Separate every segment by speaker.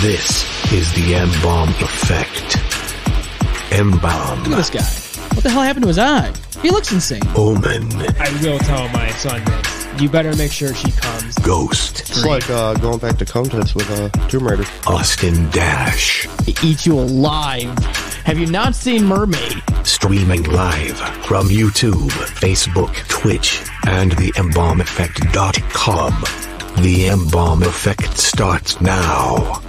Speaker 1: This is the M bomb effect. M
Speaker 2: Look at
Speaker 1: bomb
Speaker 2: this guy. What the hell happened to his eye? He looks insane.
Speaker 1: omen
Speaker 3: I will tell my son this. You better make sure she comes.
Speaker 1: ghost
Speaker 4: It's like uh, going back to Contents with uh, Tomb Raider.
Speaker 1: Austin Dash
Speaker 2: He eats you alive. Have you not seen Mermaid?
Speaker 1: streaming live from YouTube, Facebook, Twitch, and the mbombeffect.com. The M bomb effect starts now.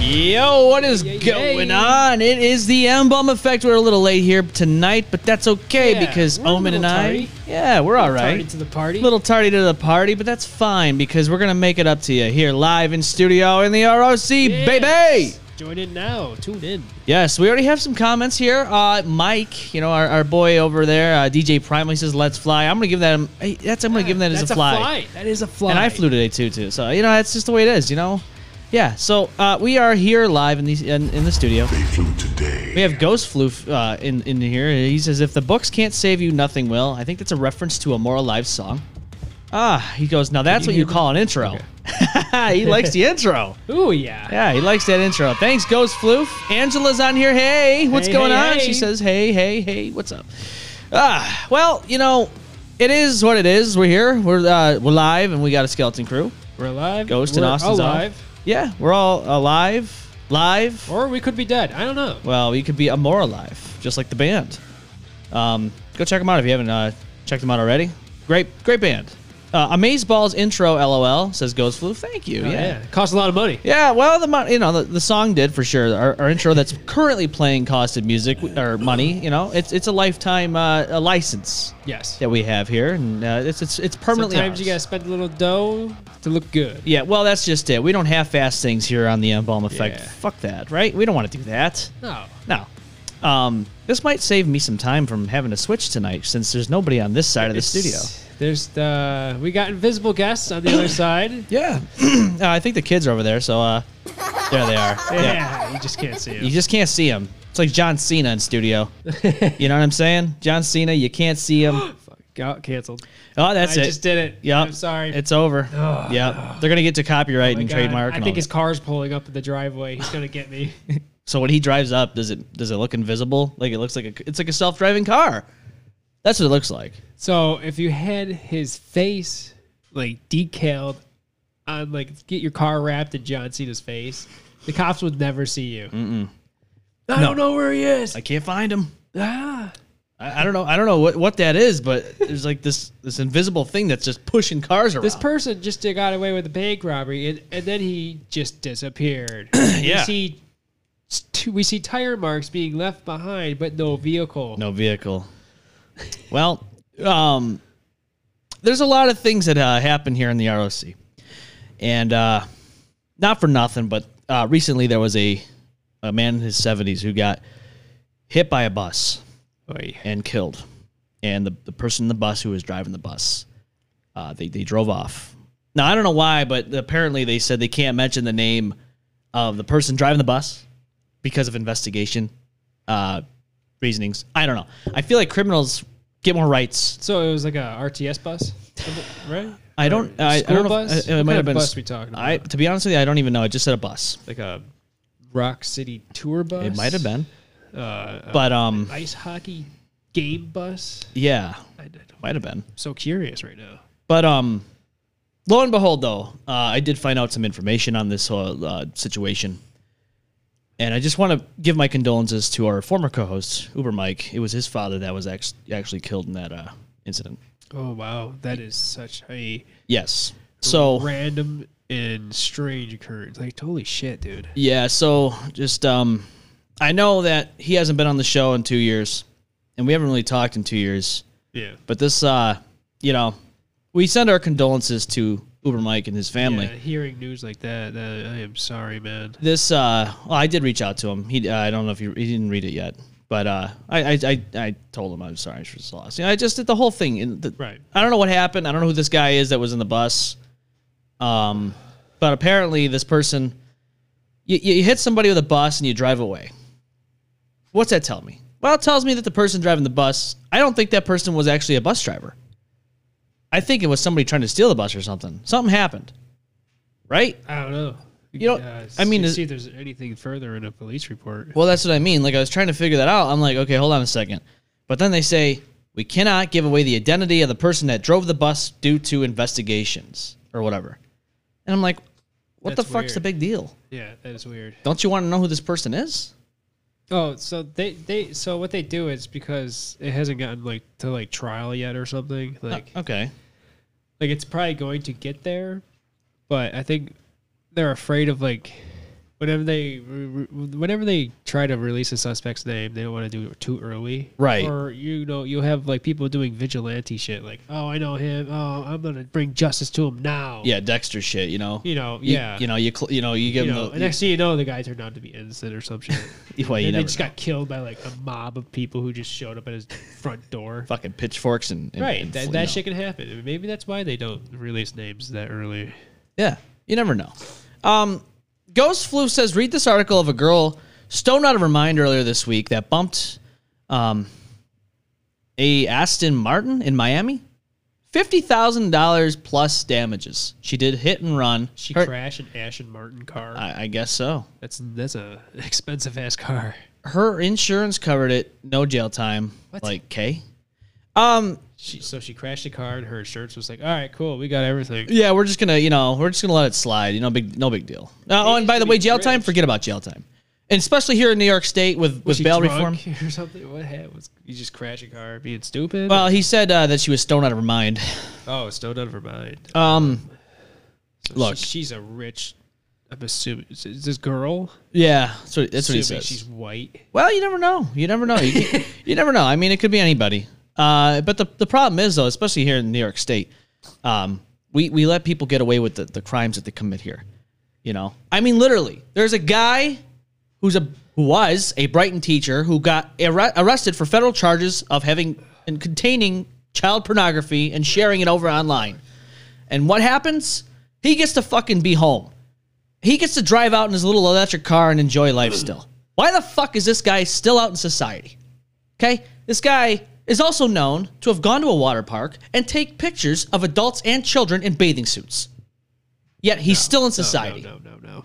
Speaker 2: Yo, what is going on? It is the M bomb effect. We're a little late here tonight, but that's okay
Speaker 3: Yeah,
Speaker 2: because
Speaker 3: we're a
Speaker 2: Omen and
Speaker 3: little
Speaker 2: I,
Speaker 3: tardy.
Speaker 2: yeah, we're all right.
Speaker 3: Tardy to the party.
Speaker 2: little tardy to the party, but that's fine because we're gonna make it up to you here live in studio in the ROC, baby.
Speaker 3: Yes. Join in now. Tune in.
Speaker 2: Yes, we already have some comments here. Uh, Mike, you know our, our boy over there, uh, DJ Primal he says, "Let's fly." I'm gonna give that. hey, That's I'm gonna give him that as
Speaker 3: That's
Speaker 2: a fly.
Speaker 3: That is a fly.
Speaker 2: And I flew today too, too. So you know that's just the way it is. You know, yeah. So uh, we are here live in the in, in the studio.
Speaker 1: They flew today.
Speaker 2: We have Ghost Floof uh, in in here. He says, "If the books can't save you, nothing will." I think that's a reference to a More Alive song. Ah, he goes, "Now that's what you call an intro." he likes the intro.
Speaker 3: Ooh yeah.
Speaker 2: Yeah, he likes that intro. Thanks, Ghost Floof. Angela's on here. Hey, what's
Speaker 3: Hey,
Speaker 2: going
Speaker 3: hey,
Speaker 2: on?
Speaker 3: hey.
Speaker 2: She says, hey, hey, hey, what's up? Ah, well, you know, it is what it is. We're here. We're uh, we're live, and we got a skeleton crew.
Speaker 3: We're alive.
Speaker 2: Ghost
Speaker 3: We're
Speaker 2: and Austin's on.
Speaker 3: alive.
Speaker 2: Yeah, we're all alive, live.
Speaker 3: Or we could be dead. I don't know.
Speaker 2: Well, we could be a more alive, just like the band. Um, go check them out if you haven't uh, checked them out already. Great, great band. Uh, Amazeballs intro, lol, says Ghost Floof. Thank you.
Speaker 3: Oh, yeah. It costs a lot of money.
Speaker 2: Yeah, well, the mon- you know the, the song did for sure. Our, our intro that's currently playing costed music or money. You know, it's it's a lifetime uh, a license
Speaker 3: Yes.
Speaker 2: that we have here, and uh, it's it's it's permanently.
Speaker 3: Sometimes you
Speaker 2: ours.
Speaker 3: gotta spend a little dough to look good.
Speaker 2: Yeah, well, that's just it. We don't half-ass things here on the Embalm Effect.
Speaker 3: Yeah.
Speaker 2: Fuck that, right? We don't want to do that.
Speaker 3: No.
Speaker 2: No. Um, this might save me some time from having to switch tonight, since there's nobody on this side of the studio.
Speaker 3: There's the we got invisible guests on the other side.
Speaker 2: Yeah, uh, I think the kids are over there. So uh, there they are. yeah.
Speaker 3: you just can't see
Speaker 2: You
Speaker 3: them.
Speaker 2: just can't see him. It's like John Cena in studio. you know what I'm saying? John Cena, you can't see him. Oh,
Speaker 3: Fuck, Got canceled.
Speaker 2: that's
Speaker 3: I
Speaker 2: it.
Speaker 3: just did it.
Speaker 2: Yep.
Speaker 3: I'm sorry.
Speaker 2: It's over.
Speaker 3: Ugh.
Speaker 2: Yep. They're gonna get to copyright
Speaker 3: Oh my
Speaker 2: and
Speaker 3: God.
Speaker 2: trademark.
Speaker 3: I
Speaker 2: and all
Speaker 3: think his
Speaker 2: that.
Speaker 3: car's pulling up in the driveway. He's gonna get me.
Speaker 2: so when he drives up, does it does it look invisible? Like it looks like a it's like a self driving car. That's what it looks like.
Speaker 3: So if you had his face like decaled on like get your car wrapped in John Cena's face, the cops would never see you. I don't know where he is.
Speaker 2: I can't find him.
Speaker 3: ah.
Speaker 2: I, I don't know. I don't know what, what that is, but there's like this this invisible thing that's just pushing cars around.
Speaker 3: This person just got away with a bank robbery, and, and then he just disappeared.
Speaker 2: Yeah.
Speaker 3: We see, t- we see tire marks being left behind, but no vehicle.
Speaker 2: No vehicle. Well, um, there's a lot of things that uh, happen here in the ROC, and uh, not for nothing, but uh, recently there was a a man in his 70s who got hit by a bus
Speaker 3: Oy.
Speaker 2: and killed, and the, the person in the bus who was driving the bus, uh, they they drove off. Now I don't know why, but apparently they said they can't mention the name of the person driving the bus because of investigation uh, reasonings. I don't know. I feel like criminals get more rights.
Speaker 3: So it was like a RTS bus, right?
Speaker 2: I don't. I, I
Speaker 3: School
Speaker 2: don't know.
Speaker 3: bus?
Speaker 2: If, I- it,
Speaker 3: What
Speaker 2: might
Speaker 3: kind
Speaker 2: have
Speaker 3: of
Speaker 2: been.
Speaker 3: bus we talking
Speaker 2: I to be honest with you, I don't even know. I just said a bus.
Speaker 3: Like a Rock City tour bus.
Speaker 2: It might have been,
Speaker 3: Uh,
Speaker 2: but um,
Speaker 3: ice hockey game bus?
Speaker 2: yeah,
Speaker 3: I, am
Speaker 2: might have been.
Speaker 3: so curious right now.
Speaker 2: But um, lo and behold, though, uh, I did find out some information on this whole uh, situation, and I just want to give my condolences to our former co-host Uber Mike. It was his father that was act- actually killed in that uh, incident.
Speaker 3: Oh wow, that is such a
Speaker 2: Yes. So
Speaker 3: random and strange occurrence. Like holy shit, dude.
Speaker 2: Yeah, so just um I know that he hasn't been on the show in 2 years and we haven't really talked in 2 years,
Speaker 3: Yeah.
Speaker 2: but this uh you know, we send our condolences to Uber Mike and his family.
Speaker 5: Yeah, hearing news like that, that, I am sorry, man.
Speaker 2: This, uh, well, I did reach out to him. He, uh, I don't know if he, he didn't read it yet, but uh, I, I, I, I told him I'm sorry for his loss. You know, I just did the whole thing. In the,
Speaker 5: Right.
Speaker 2: I don't know what happened. I don't know who this guy is that was in the bus. Um, but apparently this person, you, you hit somebody with a bus and you drive away. What's that tell me? Well, it tells me that the person driving the bus, I don't think that person was actually a bus driver. I think it was somebody trying to steal the bus or something. Something happened, right?
Speaker 5: I don't know.
Speaker 2: You don't- I mean,
Speaker 5: see,
Speaker 2: is-
Speaker 5: see if there's anything further in a police report.
Speaker 2: Well, that's what I mean. Like I was trying to figure that out. I'm like, okay, hold on a second. But then they say we cannot give away the identity of the person that drove the bus due to investigations or whatever. And I'm like, what
Speaker 5: That's
Speaker 2: the fuck's the big
Speaker 5: weird.
Speaker 2: deal?
Speaker 5: Yeah, that is weird.
Speaker 2: Don't you want to know who this person is?
Speaker 5: Oh, so they they so what they do is because it hasn't gotten like to like trial yet or something.
Speaker 2: Uh,
Speaker 5: Like
Speaker 2: Okay.
Speaker 5: like it's probably going to get there, but I think they're afraid of like whenever they re- re- whenever they try to release a suspect's name, they don't want to do it too early,
Speaker 2: Right.
Speaker 5: Or you know, you have like people doing vigilante shit, like oh I know him, oh I'm gonna bring justice to him now.
Speaker 2: Yeah, Dexter shit. You know.
Speaker 5: you know,
Speaker 2: You-
Speaker 5: yeah,
Speaker 2: You know. You cl- you know. You give
Speaker 5: You
Speaker 2: them
Speaker 5: know,
Speaker 2: the.
Speaker 5: and next thing you know, the guy turned out to be innocent or some shit.
Speaker 2: you- well, you
Speaker 5: and they
Speaker 2: never
Speaker 5: just
Speaker 2: know.
Speaker 5: got killed by like a mob of people who just showed up at his front door.
Speaker 2: fucking pitchforks and, and
Speaker 5: right,
Speaker 2: and
Speaker 5: that,
Speaker 2: fl-
Speaker 5: that
Speaker 2: you know.
Speaker 5: shit can happen. I mean, maybe that's why they don't release names that early.
Speaker 2: Yeah, you never know. Um, Ghost Flu says, read this article of a girl stoned out of her mind earlier this week that bumped um, a Aston Martin in Miami. Fifty thousand dollars plus damages. She did hit and run.
Speaker 5: She
Speaker 2: Her- Uh,
Speaker 5: crashed an Ashton Martin car.
Speaker 2: I, I guess so.
Speaker 5: that's that's a expensive ass car.
Speaker 2: Her insurance covered it. No jail time.
Speaker 5: What?
Speaker 2: Like K.
Speaker 5: She, so she crashed a car, and her insurance was like, "All right, cool, we got everything."
Speaker 2: Yeah, we're just gonna, you know, we're just gonna let it slide. You know, big, no big deal. Uh, oh, and by the way, jail time. Forget about jail time, and especially here in New York State with
Speaker 5: Was
Speaker 2: with
Speaker 5: she
Speaker 2: bail reform.
Speaker 5: drunk or something? What happened? Was you just crash a car, being stupid?
Speaker 2: Well, he said uh, that she was stoned out of her mind.
Speaker 5: oh, it's out of her mind.
Speaker 2: Um,
Speaker 5: So
Speaker 2: look.
Speaker 5: she- she's a rich. I'm assuming is this girl.
Speaker 2: yeah, that's what, that's what he
Speaker 5: Assuming
Speaker 2: says.
Speaker 5: She's white.
Speaker 2: Well, you never know. You never know. You, can't- you never know. I mean, it could be anybody. Uh, but the, the problem is though, especially here in New York State, um, we we let people get away with the, the crimes that they commit here. You know, I mean, literally, there's a guy who's a who was a Brighton teacher who got arre- arrested for federal charges of having and containing child pornography and sharing it over online. And what happens? He gets to fucking be home he gets to drive out in his little electric car and enjoy life still. Why the fuck is this guy still out in society? Okay? This guy is also known to have gone to a water park and take pictures of adults and children in bathing suits. Yet he's still in society.
Speaker 5: No, no, no, no.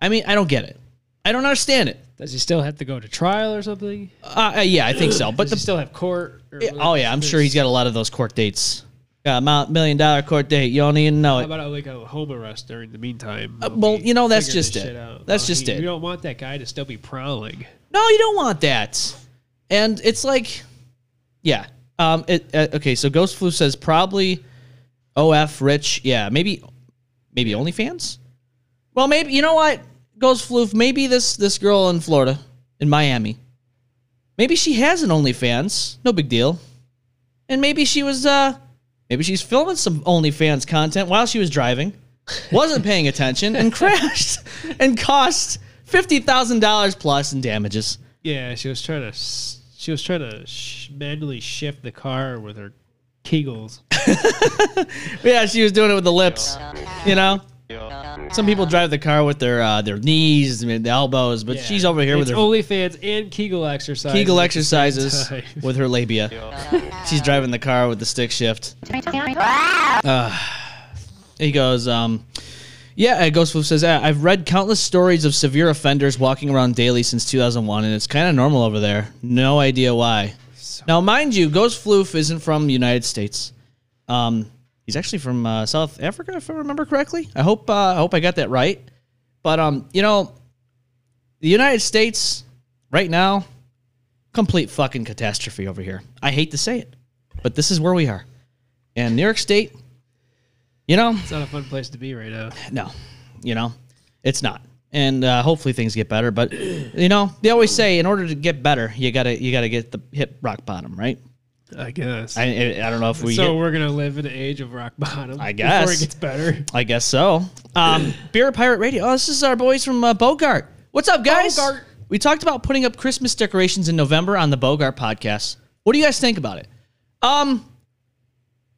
Speaker 2: I mean, I don't get it. I don't understand it.
Speaker 5: Does he still have to go to trial or something?
Speaker 2: Uh, uh, yeah, I think so. But
Speaker 5: Does
Speaker 2: the
Speaker 5: he still have court? Or
Speaker 2: oh yeah, I'm sure he's got a lot of those court dates. Got a mil- million dollar court date. You don't even know
Speaker 5: How
Speaker 2: it.
Speaker 5: about like a home arrest during the meantime? while
Speaker 2: well,
Speaker 5: we
Speaker 2: you know, that's
Speaker 5: figure this
Speaker 2: just it.
Speaker 5: shit out?
Speaker 2: That's
Speaker 5: Well,
Speaker 2: just
Speaker 5: he-
Speaker 2: it.
Speaker 5: We don't want that guy to still be prowling.
Speaker 2: no, you don't want that. And it's like, yeah. Um, it, uh, okay, so Ghost Flu says probably OF Rich. Yeah, maybe, maybe OnlyFans. Well, maybe you know what Ghost Floof. Maybe this this girl in Florida, in Miami, maybe she has an OnlyFans. No big deal. And maybe she was uh, maybe she's filming some OnlyFans content while she was driving, wasn't paying attention, and crashed, and cost fifty thousand dollars plus in damages.
Speaker 5: Yeah, she was trying to. s- She was trying to sh- manually shift the car with her kegels.
Speaker 2: Yeah, she was doing it with the lips. You know, some people drive the car with their uh, their knees, I mean, the elbows, but she's over here with her
Speaker 5: It's OnlyFans and Kegel exercises.
Speaker 2: Kegel
Speaker 5: at the same
Speaker 2: exercises
Speaker 5: time.
Speaker 2: with her labia. She's driving the car with the stick shift. Ah. He goes, um, yeah, uh, Ghost Wolf says, "Ah, I've read countless stories of severe offenders walking around daily since 2001, and it's kind of normal over there. No idea why. now, mind you, Ghost Floof isn't from the United States. Um, he's actually from uh, South Africa, if I remember correctly. I hope uh, I hope I got that right. But um, you know, the United States right now, complete fucking catastrophe over here. I hate to say it, but this is where we are. And New York State, you know,
Speaker 5: It's not a fun place to be right now.
Speaker 2: no, you know, it's not. And uh, hopefully things get better. But you know, they always say in order to get better, you gotta you gotta get the hit rock bottom, right?
Speaker 5: I guess.
Speaker 2: I, I I don't know if we.
Speaker 5: so
Speaker 2: hit-
Speaker 5: we're gonna live in an age of rock bottom.
Speaker 2: I
Speaker 5: Before
Speaker 2: guess.
Speaker 5: it gets better.
Speaker 2: I guess so. Um, Beer Pirate Radio. Oh, this is our boys from uh, Bogart. What's up, guys?
Speaker 5: Bogart.
Speaker 2: We talked about putting up Christmas decorations in November on the Bogart podcast. What do you guys think about it? Um,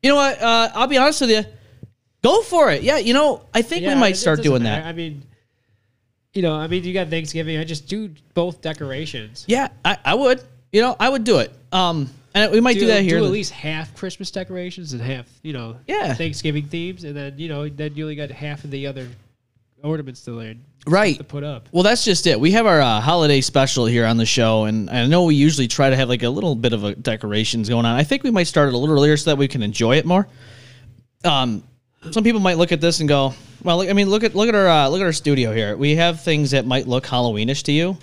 Speaker 2: you know what? Uh, I'll be honest with you. Go for it. Yeah, you know, I think we
Speaker 5: Yeah,
Speaker 2: might
Speaker 5: it
Speaker 2: start
Speaker 5: doesn't
Speaker 2: doing
Speaker 5: matter.
Speaker 2: that.
Speaker 5: I mean, you know, I mean, you got Thanksgiving. I just do both decorations.
Speaker 2: Yeah, I, I would. You know, I would do it. Um, and we might do, that here.
Speaker 5: Do at least half Christmas decorations and half, you know,
Speaker 2: Yeah.
Speaker 5: Thanksgiving themes, and then you know, then you only got half of the other ornaments to learn
Speaker 2: right.
Speaker 5: to put up.
Speaker 2: Well, that's just it. We have our uh, holiday special here on the show, and I know we usually try to have like a little bit of a decorations going on. I think we might start it a little earlier so that we can enjoy it more. Um, some people might look at this and go, "Well, look, I mean, look at look at our uh, look at our studio here. We have things that might look Halloweenish to you,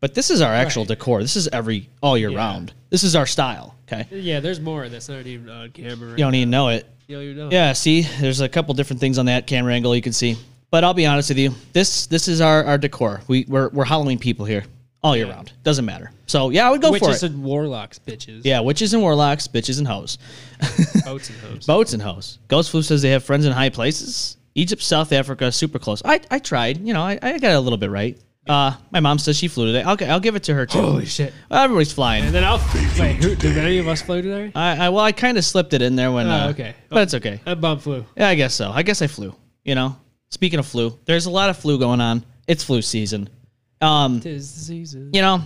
Speaker 2: but this is our actual decor. This is every all year round. This is our style. Okay,
Speaker 5: Yeah, there's more that's not even on camera. Right
Speaker 2: you don't even know it.
Speaker 5: You don't even know.
Speaker 2: Yeah, see, there's a couple different things on that camera angle you can see. But I'll be honest with you, this this is our, our decor. We we're, we're Halloween people here all year round. Doesn't matter. So yeah, I would go
Speaker 5: Witches
Speaker 2: for it.
Speaker 5: and warlocks, bitches.
Speaker 2: yeah, witches and warlocks, bitches and hoes,
Speaker 5: Boats and hoes.
Speaker 2: boats and hoes. Ghost Flu says they have friends in high places. Egypt, South Africa, super close. I, I tried. You know, I, I got it a little bit right. Uh, my mom says she flew today. Okay, I'll give it to her too.
Speaker 5: Holy shit.
Speaker 2: Everybody's flying.
Speaker 5: And then I'll wait. Who, did any of us flew today?
Speaker 2: I, I well, I kind of slipped it in there when.
Speaker 5: Oh,
Speaker 2: uh,
Speaker 5: okay.
Speaker 2: but it's okay.
Speaker 5: A bum flew.
Speaker 2: Yeah, I guess so. I guess I flew. You know, speaking of flu, there's a lot of flu going on. It's flu season. Um,
Speaker 5: Tis the season.
Speaker 2: you know,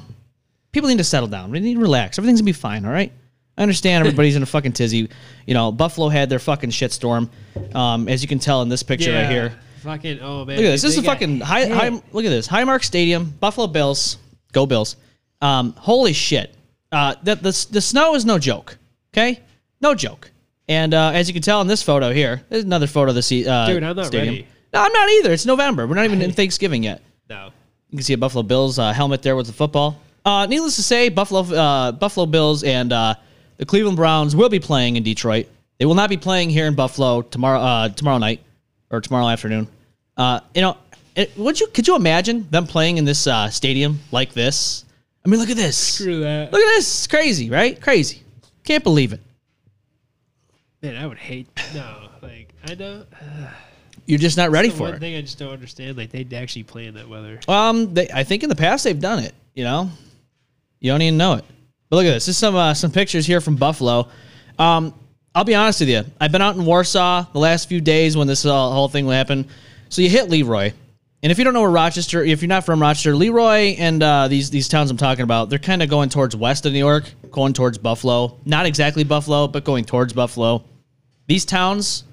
Speaker 2: people need to settle down. We need to relax. Everything's gonna be fine. All right. I understand everybody's in a fucking tizzy. You know, Buffalo had their fucking shitstorm. Um, as you can tell in this picture right here.
Speaker 5: Fucking oh man.
Speaker 2: Look at this. This is
Speaker 5: They
Speaker 2: a
Speaker 5: got
Speaker 2: fucking high,
Speaker 5: hit.
Speaker 2: high. Look at this. Highmark Stadium, Buffalo Bills. Go Bills. Um, holy shit. Uh, that the the snow is no joke. Okay, no joke. And uh, as you can tell in this photo here, there's another photo of the se- uh,
Speaker 5: Dude, I'm not
Speaker 2: stadium.
Speaker 5: ready.
Speaker 2: No, I'm not either. It's November. We're not even in Thanksgiving yet.
Speaker 5: No.
Speaker 2: You can see a Buffalo Bills uh, helmet there with the football. Uh, needless to say, Buffalo uh, Buffalo Bills and uh, the Cleveland Browns will be playing in Detroit. They will not be playing here in Buffalo tomorrow uh, tomorrow night or tomorrow afternoon. Uh, you know, it, would you could you imagine them playing in this uh, stadium like this? I mean, look at this.
Speaker 5: Screw that.
Speaker 2: Look at this. It's crazy, right? Crazy. Can't believe it.
Speaker 5: Man, I would hate. No, like I know.
Speaker 2: You're just not ready
Speaker 5: the
Speaker 2: for
Speaker 5: one
Speaker 2: it.
Speaker 5: thing I just don't understand, like they'd actually play in that weather.
Speaker 2: Um, they, I think in the past they've done it. You know, you don't even know it. But look at this. This is some uh, some pictures here from Buffalo. Um, I'll be honest with you. I've been out in Warsaw the last few days when this uh, whole thing happened. So you hit Leroy, and if you don't know where Rochester, if you're not from Rochester, Leroy and uh, these these towns I'm talking about, they're kind of going towards west of New York, going towards Buffalo. Not exactly Buffalo, but going towards Buffalo. These towns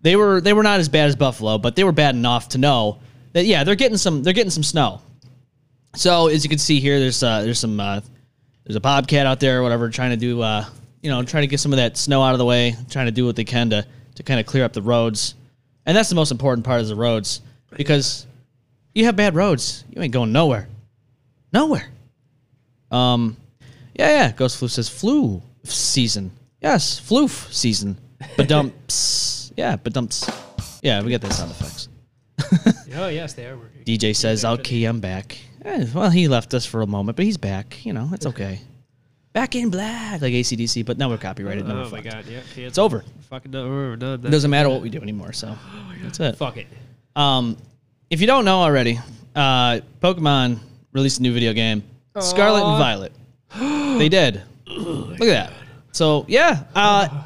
Speaker 2: they were they were not as bad as Buffalo, but they were bad enough to know that yeah, they're getting some they're getting some snow. So as you can see here, there's uh, there's some uh, there's a bobcat out there, or whatever, trying to do uh, you know trying to get some of that snow out of the way, trying to do what they can to to kind of clear up the roads, and that's the most important part is the roads because you have bad roads, you ain't going nowhere, nowhere. Um, yeah, yeah. Ghost Floof says flu season. Yes, floof season. But dumps. yeah, but dumps. Yeah, we got that sound effects.
Speaker 5: Oh yes, they are working.
Speaker 2: DJ says, "I'll key. I'm back." Eh, well, he left us for a moment, but he's back. You know, it's okay. Back in black, like ACDC. But now we're copyrighted. Now we're
Speaker 5: oh my
Speaker 2: fucked.
Speaker 5: god, yeah, cancel.
Speaker 2: It's over.
Speaker 5: Fucking no, we're done.
Speaker 2: It doesn't matter what we do anymore. So
Speaker 5: Oh
Speaker 2: that's it.
Speaker 5: Fuck it.
Speaker 2: Um, if you don't know already, uh, Pokemon released a new video game, Scarlet and Violet. They did. Look at that. So yeah, uh,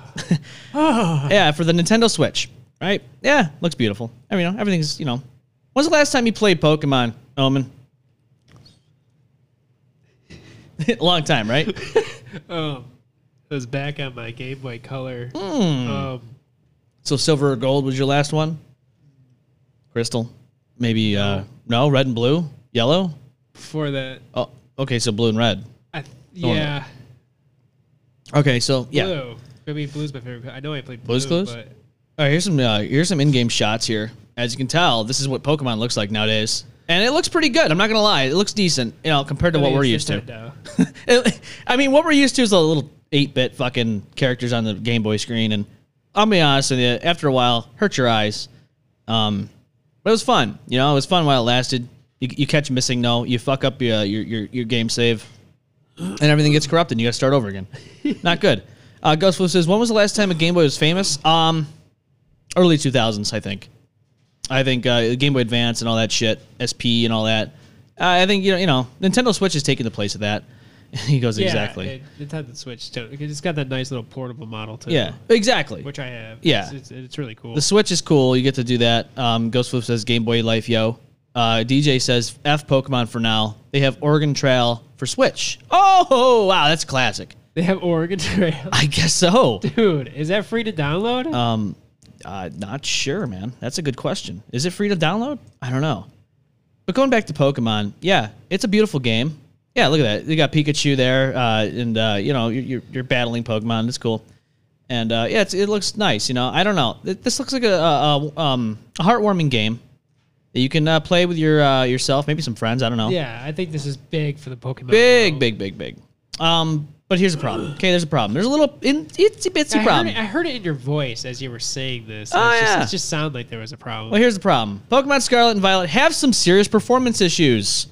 Speaker 2: yeah, for the Nintendo Switch, right? Yeah, looks beautiful. I mean, you know, everything's you know. When's the last time you played Pokemon, Omen? Long time, right?
Speaker 5: It was back on my Game Boy Color.
Speaker 2: Mm.
Speaker 5: Um,
Speaker 2: So silver or gold was your last one? Crystal, maybe? Uh, no, red and blue, yellow.
Speaker 5: before that,
Speaker 2: Oh, okay, so blue and red.
Speaker 5: I th- yeah,
Speaker 2: Okay, so yeah.
Speaker 5: blue. I mean, blue's my favorite. I know I played blue,
Speaker 2: Blue's Clues? All
Speaker 5: but
Speaker 2: right, here's some uh, here's some in-game shots here. As you can tell, this is what Pokemon looks like nowadays, and it looks pretty good. I'm not gonna lie, it looks decent, you know, compared to what we're used to. It- I mean, what we're used to is the little eight-bit fucking characters on the Game Boy screen, and I'll be honest with you, after a while, hurt your eyes. Um, but it was fun, you know, it was fun while it lasted. You, you catch missing no, you fuck up your your your, your game save, and everything gets corrupted. and You got to start over again. not good. Uh, Ghostflip says, when was the last time a Game Boy was famous? Um, early 2000s, I think. I think uh, Game Boy Advance and all that shit, SP and all that. Uh, I think you know, you know, Nintendo Switch is taking the place of that. he goes exactly.
Speaker 5: Yeah, it- Nintendo Switch too. 'cause It's got that nice little portable model too.
Speaker 2: yeah, exactly.
Speaker 5: which I have.
Speaker 2: Yeah.
Speaker 5: it's, it's, it's really cool.
Speaker 2: The Switch is cool. You get to do that. Um, Ghostflip says Game Boy Life, yo. Uh, DJ says F Pokemon for now. They have Oregon Trail for Switch. Oh wow, that's classic.
Speaker 5: they have Oregon Trail,
Speaker 2: I guess so.
Speaker 5: dude. Is that free to download?
Speaker 2: Um, uh, not sure, man. That's a good question. Is it free to download? I don't know. But going back to Pokemon, yeah, it's a beautiful game. Yeah, look at that. They got Pikachu there, uh, and uh, you know you're, you're, you're battling Pokemon. It's cool, and uh, yeah, it's, it looks nice. You know, I don't know. Th- This looks like a, a, a, um, a heartwarming game that you can uh, play with your uh, yourself, maybe some friends. I don't know.
Speaker 5: yeah, I think this is big for the Pokemon.
Speaker 2: Big,
Speaker 5: world.
Speaker 2: big, big, big. Um, but here's a problem. Okay, there's a problem. There's a little in, itsy bitsy
Speaker 5: I heard,
Speaker 2: problem.
Speaker 5: it, I heard it in your voice as you were saying this.
Speaker 2: Oh,
Speaker 5: it's
Speaker 2: yeah.
Speaker 5: just, it just sounded like there was a problem.
Speaker 2: Well, here's the problem Pokemon Scarlet and Violet have some serious performance issues.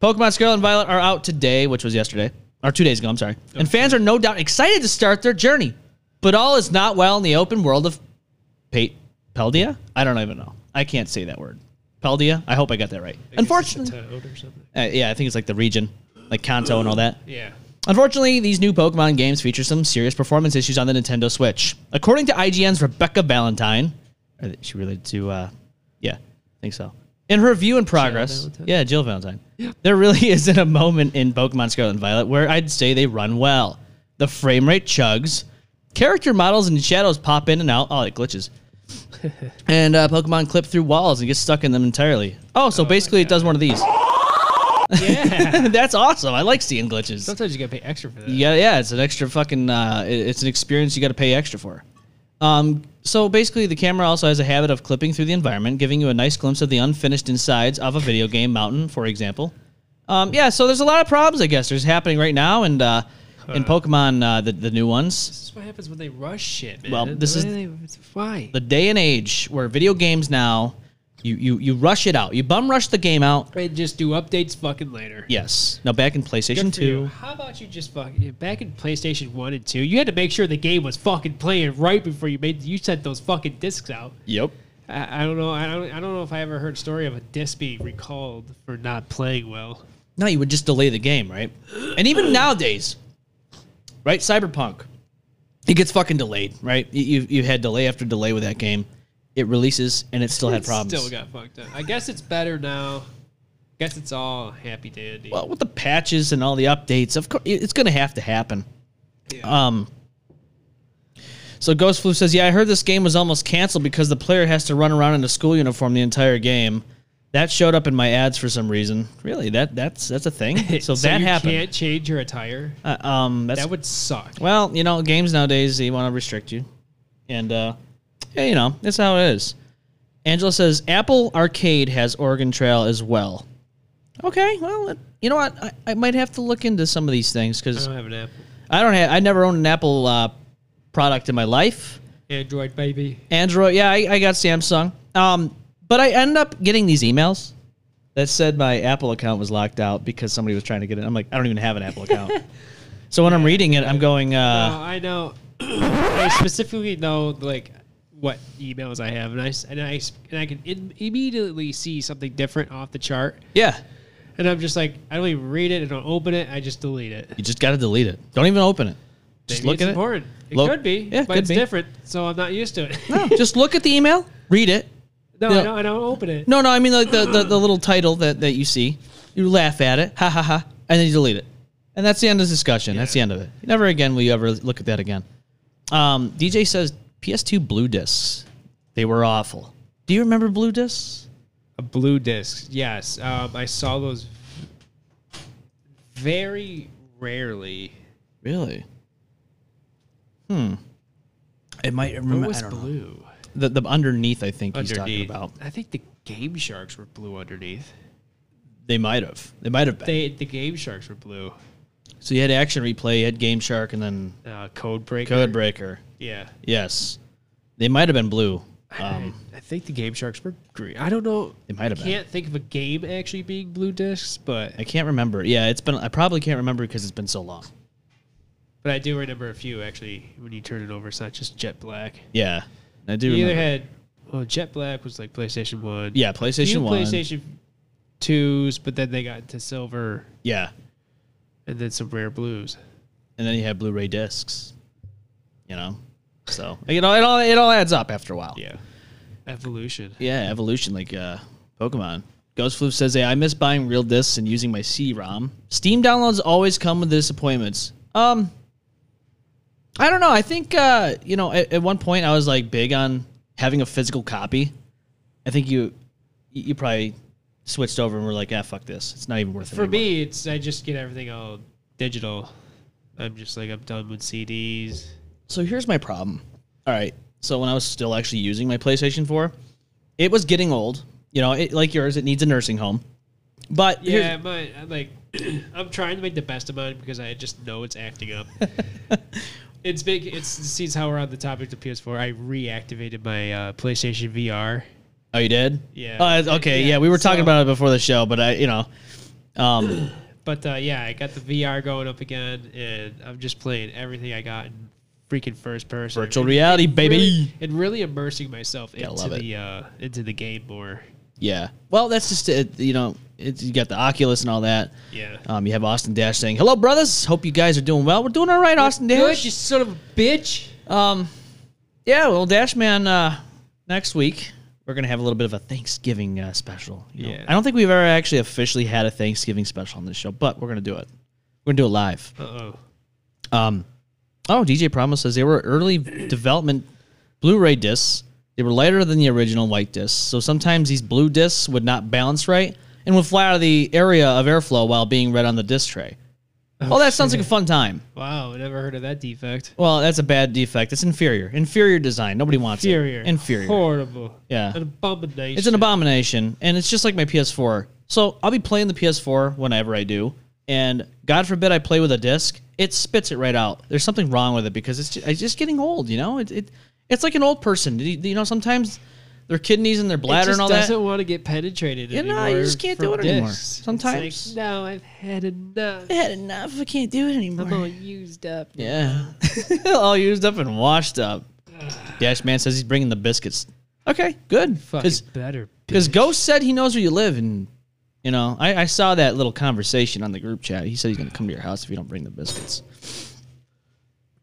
Speaker 2: Pokemon Scarlet and Violet are out today, which was yesterday, or two days ago, I'm sorry. And fans are no doubt excited to start their journey, but all is not well in the open world of Pate Peldia? I don't even know. I can't say that word. Peldia? I hope I got that right. Unfortunately,
Speaker 5: Toad or something.
Speaker 2: uh, yeah, I think it's like the region, like Kanto and all that.
Speaker 5: Yeah.
Speaker 2: Unfortunately, these new Pokemon games feature some serious performance issues on the Nintendo Switch. According to IGN's Rebecca Valentine, is she related to, uh, yeah, I think so. In her review in progress,
Speaker 5: Valentine?
Speaker 2: yeah, Jill Valentine, there really isn't a moment in Pokemon Scarlet and Violet where I'd say they run well. The frame rate chugs, character models and shadows pop in and out. Oh, it glitches. and uh, Pokemon clip through walls and get stuck in them entirely. Oh, so basically it does one of these.
Speaker 5: Yeah.
Speaker 2: That's awesome. I like seeing glitches.
Speaker 5: Sometimes you gotta pay extra for that.
Speaker 2: Yeah, yeah, it's an extra fucking. Uh, it- it's an experience you got to pay extra for. Um, so basically, the camera also has a habit of clipping through the environment, giving you a nice glimpse of the unfinished insides of a video game mountain, for example. Um, yeah, so there's a lot of problems, I guess, there's happening right now, and uh, in Pokemon, uh, the the new ones.
Speaker 5: This is what happens when they rush shit, man.
Speaker 2: Well, this is-
Speaker 5: Why? they- why?
Speaker 2: The day and age where video games now, you you you rush it out, you bum rush the game out.
Speaker 5: They just do updates fucking later.
Speaker 2: Yes. Now back in PlayStation
Speaker 5: Good for you.
Speaker 2: Two.
Speaker 5: How about you just fucking back in PlayStation One and Two? You had to make sure the game was fucking playing right before you made you sent those fucking discs out.
Speaker 2: Yep.
Speaker 5: I, I don't know. I don't. I don't know if I ever heard a story of a disc being recalled for not playing well.
Speaker 2: No, you would just delay the game, right? And even nowadays, right? Cyberpunk, it gets fucking delayed, right? You, you you had delay after delay with that game. It releases and it still had
Speaker 5: It
Speaker 2: problems.
Speaker 5: Still got fucked up. I guess it's better now. Guess it's all happy dandy.
Speaker 2: well, with the patches and all the updates, of course, it's going to have to happen. Um. So Ghostflu says, "Yeah, I heard this game was almost canceled because the player has to run around in a school uniform the entire game. That showed up in my ads for some reason. Really, that that's that's a thing. So, that
Speaker 5: you
Speaker 2: happened.
Speaker 5: Can't change your attire.
Speaker 2: Uh, um, that's
Speaker 5: That would suck.
Speaker 2: Well, you know, games nowadays they want to restrict you, and uh, yeah, you know, that's how it is. Angela says Apple Arcade has Oregon Trail as well. Okay, well, you know what? I, I might have to look into some of these things
Speaker 5: I
Speaker 2: because
Speaker 5: don't have an Apple.
Speaker 2: I don't have. I never owned an Apple uh, product in my life.
Speaker 5: Android baby.
Speaker 2: Android, yeah, I, I got Samsung. Um, but I end up getting these emails that said my Apple account was locked out because somebody was trying to get it. I'm like, I don't even have an Apple account. so when I'm reading it, I'm going. Uh,
Speaker 5: Oh, I know. I specifically know like what emails I have, and I s- and I s- and I can in, immediately see something different off the chart,
Speaker 2: Yeah.
Speaker 5: and I'm just like, I don't even read it, I don't open it, I just delete it.
Speaker 2: You just got to delete it. Don't even open it. Just
Speaker 5: Maybe
Speaker 2: look
Speaker 5: it's
Speaker 2: at
Speaker 5: important. It,
Speaker 2: Look-
Speaker 5: could be,
Speaker 2: Yeah,
Speaker 5: but
Speaker 2: could
Speaker 5: it's
Speaker 2: be.
Speaker 5: different, so I'm not used to it.
Speaker 2: it. No, just look at the email, read it.
Speaker 5: no,
Speaker 2: No.
Speaker 5: I, don't, I don't open it.
Speaker 2: No, no, I mean like the, the, the little title that, that you see. You laugh at it, ha ha ha, and then you delete it. And that's the end of the discussion. That's the end of it. Never again will you ever look at that again. Um, DJ says PS2 blue discs. They were awful. Do you remember blue discs?
Speaker 5: A blue disc. Yes, um, I saw those very rarely.
Speaker 2: Really? Hmm. It might
Speaker 5: What
Speaker 2: remember.
Speaker 5: was
Speaker 2: I don't know.
Speaker 5: blue
Speaker 2: The, the underneath, I think he's talking
Speaker 5: underneath?
Speaker 2: about.
Speaker 5: I think the Game Sharks were blue underneath.
Speaker 2: They might have. They might have been.
Speaker 5: They the Game Sharks were blue.
Speaker 2: So you had Action Replay, you had Game Shark, and then
Speaker 5: Uh, code breaker.
Speaker 2: Code Breaker.
Speaker 5: Yeah.
Speaker 2: Yes, they might have been blue. Um,
Speaker 5: I, I think the Game Sharks were green. I don't know.
Speaker 2: They might have
Speaker 5: I
Speaker 2: been.
Speaker 5: can't think of a game actually being blue discs, but
Speaker 2: I can't remember. Yeah, it's been. I probably can't remember because it's been so long.
Speaker 5: But I do remember a few actually. When you turn it over, it's not just Jet Black.
Speaker 2: Yeah, I do.
Speaker 5: You either
Speaker 2: remember.
Speaker 5: had well, Jet Black was like PlayStation One.
Speaker 2: yeah,
Speaker 5: Few
Speaker 2: PlayStation One.
Speaker 5: PlayStation Twos, but then they got into silver
Speaker 2: Yeah,
Speaker 5: and then some rare blues.
Speaker 2: and then you had Blu-ray discs. You know, so you know it all it all adds up after a while.
Speaker 5: Yeah, evolution.
Speaker 2: Yeah, evolution like uh, Pokemon. Ghostfloof says, "Hey, I miss buying real discs and using my CD-ROM. Steam downloads always come with disappointments. Um, I don't know. I think uh, you know, at, at one point I was like big on having a physical copy. I think you you you probably switched over and were like, ah, fuck this. It's not even worth it
Speaker 5: For
Speaker 2: anymore."
Speaker 5: me, it's I just get everything all digital. I'm just like I'm done with CDs.
Speaker 2: So here's my problem. All right. So when I was still actually using my PlayStation 4, it was getting old. You know, it, like yours, it needs a nursing home. But here's-
Speaker 5: Yeah, mine. I'm like, I'm trying to make the best of mine because I just know it's acting up. it's big. It's sees how we're on the topic of PS4. I reactivated my uh, PlayStation VR.
Speaker 2: Oh, you did?
Speaker 5: Yeah.
Speaker 2: Uh, okay. Yeah,
Speaker 5: Yeah,
Speaker 2: we were talking
Speaker 5: so-
Speaker 2: about it before the show, but I, you know, um,
Speaker 5: But uh, yeah, I got the VR going up again, and I'm just playing everything I got in freaking first person.
Speaker 2: virtual
Speaker 5: And
Speaker 2: reality, baby.
Speaker 5: really- and really immersing myself
Speaker 2: Gotta
Speaker 5: into
Speaker 2: love it.
Speaker 5: the uh, into the game more.
Speaker 2: Yeah. Well, that's just it. You know, it's you got the Oculus and all that.
Speaker 5: Yeah.
Speaker 2: Um, you have Austin Dash saying, "Hello, brothers. Hope you guys are doing well. We're doing all right, Austin Dash.
Speaker 5: son of a bitch.
Speaker 2: Yeah. Well, Dash Man, uh, next week we're gonna have a little bit of a Thanksgiving uh, special. you know.
Speaker 5: Yeah.
Speaker 2: I don't think we've ever actually officially had a Thanksgiving special on this show, but we're gonna do it. We're gonna do it live.
Speaker 5: Uh oh.
Speaker 2: Um, oh, DJ Promo says they were early development Blu-ray discs. They were lighter than the original white discs, so sometimes these blue discs would not balance right and would fly out of the area of airflow while being read on the disc tray. Oh, that sounds like a fun time.
Speaker 5: Wow, I never heard of that defect.
Speaker 2: Well, that's a bad defect. It's inferior. Inferior design. Nobody wants
Speaker 5: Inferior.
Speaker 2: it. Inferior.
Speaker 5: Horrible.
Speaker 2: Yeah.
Speaker 5: An abomination.
Speaker 2: It's an abomination, and it's just like my PS4. So I'll be playing the PS4 whenever I do, and God forbid I play with a disc, it spits it right out. There's something wrong with it because it's just, it's just getting old. You know, it, it it's like an old person. You, you know, sometimes their kidneys and their
Speaker 5: It
Speaker 2: bladder
Speaker 5: just
Speaker 2: and all
Speaker 5: doesn't
Speaker 2: that.
Speaker 5: want to get penetrated
Speaker 2: You know, you
Speaker 5: anymore.
Speaker 2: just can't
Speaker 5: for
Speaker 2: do it anymore.
Speaker 5: discs. It's
Speaker 2: Sometimes-
Speaker 5: like, no, I've had enough.
Speaker 2: I had enough. I can't do it anymore.
Speaker 5: I'm all used up.
Speaker 2: Yeah. all used up and washed up. Dash Man says he's bringing the biscuits. Okay, good.
Speaker 5: Fucking
Speaker 2: 'Cause-
Speaker 5: better.
Speaker 2: Because Ghost said he knows where you live, and you know, I, I saw that little conversation on the group chat. He said he's gonna come to your house if you don't bring the biscuits.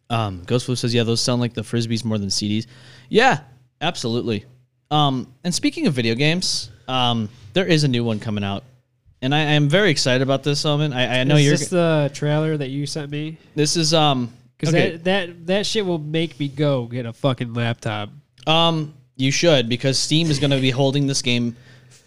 Speaker 2: Um, Ghost Flu says, yeah, those sound like the frisbees more than CDs. Yeah, absolutely. Um, and speaking of video games, um, there is a new one coming out, and I, I am very excited about this, Omen. I, I know
Speaker 5: Is
Speaker 2: you're.
Speaker 5: this the trailer that you sent me?
Speaker 2: this is um.
Speaker 5: Because
Speaker 2: okay.
Speaker 5: that, that that shit will make me go get a fucking laptop
Speaker 2: um, you should because Steam is gonna be holding this game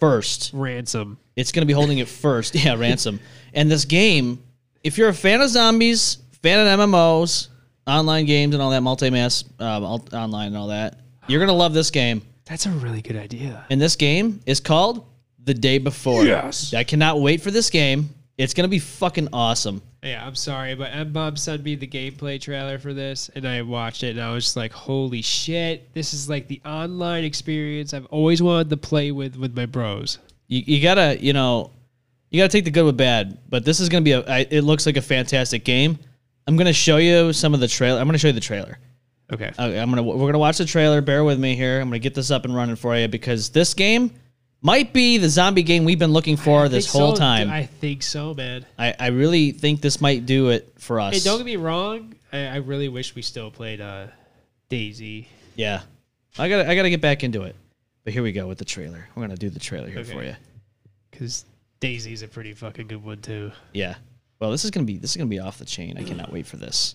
Speaker 2: first.
Speaker 5: ransom.
Speaker 2: It's going to be holding it first. Yeah, ransom. And this game, if you're a fan of zombies, fan of MMOs, online games, and all that, multi-mass um, all, online and all that, you're going to love this game.
Speaker 5: That's a really good idea.
Speaker 2: And this game is called The Day Before. Yes. I cannot wait for this game. It's going to be fucking awesome.
Speaker 5: Yeah, I'm sorry, but M Bob sent me the gameplay trailer for this, and I watched it, and I was just like, "Holy shit! This is like the online experience I've always wanted to play with with my bros."
Speaker 2: You, you gotta, you know, you gotta take the good with bad. But this is gonna be a. I, it looks like a fantastic game. I'm gonna show you some of the trailer. I'm gonna show you the trailer.
Speaker 5: Okay.
Speaker 2: Okay, I'm gonna we're gonna watch the trailer. Bear with me here. I'm gonna get this up and running for you because this game might be the zombie game we've been looking for this
Speaker 5: think
Speaker 2: whole
Speaker 5: so.
Speaker 2: time. I,
Speaker 5: I think so, man.
Speaker 2: I, really think this might do it for us.
Speaker 5: Hey, don't get me wrong. I, I really wish we still played uh, Daisy.
Speaker 2: yeah, I gotta I gotta get back into it. But here we go with the trailer. We're gonna do the trailer here
Speaker 5: Okay.
Speaker 2: for you.
Speaker 5: Because Daisy's a pretty fucking good one too.
Speaker 2: Yeah. Well, this is gonna be this is gonna be off the chain. I cannot wait for this.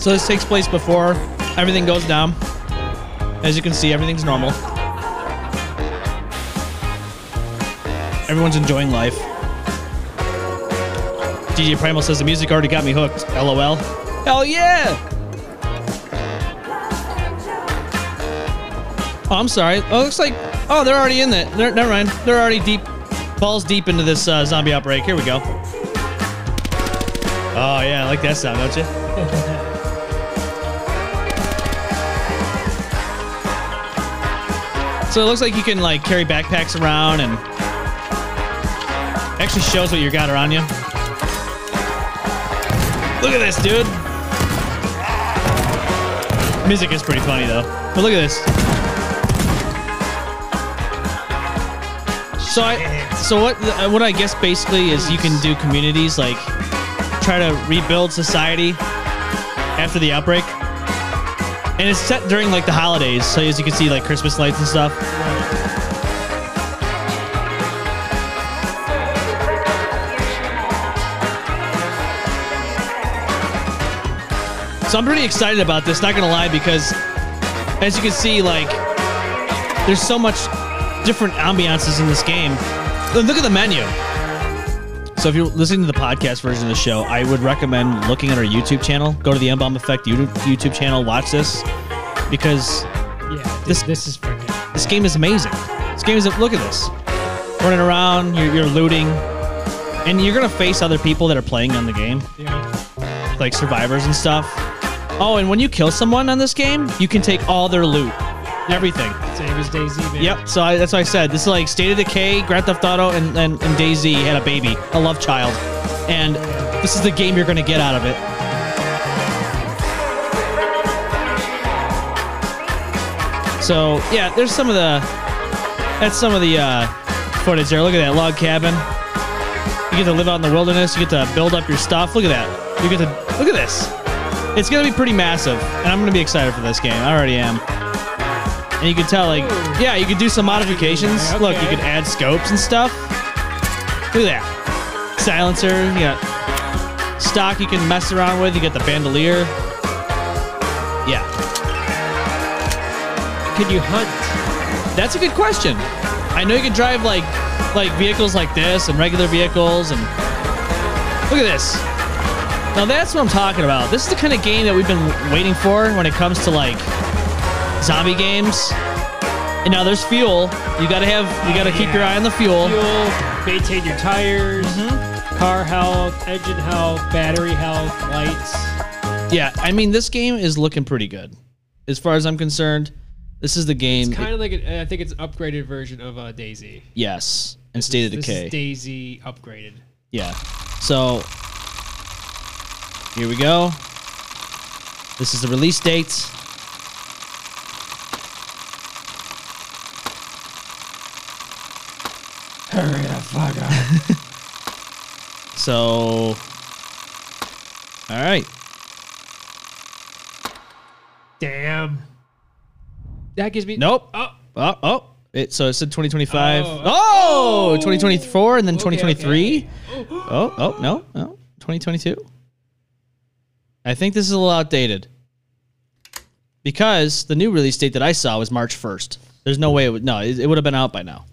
Speaker 2: So this takes place before everything goes down. As you can see, everything's normal. Everyone's enjoying life. DJ Primal says the music already got me hooked. LOL. Hell yeah! Oh, I'm sorry. Oh, it looks like oh, they're already in that. They're, never mind. They're already deep, balls deep into this uh, zombie outbreak. Here we go. Oh yeah, I like that sound, don't you? so it looks like you can like carry backpacks around and actually shows what you got around you. Look at this, dude. Music is pretty funny though. But look at this. So I, so what? uh, What I guess basically is you can do communities like try to rebuild society after the outbreak, and it's set during like the holidays. So as you can see, like Christmas lights and stuff. So I'm pretty excited about this. Not gonna lie, because as you can see, like there's so much different ambiances in this game. And Look at the menu. So if you're listening to the podcast version of the show, I would recommend looking at our YouTube channel. Go to the M Bomb Effect YouTube YouTube channel. Watch this because
Speaker 5: Yeah,
Speaker 2: This-
Speaker 5: this this is freaking.
Speaker 2: this game is amazing. This game is look at this, running around, you're, you're looting, and you're gonna face other people that are playing on the game,
Speaker 5: Yeah.
Speaker 2: like survivors and stuff. Oh, and when you kill someone on this game, you can take all their loot, everything.
Speaker 5: Same as Daisy. Man.
Speaker 2: Yep. So I, that's what I said. This is like State of Decay, Grand Theft Auto, and, and, and Daisy had a baby, a love child, and this is the game you're gonna get out of it. So yeah, there's some of the that's some of the uh, footage there. Look at that log cabin. You get to live out in the wilderness. You get to build up your stuff. Look at that. You get to look at this. It's gonna be pretty massive, and I'm gonna be excited for this game. I already am. And you can tell, like, yeah, you could do some modifications.
Speaker 5: Okay.
Speaker 2: Look, you could add scopes and stuff. Look at that. Silencer, you got stock you can mess around with. You got the bandolier. Yeah.
Speaker 5: Can you hunt?
Speaker 2: That's a good question. I know you can drive like like vehicles like this and regular vehicles and look at this. Now that's what I'm talking about. This is the kind of game that we've been waiting for when it comes to like zombie games. And now there's fuel. You gotta have you gotta keep your eye on the fuel.
Speaker 5: Fuel. Maintain your tires.
Speaker 2: Mm-hmm.
Speaker 5: Car health, engine health, battery health, lights.
Speaker 2: Yeah, I mean this game is looking pretty good. As far as I'm concerned, this is the game.
Speaker 5: Kind of like an, I think it's an upgraded version of uh, Daisy.
Speaker 2: yes, and State of
Speaker 5: This
Speaker 2: Decay.
Speaker 5: is Daisy upgraded.
Speaker 2: Yeah. So here we go. This is the release date.
Speaker 5: Hurry the fuck up.
Speaker 2: So all right.
Speaker 5: Damn. That gives me
Speaker 2: Nope.
Speaker 5: Oh,
Speaker 2: Oh, oh. It, so it said 2025.
Speaker 5: Oh.
Speaker 2: Oh, 2024 and then 2023. Oh, oh, no. No. 2022. I think this is a little outdated. Because the new release date that I saw was March 1st. There's no way it would no, it, it would have been out by now.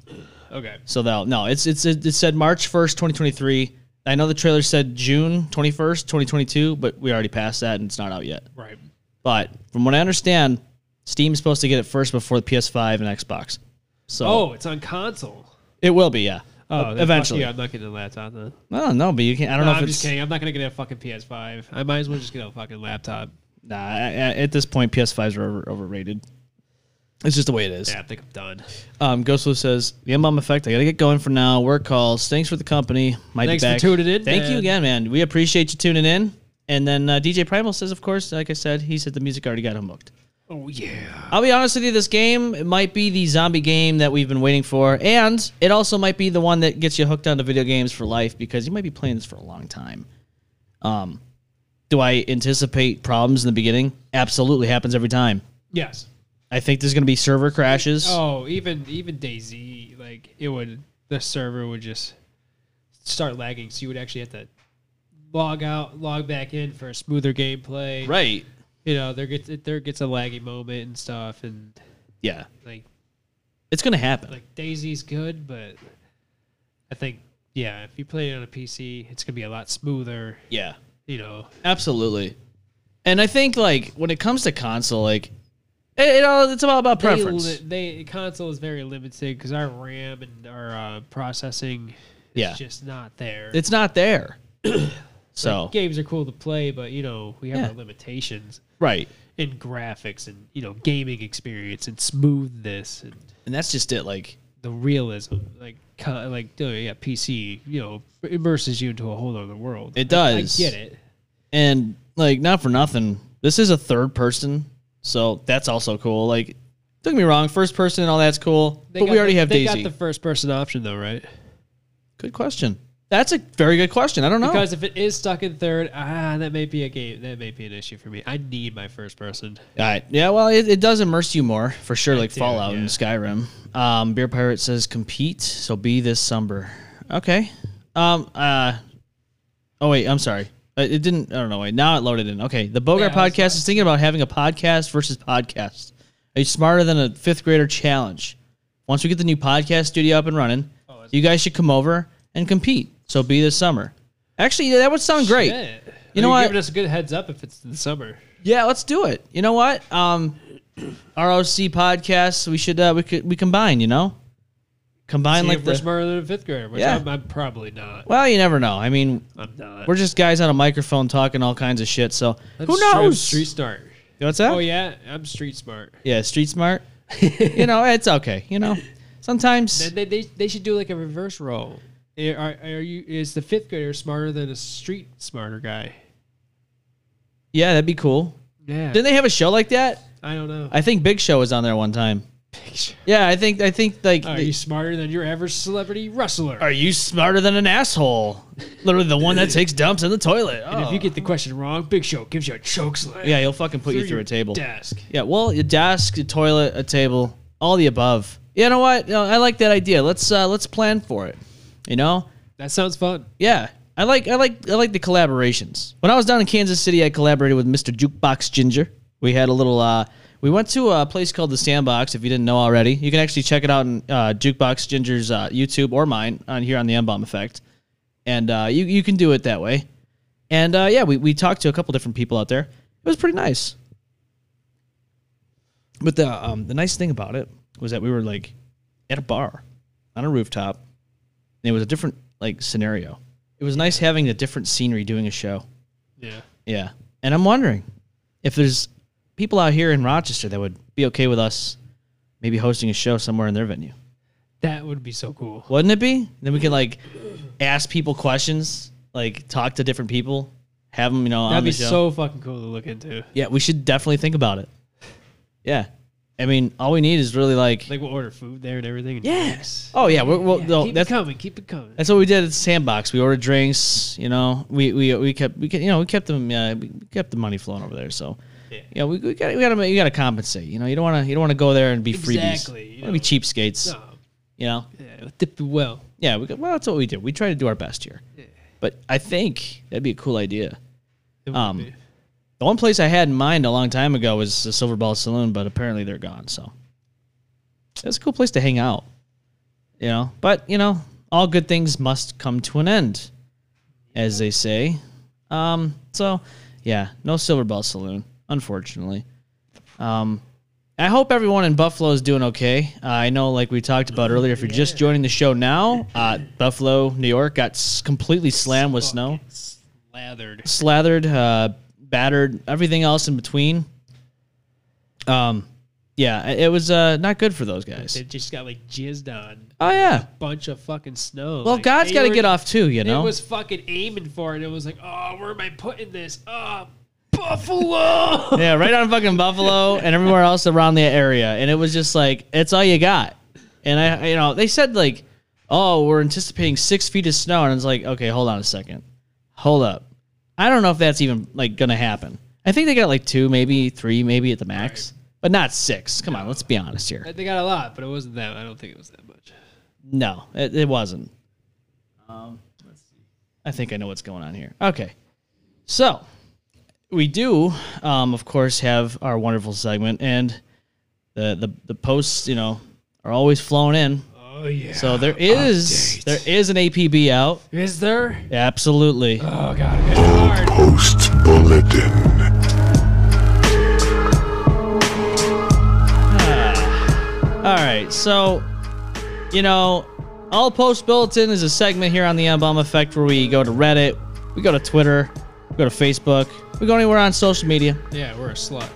Speaker 5: okay.
Speaker 2: So they'll no, it's it's it, it said March first, twenty twenty three. I know the trailer said June twenty first, twenty twenty two, but we already passed that and it's not out yet.
Speaker 5: Right.
Speaker 2: But from what I understand, Steam's supposed to get it first before the PS five and Xbox. So
Speaker 5: Oh, it's on console.
Speaker 2: it will be, yeah.
Speaker 5: Oh,
Speaker 2: E-
Speaker 5: then
Speaker 2: eventually.
Speaker 5: fuck you, I'm not getting a laptop then.
Speaker 2: No, no, but you can't. I don't
Speaker 5: No,
Speaker 2: know if
Speaker 5: I'm
Speaker 2: it's
Speaker 5: just kidding. I'm not gonna get a fucking PS5. I might as well just get a fucking laptop.
Speaker 2: nah. I- I- At this point, PS fives are over, overrated. It's just the way it is.
Speaker 5: Yeah, I think I'm done.
Speaker 2: Um, Ghostlow says the MMM effect. I gotta get going for now. Work calls. Thanks for the company. Might
Speaker 5: Thanks
Speaker 2: be
Speaker 5: for
Speaker 2: back.
Speaker 5: tuning in,
Speaker 2: Thank you
Speaker 5: man.
Speaker 2: again, man. We appreciate you tuning in. And then uh, DJ Primal says, of course, like I said, he said the music already got him hooked.
Speaker 5: Oh yeah.
Speaker 2: I'll be honest with you, this game it might be the zombie game that we've been waiting for, and it also might be the one that gets you hooked onto video games for life because you might be playing this for a long time. Um, do I anticipate problems in the beginning? Absolutely, happens every time.
Speaker 5: Yes.
Speaker 2: I think there's gonna be server crashes.
Speaker 5: Oh, even even Daisy, like it would the server would just start lagging, so you would actually have to log out, log back in for a smoother gameplay.
Speaker 2: right.
Speaker 5: You know, there gets there gets a laggy moment and stuff, and
Speaker 2: Yeah,
Speaker 5: like
Speaker 2: it's gonna happen.
Speaker 5: like Daisy's good, but I think yeah, if you play it on a PC, it's gonna be a lot smoother.
Speaker 2: yeah.
Speaker 5: You know,
Speaker 2: Absolutely. And I think like when it comes to console, like It, it all it's all about preference.
Speaker 5: They, li- they console is very limited because our RAM and our uh, processing is
Speaker 2: Yeah.
Speaker 5: just not there.
Speaker 2: it's not there.
Speaker 5: Like,
Speaker 2: so
Speaker 5: games are cool to play, but you know we have
Speaker 2: Yeah.
Speaker 5: our limitations
Speaker 2: right,
Speaker 5: in graphics and you know gaming experience and smoothness and
Speaker 2: and that's just it. Like
Speaker 5: the realism. Like co- like oh, yeah, PC you know immerses you into a whole other world.
Speaker 2: It
Speaker 5: I-
Speaker 2: does.
Speaker 5: I get it.
Speaker 2: and like not for nothing, this is a third person, so that's also cool. Like don't get me wrong, first person and all that's cool,
Speaker 5: They
Speaker 2: but
Speaker 5: got
Speaker 2: we already
Speaker 5: the-
Speaker 2: have
Speaker 5: they
Speaker 2: Daisy. Oh.
Speaker 5: got the first person option though, right?
Speaker 2: good question. That's a very good question. I don't know.
Speaker 5: Because if it is stuck in third, ah, that may be a game. That may be an issue for me. I need my first person.
Speaker 2: All right. Yeah, well, it, it does immerse you more for sure, like
Speaker 5: do,
Speaker 2: Fallout
Speaker 5: yeah.
Speaker 2: and Skyrim. Um, Beer Pirate says compete, so be this somber. Okay. Um. Uh. Oh wait, I'm sorry. Uh, It didn't. I don't know. Wait, now it loaded in. Okay, the Bogart
Speaker 5: Yeah, I was
Speaker 2: podcast is thinking about having a podcast versus podcast. Are you smarter than a fifth grader challenge? Once we get the new podcast studio up and running,
Speaker 5: Oh,
Speaker 2: you guys should come over and compete. So be this summer. Actually, yeah, that would sound great.
Speaker 5: Yeah.
Speaker 2: You know
Speaker 5: You're
Speaker 2: what?
Speaker 5: Giving us a good heads up if it's in the summer.
Speaker 2: Yeah, let's do it. You know what? Um, ROC podcasts. We should uh, we could we combine. You know, combine
Speaker 5: See
Speaker 2: like
Speaker 5: if we're
Speaker 2: the.
Speaker 5: smarter than a fifth grader, which
Speaker 2: Yeah.
Speaker 5: I'm, I'm probably not.
Speaker 2: Well, you never know. I mean,
Speaker 5: I'm not.
Speaker 2: we're just guys on a microphone talking all kinds of shit. So who
Speaker 5: I'm
Speaker 2: knows?
Speaker 5: Street smart.
Speaker 2: What's that?
Speaker 5: Oh yeah, I'm street smart.
Speaker 2: Yeah, street smart. you know, it's okay. You know, sometimes.
Speaker 5: Then they, they, they should do like a reverse role. Are, Eh, are are you is the fifth grader smarter than a street smarter guy?
Speaker 2: Yeah, that'd be cool.
Speaker 5: Yeah.
Speaker 2: Didn't they have a show like that?
Speaker 5: I don't know.
Speaker 2: I think Big Show was on there one time. Yeah, I think I think like.
Speaker 5: Are
Speaker 2: the-
Speaker 5: you smarter than your average celebrity wrestler?
Speaker 2: are you smarter than an asshole? Literally the one that takes dumps in the toilet.
Speaker 5: And
Speaker 2: Oh.
Speaker 5: if you get the question wrong, Big Show gives you a choke slam.
Speaker 2: Yeah, he'll fucking put you through
Speaker 5: your
Speaker 2: a table.
Speaker 5: Desk.
Speaker 2: Yeah, well, a desk, a toilet, a table, all the above. You know what? You know, I like that idea. Let's uh, let's plan for it. You know?
Speaker 5: That sounds fun.
Speaker 2: Yeah. I like I like I like the collaborations. When I was down in Kansas City, I collaborated with Mr. Jukebox Ginger. We had a little uh we went to a place called the Sandbox. If you didn't know already, you can actually check it out on uh, Jukebox Ginger's uh, YouTube or mine on here on the M Bomb Effect, and uh, you you can do it that way. And uh, yeah, we, we talked to a couple different people out there. It was pretty nice. But the um, the nice thing about it was that we were like at a bar on a rooftop, and it was a different like scenario. It was nice having a different scenery doing a show.
Speaker 5: Yeah.
Speaker 2: Yeah, and I'm wondering if there's people out here in Rochester that would be okay with us maybe hosting a show somewhere in their venue.
Speaker 5: That would be so cool.
Speaker 2: Wouldn't it be? Then we could like ask people questions, like talk to different people, have them you know on
Speaker 5: That'd
Speaker 2: the
Speaker 5: be
Speaker 2: show.
Speaker 5: so fucking cool to look into.
Speaker 2: yeah, we should definitely think about it. Yeah, I mean, all we need is really like.
Speaker 5: Like we'll order food there and everything. and drinks.
Speaker 2: Oh yeah, we're, we're, no,
Speaker 5: keep
Speaker 2: that's
Speaker 5: it coming. Keep it coming.
Speaker 2: That's what we did at the Sandbox. We ordered drinks. You know, we we, we kept we kept, you know we kept them uh, we kept the money flowing over there. So, yeah, you know, we, we got we got to you got to compensate. You know, you don't want to you don't want to go there and be freebies.
Speaker 5: Exactly, you
Speaker 2: You want to be cheapskates.
Speaker 5: No,
Speaker 2: You know.
Speaker 5: yeah, dip it well.
Speaker 2: Yeah. We got, well, that's what we do. We try to do our best here. But I think that'd be a cool idea.
Speaker 5: It would
Speaker 2: Um,
Speaker 5: be.
Speaker 2: The one place I had in mind a long time ago was the Silver Ball Saloon, but apparently they're gone. So it's a cool place to hang out, you know. But you know, all good things must come to an end, as they say. Um, so yeah, no Silver Ball Saloon, unfortunately. Um, I hope everyone in Buffalo is doing okay. Uh, I know, like we talked about earlier, if you're just joining the show now, uh, Buffalo, New York, got s- completely slammed with snow
Speaker 5: Fucking Slathered.
Speaker 2: slathered, uh, battered, everything else in between. Um, yeah, it was uh, not good for those guys.
Speaker 5: It just got like jizzed on.
Speaker 2: Oh yeah.
Speaker 5: Bunch of fucking snow.
Speaker 2: Well,
Speaker 5: Like,
Speaker 2: God's
Speaker 5: they
Speaker 2: got to
Speaker 5: were-
Speaker 2: get off too, you know.
Speaker 5: It was fucking aiming for it. It was like, oh, where am I putting this? Oh, Buffalo.
Speaker 2: yeah, right on fucking Buffalo and everywhere else around the area, and it was just like it's all you got. And I, you know, they said like, oh, we're anticipating six feet of snow, and it's like, okay, hold on a second, hold up. I don't know if that's even like gonna happen. I think they got like two, maybe three, maybe at the max, but not six. Come on, let's be honest here.
Speaker 5: they got a lot, but it wasn't that. I don't think it was that much.
Speaker 2: No, it, it wasn't. Um, I think I know what's going on here. Okay, so we do, um, of course, have our wonderful segment, and the the the posts, you know, are always flown in.
Speaker 5: Oh yeah.
Speaker 2: So there is there is an APB out.
Speaker 5: Is there?
Speaker 2: Absolutely.
Speaker 5: Oh god. It's hard.
Speaker 1: Post Bulletin.
Speaker 2: All right, so you know, all post bulletin is a segment here on the M Bomb Effect where we go to Reddit, we go to Twitter, we go to Facebook, we go anywhere on social media.
Speaker 5: Yeah, we're a slut.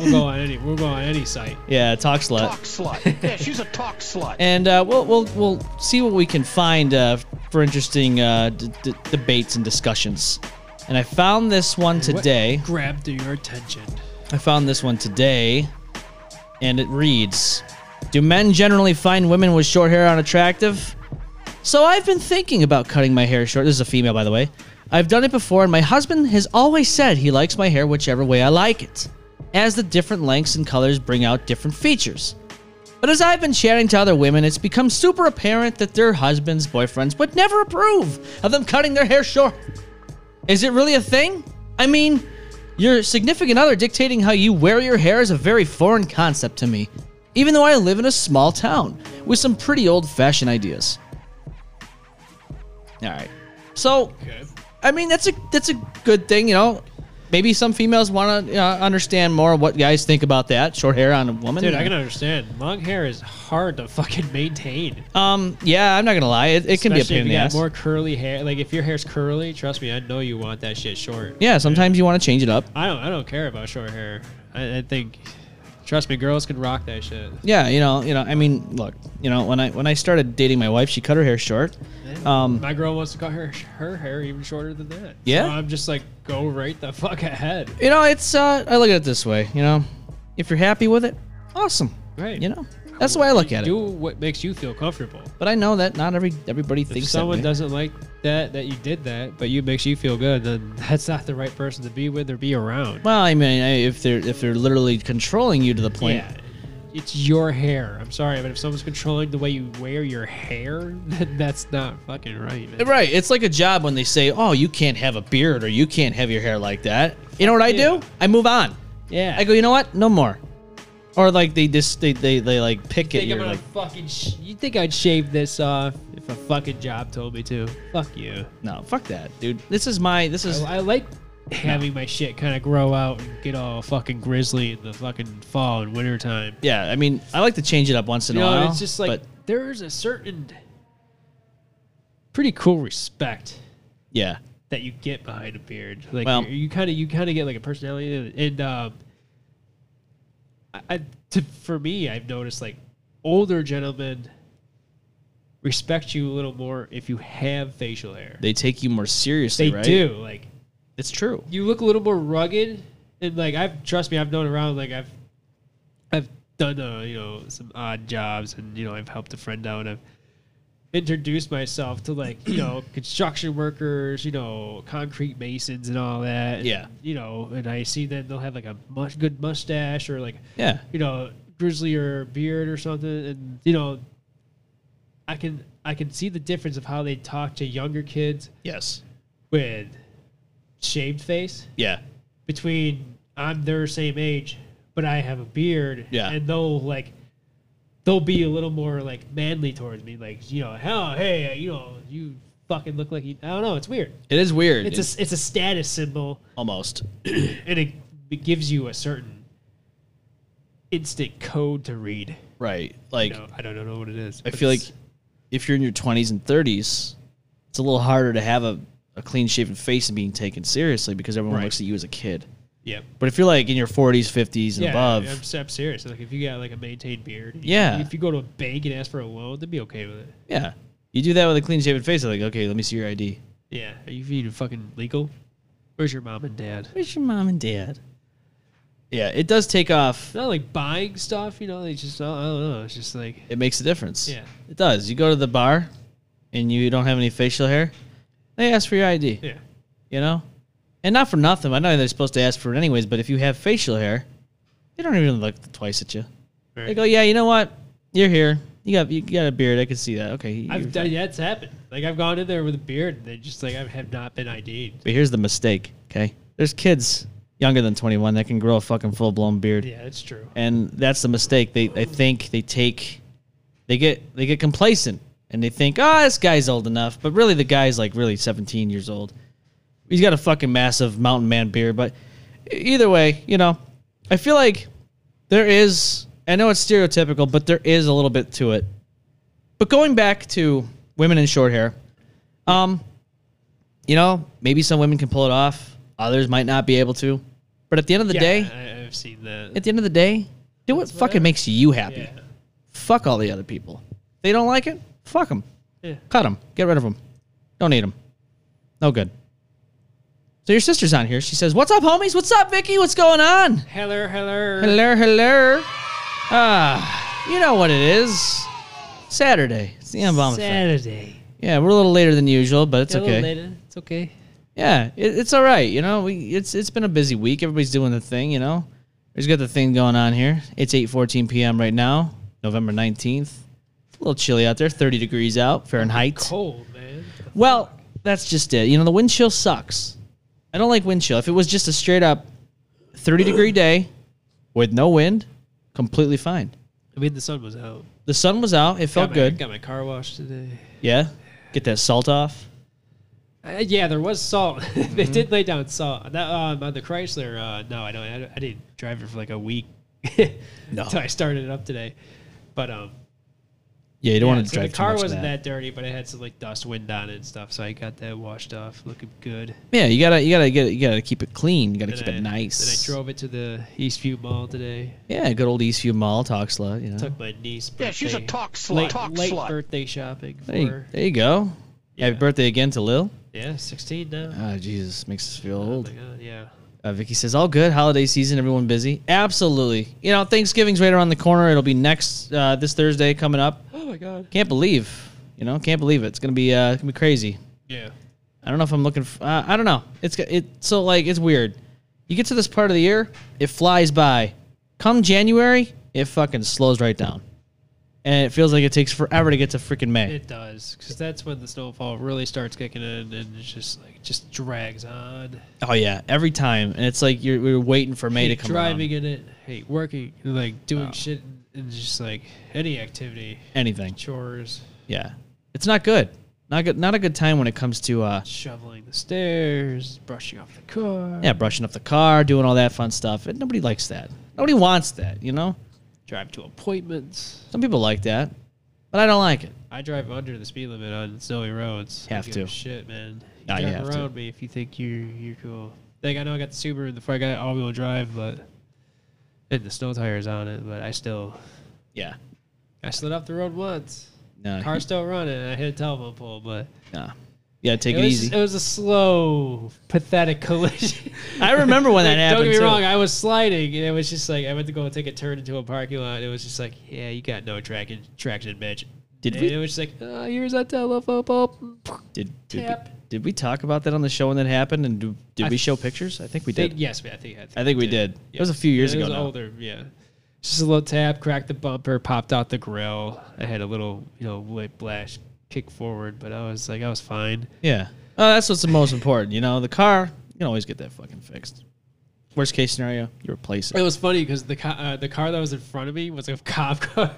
Speaker 5: we'll go on any. We'll go on any site.
Speaker 2: Yeah, talk slut.
Speaker 6: Talk slut. Yeah, she's a talk slut.
Speaker 2: and uh, we'll, we'll we'll see what we can find uh, for interesting uh, d- d- debates and discussions. And I found this one today.
Speaker 5: What grabbed your attention?
Speaker 2: I found this one today, and it reads: Do men generally find women with short hair unattractive? So I've been thinking about cutting my hair short. This is a female, by the way. I've done it before, and my husband has always said he likes my hair whichever way I like it, as the different lengths and colors bring out different features. But as I've been chatting to other women, it's become super apparent that their husbands, boyfriends would never approve of them cutting their hair short. Is it really a thing? I mean, your significant other dictating how you wear your hair is a very foreign concept to me, even though I live in a small town with some pretty old fashioned ideas. All right. So, I mean, that's a that's a good thing, you know. Maybe some females want to uh, understand more what guys think about that short hair on a woman.
Speaker 5: Dude, I can understand. Long hair is hard to fucking maintain.
Speaker 2: Um, yeah, I'm not gonna lie, it, it can be a
Speaker 5: Especially
Speaker 2: pain in the
Speaker 5: if you got
Speaker 2: ass.
Speaker 5: more curly hair. Like if your hair's curly, trust me, I know you want that shit short.
Speaker 2: yeah, sometimes you want to change it up.
Speaker 5: I don't. I don't care about short hair. I, I think, trust me, girls can rock that shit.
Speaker 2: Yeah, you know, you know. I mean, look, you know, when I when I started dating my wife, she cut her hair short. Um,
Speaker 5: My girl wants to cut her her hair even shorter than that.
Speaker 2: Yeah?
Speaker 5: So I'm just like, go right the fuck ahead.
Speaker 2: you know, it's uh, I look at it this way. You know, if you're happy with it, awesome.
Speaker 5: Right.
Speaker 2: You know, that's the way I look at
Speaker 5: Do
Speaker 2: it.
Speaker 5: what makes you feel comfortable.
Speaker 2: But I know that not every everybody thinks
Speaker 5: if someone
Speaker 2: that way.
Speaker 5: doesn't like that that you did that, but you makes you feel good, then that's not the right person to be with or be around.
Speaker 2: Well, I mean, I- if they're if they're literally controlling you to the point,
Speaker 5: Yeah. It's your hair. I'm sorry, but if someone's controlling the way you wear your hair, then that's not fucking right. man.
Speaker 2: Right. It's like a job when they say, "Oh, you can't have a beard or you can't have your hair like that." You know what I
Speaker 5: Yeah.
Speaker 2: do? I move on.
Speaker 5: Yeah.
Speaker 2: I go, "You know what? No more." Or like they just they they, they like pick at
Speaker 5: think
Speaker 2: you
Speaker 5: I'm gonna
Speaker 2: like,
Speaker 5: fucking. Sh- you think I'd shave this off if a fucking job told me to? Fuck you.
Speaker 2: "No, fuck that, dude. This is my this is
Speaker 5: I, I like having my shit kind of grow out and get all fucking grizzly in the fucking fall and winter time.
Speaker 2: yeah, I mean, I like to change it up once in
Speaker 5: You
Speaker 2: a
Speaker 5: know,
Speaker 2: while.
Speaker 5: and it's just like
Speaker 2: but
Speaker 5: there's a certain pretty cool respect
Speaker 2: yeah.
Speaker 5: that you get behind a beard. Like
Speaker 2: Well-
Speaker 5: you- you kind of you kind of get like a personality and um, I, I to, for me I've noticed like older gentlemen respect you a little more if you have facial hair.
Speaker 2: They take you more seriously,
Speaker 5: They
Speaker 2: right?
Speaker 5: do. Like
Speaker 2: It's true.
Speaker 5: you look a little more rugged and like I've trust me I've known around like I've I've done uh, you know some odd jobs and you know I've helped a friend out and I've introduced myself to like you know construction workers you know concrete masons and all that and,
Speaker 2: Yeah.
Speaker 5: you know and I see that they'll have like a much good mustache or like
Speaker 2: Yeah.
Speaker 5: you know grizzly or beard or something and you know I can I can see the difference of how they talk to younger kids
Speaker 2: Yes.
Speaker 5: with shaved face
Speaker 2: Yeah.
Speaker 5: between I'm their same age, but I have a beard.
Speaker 2: Yeah.
Speaker 5: And they'll like they'll be a little more like manly towards me. Like, you know, hell, hey, uh, you know, you fucking look like you I don't know, it's weird.
Speaker 2: It is weird.
Speaker 5: It's a it's a status symbol
Speaker 2: almost.
Speaker 5: and it, it gives you a certain instant code to read.
Speaker 2: Right. Like
Speaker 5: You know, I don't know what it is.
Speaker 2: I
Speaker 5: but
Speaker 2: feel like
Speaker 5: it's-
Speaker 2: if you're in your 20s and 30s, it's a little harder to have a, a clean shaven face and being taken seriously because everyone
Speaker 5: Right.
Speaker 2: looks at you as a kid.
Speaker 5: Yep.
Speaker 2: But if you're like in your 40s, 50s, and
Speaker 5: Yeah,
Speaker 2: above,
Speaker 5: I'm, I'm serious. Like, if you got like a maintained beard,
Speaker 2: Yeah.
Speaker 5: If you go to a bank and ask for a loan, they'd be okay with it.
Speaker 2: yeah, you do that with a clean shaven face, they're like, okay, let me see your ID.
Speaker 5: Yeah. Are you even fucking legal? Where's your mom and dad?
Speaker 2: Where's your mom and dad? Yeah, it does take off.
Speaker 5: It's not like buying stuff, you know. They just, I don't know. It's just like,
Speaker 2: It makes a difference.
Speaker 5: Yeah.
Speaker 2: It does. You go to the bar and you don't have any facial hair, they ask for your ID.
Speaker 5: yeah,
Speaker 2: you know? And not for nothing. I know they're supposed to ask for it anyways, but if you have facial hair, they don't even look twice at you. They
Speaker 5: Right.
Speaker 2: go, yeah, you know what? You're here. You got you got a beard. I can see that. Okay. you're
Speaker 5: I've
Speaker 2: fine."
Speaker 5: done, that's happened. Like I've gone in there with a beard, and they just like I have not been ID'd.
Speaker 2: But here's the mistake. Okay. There's kids younger than 21 that can grow a fucking full blown beard,
Speaker 5: Yeah, that's true.
Speaker 2: and that's the mistake. They I think they take, they get they get complacent and they think, oh, this guy's old enough, but really the guy's like really 17 years old. he's got a fucking massive e-, mountain man beard. But either way, you know, I feel like there is I know it's stereotypical, but there is a little bit to it. But going back to women in short hair, um, you know, maybe some women can pull it off, others might not be able to. But at the end of the
Speaker 5: Yeah,
Speaker 2: day,
Speaker 5: I, I've seen that.
Speaker 2: at the end of the day, do what fucking makes you happy.
Speaker 5: yeah.
Speaker 2: Fuck all the other people. If they don't like it, fuck them.
Speaker 5: Yeah.
Speaker 2: Cut them. Get rid of them. Don't need them. No good. So your sister's on here. She says, "What's up, homies? What's up, Vicky? What's going on?"
Speaker 5: Heller, heller.
Speaker 2: Hello, hello. Ah, you know what it is. Saturday. It's the Unbombed Effect.
Speaker 5: Saturday.
Speaker 2: Yeah, we're a little later than usual, but it's okay.
Speaker 5: It's okay.
Speaker 2: Yeah, it, it's all right. You know, we it's it's been a busy week. Everybody's doing the thing. You know, there's got the thing going on here. It's 8:14 p.m. right now, November 19th. It's a little chilly out there, 30 degrees out Fahrenheit.
Speaker 5: Cold, man.
Speaker 2: Well, that's just it. You know, the wind chill sucks. I don't like wind chill. If it was just a straight up 30 degree day with no wind, completely fine.
Speaker 5: I mean, the sun was out.
Speaker 2: The sun was out. It felt
Speaker 5: Got my-
Speaker 2: good.
Speaker 5: Got my car washed today.
Speaker 2: Yeah. Get that salt off.
Speaker 5: Uh, yeah, there was salt.
Speaker 2: Mm-hmm.
Speaker 5: they did lay down salt. That, um, on the Chrysler, uh, no, I don't. I, don't- I didn't drive it for like a week until I started it up today. But um,
Speaker 2: Yeah, you don't
Speaker 5: yeah,
Speaker 2: want to
Speaker 5: so
Speaker 2: drive
Speaker 5: the car
Speaker 2: too much of
Speaker 5: wasn't
Speaker 2: that.
Speaker 5: that. dirty, but it had some like dust wind on it and stuff. So I got that washed off, looking good.
Speaker 2: Yeah, you gotta you gotta get you gotta keep it clean. You gotta keep
Speaker 5: Then
Speaker 2: it
Speaker 5: I-
Speaker 2: nice.
Speaker 5: Then I drove it to the Eastview Mall today.
Speaker 2: Yeah, good old Eastview Mall, Toxla. You know,
Speaker 5: Took my niece. Birthday,
Speaker 6: Yeah, she's a talk slut.
Speaker 5: late,
Speaker 6: talk
Speaker 5: late
Speaker 6: slut.
Speaker 5: birthday shopping for
Speaker 2: there, you, there you go. Happy birthday again to Lil.
Speaker 5: yeah, sixteen now.
Speaker 2: Ah, Jesus, makes us feel
Speaker 5: Oh
Speaker 2: old.
Speaker 5: my god, yeah.
Speaker 2: Uh, Vicky says, "All good. Holiday season. Everyone busy. Absolutely. You know, Thanksgiving's right around the corner. It'll be next uh, this Thursday coming up.
Speaker 5: Oh my god.
Speaker 2: Can't believe. You know, can't believe it. It's gonna be uh, it's gonna be crazy.
Speaker 5: Yeah.
Speaker 2: I don't know if I'm looking. f uh, I don't know. It's g- it. So like, it's weird. You get to this part of the year, it flies by. Come January, it fucking slows right down, and it feels like it takes forever to get to freaking May.
Speaker 5: It does, because that's when the snowfall really starts kicking in, and it's just like just drags on.
Speaker 2: oh yeah, every time, and it's like you're, you're waiting for May to
Speaker 5: hate
Speaker 2: come Oh.
Speaker 5: driving
Speaker 2: driving
Speaker 5: in it, hate working, like doing shit, and just like any activity,
Speaker 2: anything.
Speaker 5: chores,
Speaker 2: Yeah, it's not good. Not good. Not a good time when it comes to uh,
Speaker 5: shoveling the stairs, brushing off the car,
Speaker 2: yeah, brushing up the car, doing all that fun stuff. And nobody likes that. Nobody wants that. You know,
Speaker 5: drive to appointments.
Speaker 2: some people like that, but I don't like it.
Speaker 5: I drive under the speed limit on snowy roads. I
Speaker 2: Have
Speaker 5: don't give a
Speaker 2: to.
Speaker 5: shit, man. You
Speaker 2: Nah, you
Speaker 5: drive
Speaker 2: have to.
Speaker 5: around me if you think you're you're cool. Like I know I got the Subaru before I got all-wheel drive, but and the snow tires on it, but I still
Speaker 2: Yeah.
Speaker 5: I slid off the road once.
Speaker 2: No.
Speaker 5: Car still running. and I hit a telephone pole, but
Speaker 2: Nah. Yeah, take
Speaker 5: it
Speaker 2: it,
Speaker 5: was,
Speaker 2: easy.
Speaker 5: it was a slow, pathetic collision.
Speaker 2: I remember when that happened.
Speaker 5: Don't get me
Speaker 2: too.
Speaker 5: wrong. I was sliding, and it was just like I went to go and take a turn into a parking lot. And it was just like, yeah, you got no traction, traction, bitch.
Speaker 2: Did
Speaker 5: and
Speaker 2: we-
Speaker 5: It was just like, oh, here's that telephone pole.
Speaker 2: Did did, we-
Speaker 5: Tap.
Speaker 2: did we talk about that on the show when that happened? And do, did
Speaker 5: I
Speaker 2: we
Speaker 5: th-
Speaker 2: show pictures? I think we
Speaker 5: Think-
Speaker 2: did.
Speaker 5: yes, I think I think,
Speaker 2: I think we did. It was a few years
Speaker 5: it
Speaker 2: ago
Speaker 5: was
Speaker 2: now.
Speaker 5: older, yeah. Just a little tap, cracked the bumper, popped out the grill. I had a little, you know, whiplash kick forward, but I was like, I was fine.
Speaker 2: Yeah. Oh, that's what's the most important. You know, the car you can always get that fucking fixed. Worst case scenario, you replace
Speaker 5: It
Speaker 2: it.
Speaker 5: was funny because the co- uh, the car that was in front of me was a cop car.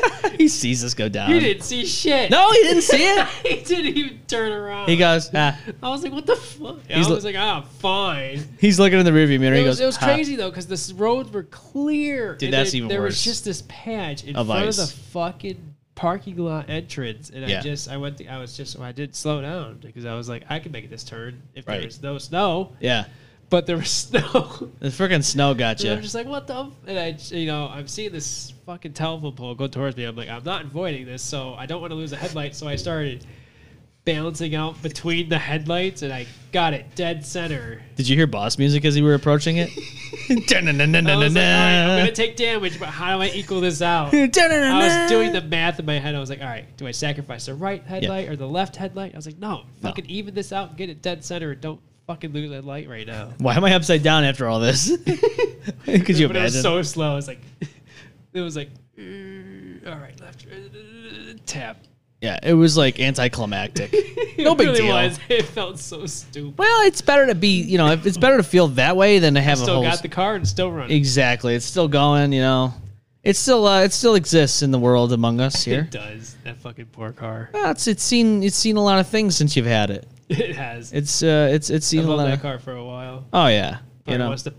Speaker 2: He sees us go down.
Speaker 5: you didn't see shit.
Speaker 2: No, he didn't see it.
Speaker 5: he didn't even turn around.
Speaker 2: He goes. Ah.
Speaker 5: I was like, what the fuck? I
Speaker 2: He's
Speaker 5: was
Speaker 2: lo-
Speaker 5: like, ah, fine.
Speaker 2: He's looking in the rearview mirror.
Speaker 5: It
Speaker 2: he
Speaker 5: was,
Speaker 2: goes.
Speaker 5: it was
Speaker 2: "Ha."
Speaker 5: crazy though because the roads were clear.
Speaker 2: Dude,
Speaker 5: and
Speaker 2: that's
Speaker 5: then
Speaker 2: even
Speaker 5: There
Speaker 2: worse.
Speaker 5: was just this patch in
Speaker 2: Of
Speaker 5: front
Speaker 2: ice.
Speaker 5: of the fucking parking lot entrance, and
Speaker 2: Yeah.
Speaker 5: I just, I went, to, I was just, I did slow down because I was like, I could make this turn if
Speaker 2: Right.
Speaker 5: there was no snow,
Speaker 2: Yeah.
Speaker 5: but there was snow.
Speaker 2: The freaking snow got
Speaker 5: And I'm
Speaker 2: you.
Speaker 5: just like, what the? F-? And I, you know, I'm seeing this fucking telephone pole go towards me. I'm like, I'm not avoiding this, so I don't want to lose a headlight. So I started balancing out between the headlights, and I got it dead center.
Speaker 2: Did you hear boss music as you were approaching it?
Speaker 5: I was like, all right, I'm gonna take damage, but how do I equal this out? I was doing the math in my head. I was like, all right, do I sacrifice the right headlight or the left headlight? I was like, no, fucking even this out, and get it dead center, and don't fucking lose that light right now.
Speaker 2: Why am I upside down after all this? Could you
Speaker 5: but it was
Speaker 2: imagine?
Speaker 5: so slow. It was like, it was like, uh, all right, left, uh, tap.
Speaker 2: yeah, it was like anticlimactic. no big
Speaker 5: really
Speaker 2: deal.
Speaker 5: Was. It felt so stupid.
Speaker 2: Well, it's better to be, you know, if it's better to feel that way than to have a
Speaker 5: Still
Speaker 2: whole.
Speaker 5: got the car and still running.
Speaker 2: exactly, it's still going. You know, it's still uh, it still exists in the world among us here.
Speaker 5: It does that fucking poor car.
Speaker 2: Well, it's it's seen it's seen a lot of things since you've had it.
Speaker 5: It has.
Speaker 2: It's uh it's it's
Speaker 5: I
Speaker 2: seen a
Speaker 5: loved
Speaker 2: lot
Speaker 5: that
Speaker 2: of.
Speaker 5: car for a while.
Speaker 2: Oh yeah,
Speaker 5: But
Speaker 2: you know.
Speaker 5: once the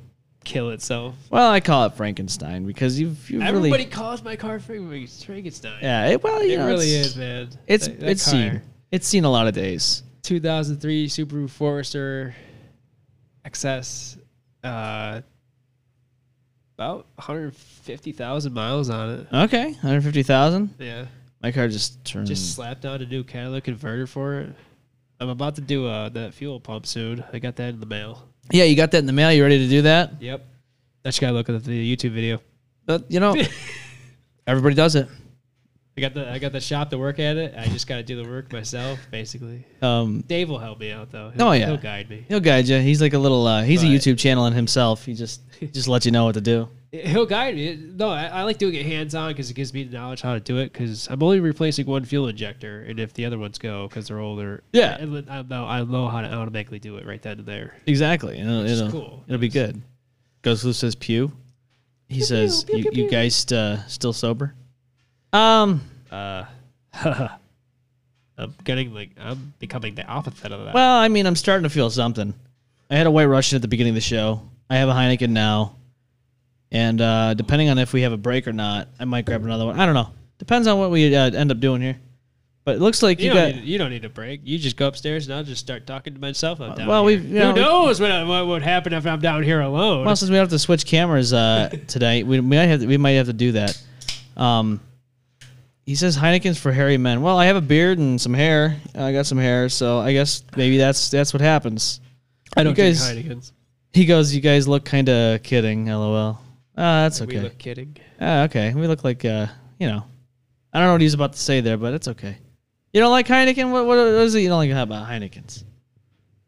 Speaker 5: kill itself.
Speaker 2: Well, I call it Frankenstein because you've you
Speaker 5: Everybody
Speaker 2: really
Speaker 5: calls my car Frankenstein.
Speaker 2: yeah. It, well, you
Speaker 5: It
Speaker 2: know,
Speaker 5: really
Speaker 2: it's,
Speaker 5: is, man.
Speaker 2: It's
Speaker 5: That- that
Speaker 2: it's
Speaker 5: car.
Speaker 2: seen it's seen a lot of days.
Speaker 5: 2003 Subaru Forester XS, uh, about 150,000 miles on it.
Speaker 2: Okay, 150,000.
Speaker 5: Yeah,
Speaker 2: My car just turned.
Speaker 5: just slapped on a new catalytic converter for it. I'm about to do uh, that fuel pump soon. I got that in the mail.
Speaker 2: yeah, you got that in the mail. You ready to do that?
Speaker 5: Yep. I just gotta look at the YouTube video.
Speaker 2: But, you know, everybody does it.
Speaker 5: I got the I got the shop to work at it. I just gotta do the work myself, basically.
Speaker 2: Um,
Speaker 5: Dave will help me out though.
Speaker 2: Oh,
Speaker 5: He'll-
Speaker 2: yeah.
Speaker 5: he'll guide me.
Speaker 2: he'll guide you. He's like a little. Uh, he's a
Speaker 5: Right.
Speaker 2: YouTube channel in himself. He just just lets you know what to do.
Speaker 5: He'll guide me. No, I, I like doing it hands on because it gives me the knowledge how to do it. Because I'm only replacing one fuel injector, and if the other ones go because they're older,
Speaker 2: Yeah.
Speaker 5: I, I know I know how to automatically do it right then and there.
Speaker 2: Exactly. It'll,
Speaker 5: is
Speaker 2: it'll,
Speaker 5: cool.
Speaker 2: It'll be good. Ghost Lou says pew. He says you, you guys uh, still sober. Um.
Speaker 5: Uh, I'm getting like I'm becoming the opposite of that.
Speaker 2: Well, I mean, I'm starting to feel something. I had a White Russian at the beginning of the show. I have a Heineken now, and uh, depending on if we have a break or not, I might grab another one. I don't know. Depends on what we uh, end up doing here. But it looks like
Speaker 5: you,
Speaker 2: you,
Speaker 5: don't
Speaker 2: got.
Speaker 5: need, you don't need a break. You just go upstairs, and I'll just start talking to myself. Out down
Speaker 2: Uh, well,
Speaker 5: here.
Speaker 2: we've- you know,
Speaker 5: who knows what, I- what would happen if I'm down here alone?
Speaker 2: Well, since we have to switch cameras uh, tonight, we, we might have to, we might have to do that. Um, he says Heineken's for hairy men. Well, I have a beard and some hair. I got some hair, so I guess maybe that's that's what happens.
Speaker 5: I don't
Speaker 2: you guys-
Speaker 5: drink Heineken's.
Speaker 2: He goes, "You guys look kind of kidding, lol." Ah, that's
Speaker 5: We
Speaker 2: okay.
Speaker 5: look kidding.
Speaker 2: Ah, okay, we look like uh, you know, I don't know what he's about to say there, but it's okay. You don't like Heineken? What what, what is it you don't like about Heineken's?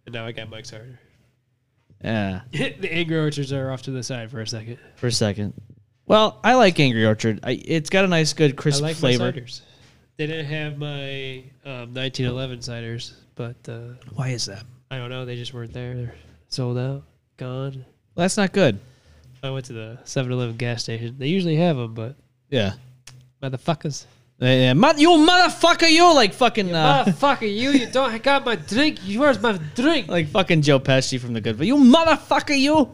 Speaker 5: And now I got Mike's harder.
Speaker 2: Yeah.
Speaker 5: the Angry Orchards are off to the side for a second.
Speaker 2: Ah, for a second. Well, I like Angry Orchard. I, it's got a nice, good,
Speaker 5: I
Speaker 2: crisp
Speaker 5: like
Speaker 2: flavor.
Speaker 5: my ciders. They didn't have my um, 1911 ciders, but uh,
Speaker 2: Why is that?
Speaker 5: I don't know. They just weren't there. They're sold out, gone.
Speaker 2: Well, that's not good.
Speaker 5: I went to the 7-Eleven gas station. They usually have them, but
Speaker 2: Yeah.
Speaker 5: motherfuckers.
Speaker 2: Yeah, mo- you motherfucker! You like fucking
Speaker 5: Ah.
Speaker 2: uh,
Speaker 5: Motherfucker, you! You don't I got my drink. Where's my drink?
Speaker 2: like fucking Joe Pesci from The Good. But you motherfucker! You.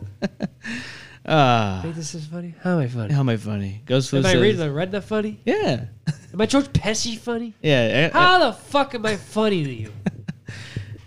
Speaker 2: Ah,
Speaker 5: Think this is funny? How am I funny?
Speaker 2: how am I funny? Goes for
Speaker 5: Am I
Speaker 2: says-
Speaker 5: reading the red that funny?
Speaker 2: Yeah,
Speaker 5: Am I George Pesci funny?
Speaker 2: yeah. eh, eh.
Speaker 5: How the fuck am I funny to you?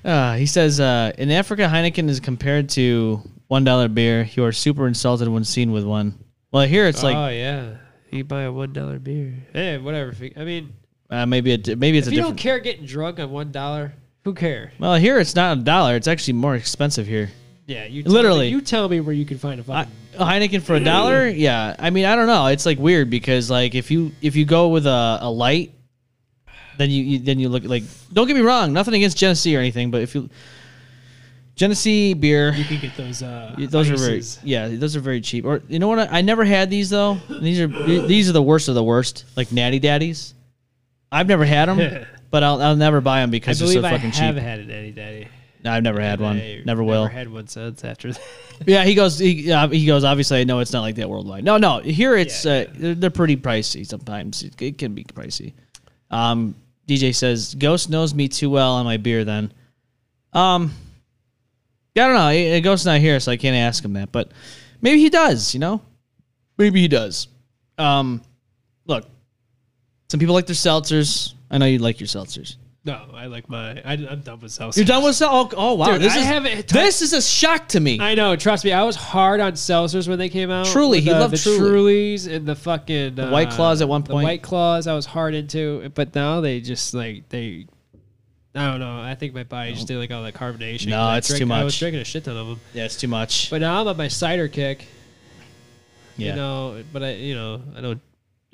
Speaker 2: Uh, he says uh, in Africa, Heineken is compared to one dollar beer. You are super insulted when seen with one. Well, here it's like
Speaker 5: oh yeah, you buy a one dollar beer. Hey, whatever. I mean,
Speaker 2: uh, maybe it maybe it's
Speaker 5: if
Speaker 2: a
Speaker 5: you
Speaker 2: different.
Speaker 5: don't care getting drunk on one dollar, who care?
Speaker 2: Well, here it's not a dollar. It's actually more expensive here.
Speaker 5: Yeah, you
Speaker 2: Literally.
Speaker 5: You tell me where you can find a
Speaker 2: I,
Speaker 5: fucking.
Speaker 2: a Heineken for a dollar? Yeah. I mean, I don't know. It's like weird because like if you if you go with a, a light, then you, you then you look like. Don't get me wrong. Nothing against Genesee or anything, but if you Genesee beer,
Speaker 5: you can get those. Uh,
Speaker 2: those are very
Speaker 5: ices.
Speaker 2: yeah, those are very cheap. Or you know what? I, I never had these though. These are these are the worst of the worst. Like Natty Daddies. I've never had them, but I'll, I'll never buy them
Speaker 5: I
Speaker 2: because they're
Speaker 5: believe
Speaker 2: so
Speaker 5: I
Speaker 2: fucking
Speaker 5: have
Speaker 2: cheap.
Speaker 5: had an Eddie Daddy.
Speaker 2: No, I've never had one.
Speaker 5: I
Speaker 2: Never will.
Speaker 5: Never had one since after that.
Speaker 2: Yeah, he goes. He, uh, he goes. Obviously, I know it's not like that worldwide. No, no. Here, it's
Speaker 5: Yeah,
Speaker 2: uh, They're, they're pretty pricey. Sometimes it, it can be pricey. Um, DJ says Ghost knows me too well on my beer. Then, um, yeah, I don't know. Eh, eh, Ghost's not here, so I can't ask him that. But maybe he does. You know, maybe he does. Um, look, some people like their seltzers. I know you like your seltzers.
Speaker 5: No, I like my. I, am done with seltzers.
Speaker 2: You're done with sel- oh, oh wow,
Speaker 5: Dude,
Speaker 2: this
Speaker 5: I
Speaker 2: is
Speaker 5: haven't-
Speaker 2: this is a shock to me.
Speaker 5: I know. Trust me, I was hard on seltzers when they came out.
Speaker 2: Truly,
Speaker 5: With,
Speaker 2: he loved
Speaker 5: the
Speaker 2: Truly.
Speaker 5: Trulies and the fucking uh,
Speaker 2: White Claws at one
Speaker 5: The
Speaker 2: point.
Speaker 5: White Claws, I was hard into, but now they just like they. I don't know. I think my body just did like all that carbonation.
Speaker 2: No,
Speaker 5: 'cause I
Speaker 2: it's
Speaker 5: drink-
Speaker 2: too
Speaker 5: I was
Speaker 2: much.
Speaker 5: drinking a shit ton of them,
Speaker 2: yeah, it's too much.
Speaker 5: but now I'm on my cider kick.
Speaker 2: yeah.
Speaker 5: You know, but I, you know, I don't.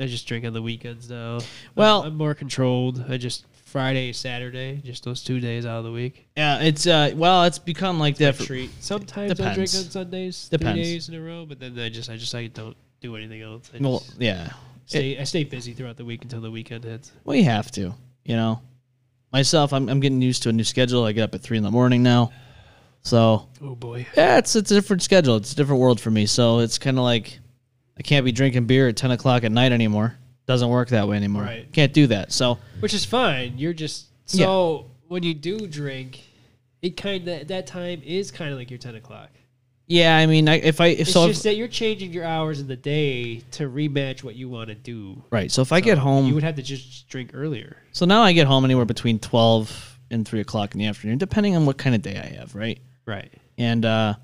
Speaker 5: I just drink on the weekends now.
Speaker 2: Well-
Speaker 5: I'm, I'm more controlled. I just Friday, Saturday, just those two days out of the week.
Speaker 2: Yeah, it's uh well, it's become like that. for-
Speaker 5: treat. Sometimes I drink on
Speaker 2: Depends.
Speaker 5: Sundays,
Speaker 2: Depends.
Speaker 5: three days in a row, but then I just I just I don't do anything else. I
Speaker 2: Well,
Speaker 5: just
Speaker 2: yeah,
Speaker 5: stay I stay busy throughout the week until the weekend hits.
Speaker 2: we have to, you know. Myself, I'm I'm getting used to a new schedule. I get up at three in the morning now, so
Speaker 5: Oh boy.
Speaker 2: yeah, it's it's a different schedule. It's a different world for me. So it's kind of like I can't be drinking beer at ten o'clock at night anymore. Doesn't work that way anymore.
Speaker 5: Right.
Speaker 2: Can't do that. So
Speaker 5: Which is fine. You're just so when you do drink, it kinda that time is kinda like your ten o'clock.
Speaker 2: Yeah, I mean, I, if I if
Speaker 5: It's
Speaker 2: so, if-
Speaker 5: just that you're changing your hours in the day to rematch what you want to do.
Speaker 2: right. So if I get home,
Speaker 5: You would have to just drink earlier.
Speaker 2: So now I get home anywhere between twelve and three o'clock in the afternoon, depending on what kind of day I have, right?
Speaker 5: Right.
Speaker 2: And uh,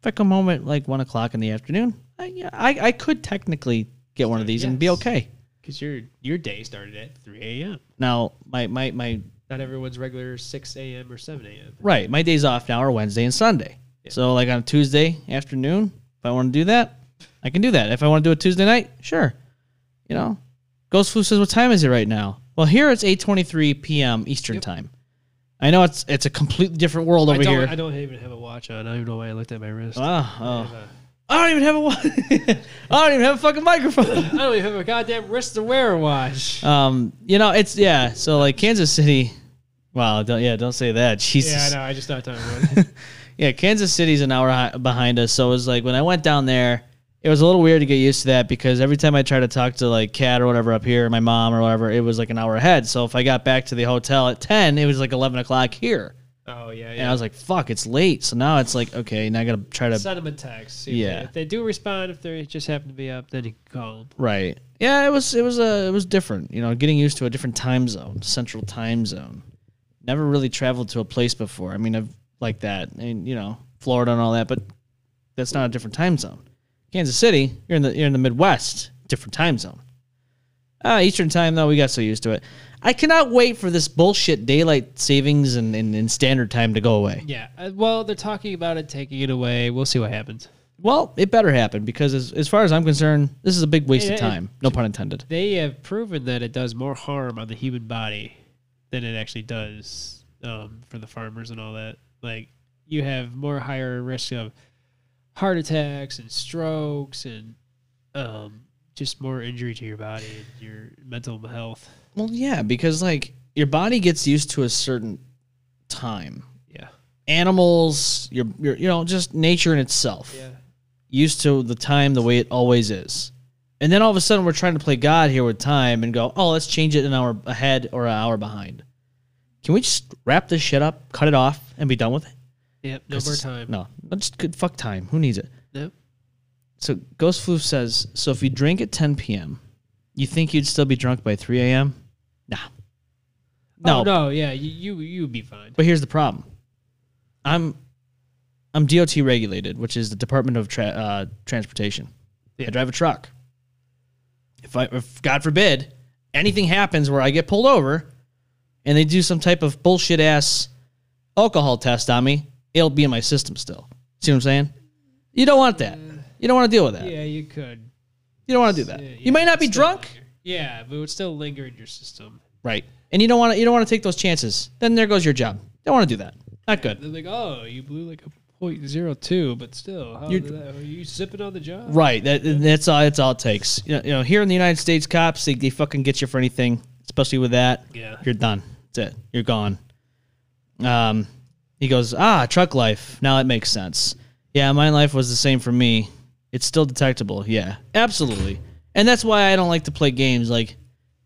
Speaker 2: if I come home at like one o'clock in the afternoon, I, yeah, I I could technically get one of these and be
Speaker 5: Yes.
Speaker 2: okay.
Speaker 5: Because your your day started at 3 a.m.
Speaker 2: Now my my my
Speaker 5: Not everyone's regular 6 a.m. or 7 a.m.
Speaker 2: right, my days off now are Wednesday and Sunday. So like on a Tuesday afternoon, if I want to do that, I can do that. If I want to do it Tuesday night, sure. You know, Ghost Flu says, "What time is it right now?" Well, here it's eight twenty three p.m. Eastern time. I know it's it's a completely different world over
Speaker 5: I don't,
Speaker 2: here.
Speaker 5: I don't even have a watch on. I don't even know why I looked at my wrist.
Speaker 2: Oh, oh. I don't even have a wa- I don't even have a fucking microphone.
Speaker 5: I don't even have a goddamn wrist to wear a watch.
Speaker 2: Um, you know, it's yeah. So like Kansas City, wow. Don't yeah, don't say that.
Speaker 5: yeah, I
Speaker 2: Jesus. Yeah,
Speaker 5: know. I just thought I would.
Speaker 2: Kansas City's an hour hi- behind us. So it was like when I went down there, it was a little weird to get used to that because every time I tried to talk to like Kat or whatever up here, my mom or whatever, it was like an hour ahead. So if I got back to the hotel at ten, it was like eleven o'clock here,
Speaker 5: oh, yeah,
Speaker 2: and I
Speaker 5: yeah.
Speaker 2: was like, fuck, it's late. So now it's like okay, now I gotta try to
Speaker 5: Send them a text. See
Speaker 2: Yeah.
Speaker 5: If they, if they do respond, if they just happen to be up, then you can call them.
Speaker 2: Right. Yeah, it was it was a it was different. You know, getting used to a different time zone, central time zone. Never really traveled to a place before. I mean, I've like that, and you know, Florida and all that, but that's not a different time zone. Kansas City, you're in the you're in the Midwest, different time zone. Uh, Eastern time though, we got so used to it. I cannot wait for this bullshit daylight savings and, and, and standard time to go away.
Speaker 5: Yeah. uh, Well, they're talking about it, taking it away. We'll see what happens.
Speaker 2: Well, it better happen because as, as far as I'm concerned, this is a big waste of
Speaker 5: It- it-
Speaker 2: time. No pun intended.
Speaker 5: They have proven that it does more harm on the human body than it actually does um, for the farmers and all that. Like, you have more higher risk of heart attacks and strokes and um, just more injury to your body and your mental health.
Speaker 2: Well, yeah, because like your body gets used to a certain time.
Speaker 5: Yeah.
Speaker 2: Animals, your, your you know, just nature in itself.
Speaker 5: Yeah.
Speaker 2: Used to the time the way it always is. And then all of a sudden we're trying to play God here with time and go, "Oh, let's change it an hour ahead or an hour behind." Can we just wrap this shit up, cut it off and be done with it?
Speaker 5: Yep. No more time.
Speaker 2: No. Just good fuck time. Who needs it?
Speaker 5: Nope.
Speaker 2: So Ghost Floof says, so if you drink at 10 p.m., you think you'd still be drunk by 3 a.m.? Nah. No.
Speaker 5: Oh, no. Yeah. You, you, you'd be fine.
Speaker 2: But here's the problem. I'm I'm DOT regulated, which is the Department of Tra- uh, Transportation. I
Speaker 5: Yeah.
Speaker 2: drive a truck. If I if God forbid anything happens where I get pulled over and they do some type of bullshit ass alcohol test on me, it'll be in my system still. See what I'm saying? You don't want that. You don't want to deal with that.
Speaker 5: Yeah. You could.
Speaker 2: You don't want to do that.
Speaker 5: Yeah, yeah,
Speaker 2: you might not be
Speaker 5: still
Speaker 2: drunk,
Speaker 5: linger. Yeah. But it would still linger in your system.
Speaker 2: right? And you don't want to you don't want to take those chances. Then there goes your job. Don't want to do that. Not good.
Speaker 5: They're like, oh, you blew like a point zero two, but still, how
Speaker 2: You're-
Speaker 5: did that- are you sipping on the job?
Speaker 2: Right. That, that's all. That's all it takes. You know, you know, here in the United States, cops they, they fucking get you for anything, especially with that.
Speaker 5: Yeah.
Speaker 2: You're done. That's it. You're gone. Um, he goes, ah, truck life. Now it makes sense. Yeah, my life was the same for me. It's still detectable. Yeah, absolutely. And that's why I don't like to play games. Like,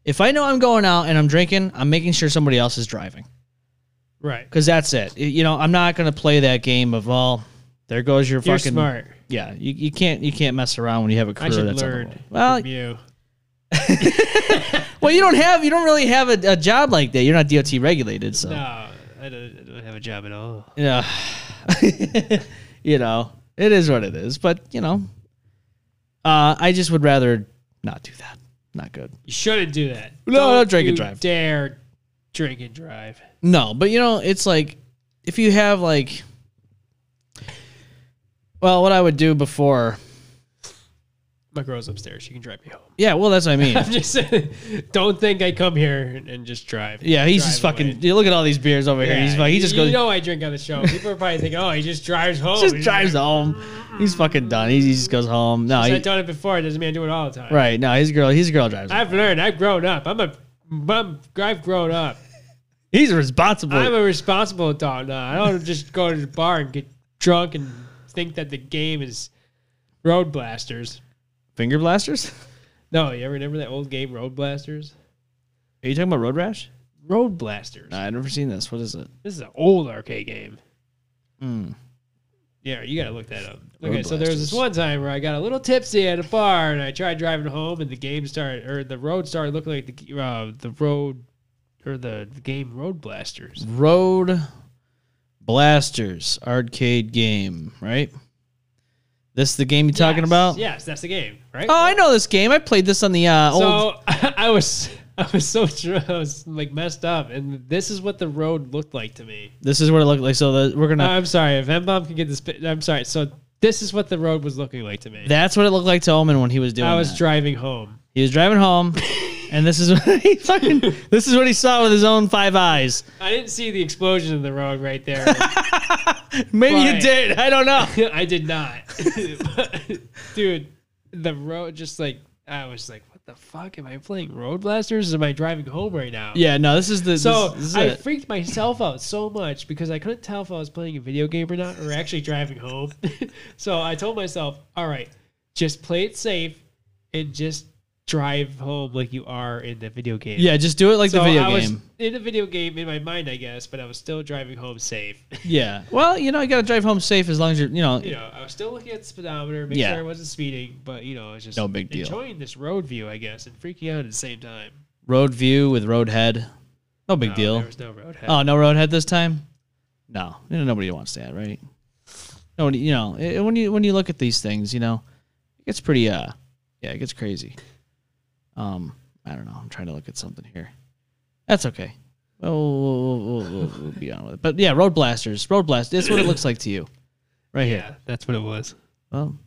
Speaker 2: if I know I'm going out and I'm drinking, I'm making sure somebody else is driving
Speaker 5: Right.
Speaker 2: because that's it. You know, I'm not gonna play that game of all. there goes your
Speaker 5: You're
Speaker 2: fucking
Speaker 5: smart.
Speaker 2: yeah, you, you can't you can't mess around when you have a career
Speaker 5: I should
Speaker 2: that's on the
Speaker 5: learn
Speaker 2: roll. Well,
Speaker 5: from you.
Speaker 2: well, you don't have you don't really have a, a job like that. You're not DOT regulated, so
Speaker 5: No, Oh, I don't, I don't have a job at all.
Speaker 2: yeah, you know it is what it is. But you know, uh, I just would rather not do that. Not good.
Speaker 5: You shouldn't do that.
Speaker 2: No,
Speaker 5: Don't
Speaker 2: no, drink and
Speaker 5: you
Speaker 2: drive.
Speaker 5: Dare drink and drive.
Speaker 2: No, but you know, it's like if you have like well, what I would do before.
Speaker 5: My girl's upstairs. She can drive me home.
Speaker 2: Yeah, well, that's what I mean.
Speaker 5: I'm just saying, don't think I come here and, and just drive.
Speaker 2: Yeah, he's just
Speaker 5: Drive away.
Speaker 2: fucking. You look at all these beers over here. He's
Speaker 5: Yeah,
Speaker 2: like, he just
Speaker 5: you
Speaker 2: goes.
Speaker 5: know I drink on the show. People are probably thinking, oh, he just drives home.
Speaker 2: just
Speaker 5: He's
Speaker 2: drives
Speaker 5: like,
Speaker 2: home. He's fucking done. He, he just goes home. No,
Speaker 5: "Since
Speaker 2: he,
Speaker 5: I've done it before. It doesn't mean I do it all the time.
Speaker 2: right. No, his girl. His girl drives. home.
Speaker 5: I've learned. I've grown up. I'm a, I'm, I've grown up.
Speaker 2: He's responsible.
Speaker 5: I'm a responsible adult now. I don't just go to the bar and get drunk and think that the game is Road Blasters.
Speaker 2: Finger blasters.
Speaker 5: No, you ever remember that old game Road Blasters?
Speaker 2: Are you talking about road rash?
Speaker 5: Road Blasters.
Speaker 2: Nah, I've never seen this. What is it?
Speaker 5: This is an old arcade game. Yeah, you gotta look that up.
Speaker 2: Hmm. Road
Speaker 5: Okay, so there was this
Speaker 2: blasters.
Speaker 5: one time where I got a little tipsy at a bar, and I tried driving home, and the game started, or the road started looking like the uh, the road, or the, the game Road Blasters.
Speaker 2: Road Blasters arcade game, right? This the game you're talking
Speaker 5: Yes,
Speaker 2: about?
Speaker 5: Yes, that's the game, right?
Speaker 2: Oh, I know this game. I played this on the uh, old.
Speaker 5: so I was I was so dr- I was like messed up, and this is what the road looked like to me.
Speaker 2: This is what it looked like. So the, we're gonna.
Speaker 5: I'm sorry if M bomb can get this. pi- I'm sorry. So this is what the road was looking like to me.
Speaker 2: that's what it looked like to Omen when he was doing.
Speaker 5: I was
Speaker 2: that.
Speaker 5: driving home.
Speaker 2: he was driving home, and this is what he fucking. This is what he saw with his own five eyes.
Speaker 5: I didn't see the explosion in the road right there.
Speaker 2: Maybe you
Speaker 5: Right.
Speaker 2: did. I don't know.
Speaker 5: I did not. Dude, the road just like I was like, what the fuck? Am I playing Road Blasters? Am I driving home right now?
Speaker 2: Yeah, no. This is the.
Speaker 5: So
Speaker 2: this, this is
Speaker 5: I
Speaker 2: it.
Speaker 5: freaked myself out so much because I couldn't tell if I was playing a video game or not, or actually driving home. so I told myself, all right, just play it safe and just drive home like you are in the video game.
Speaker 2: yeah, just do it like
Speaker 5: So
Speaker 2: the video
Speaker 5: I was
Speaker 2: game.
Speaker 5: in a video game in my mind, I guess, but I was still driving home safe.
Speaker 2: Yeah. Well, you know, you gotta drive home safe as long as you're. You know.
Speaker 5: you know, I was still looking at the speedometer, make
Speaker 2: Yeah.
Speaker 5: sure I wasn't speeding, but you know, I was just
Speaker 2: No big deal.
Speaker 5: enjoying this road view, I guess, and freaking out at the same time.
Speaker 2: Road view with road head. No big
Speaker 5: No,
Speaker 2: deal.
Speaker 5: There was no road.
Speaker 2: Oh, no roadhead this time? No, You know, nobody wants that, right? Nobody, you know, eh, when you when you look at these things, you know, it gets pretty uh yeah, it gets crazy. Um, I don't know. I'm trying to look at something here. That's okay. Well, we'll, we'll, we'll, we'll, we'll be on with it. But yeah, road blasters, road blast. That's what it looks like to you, right here.
Speaker 5: yeah, that's what it was.
Speaker 2: Well,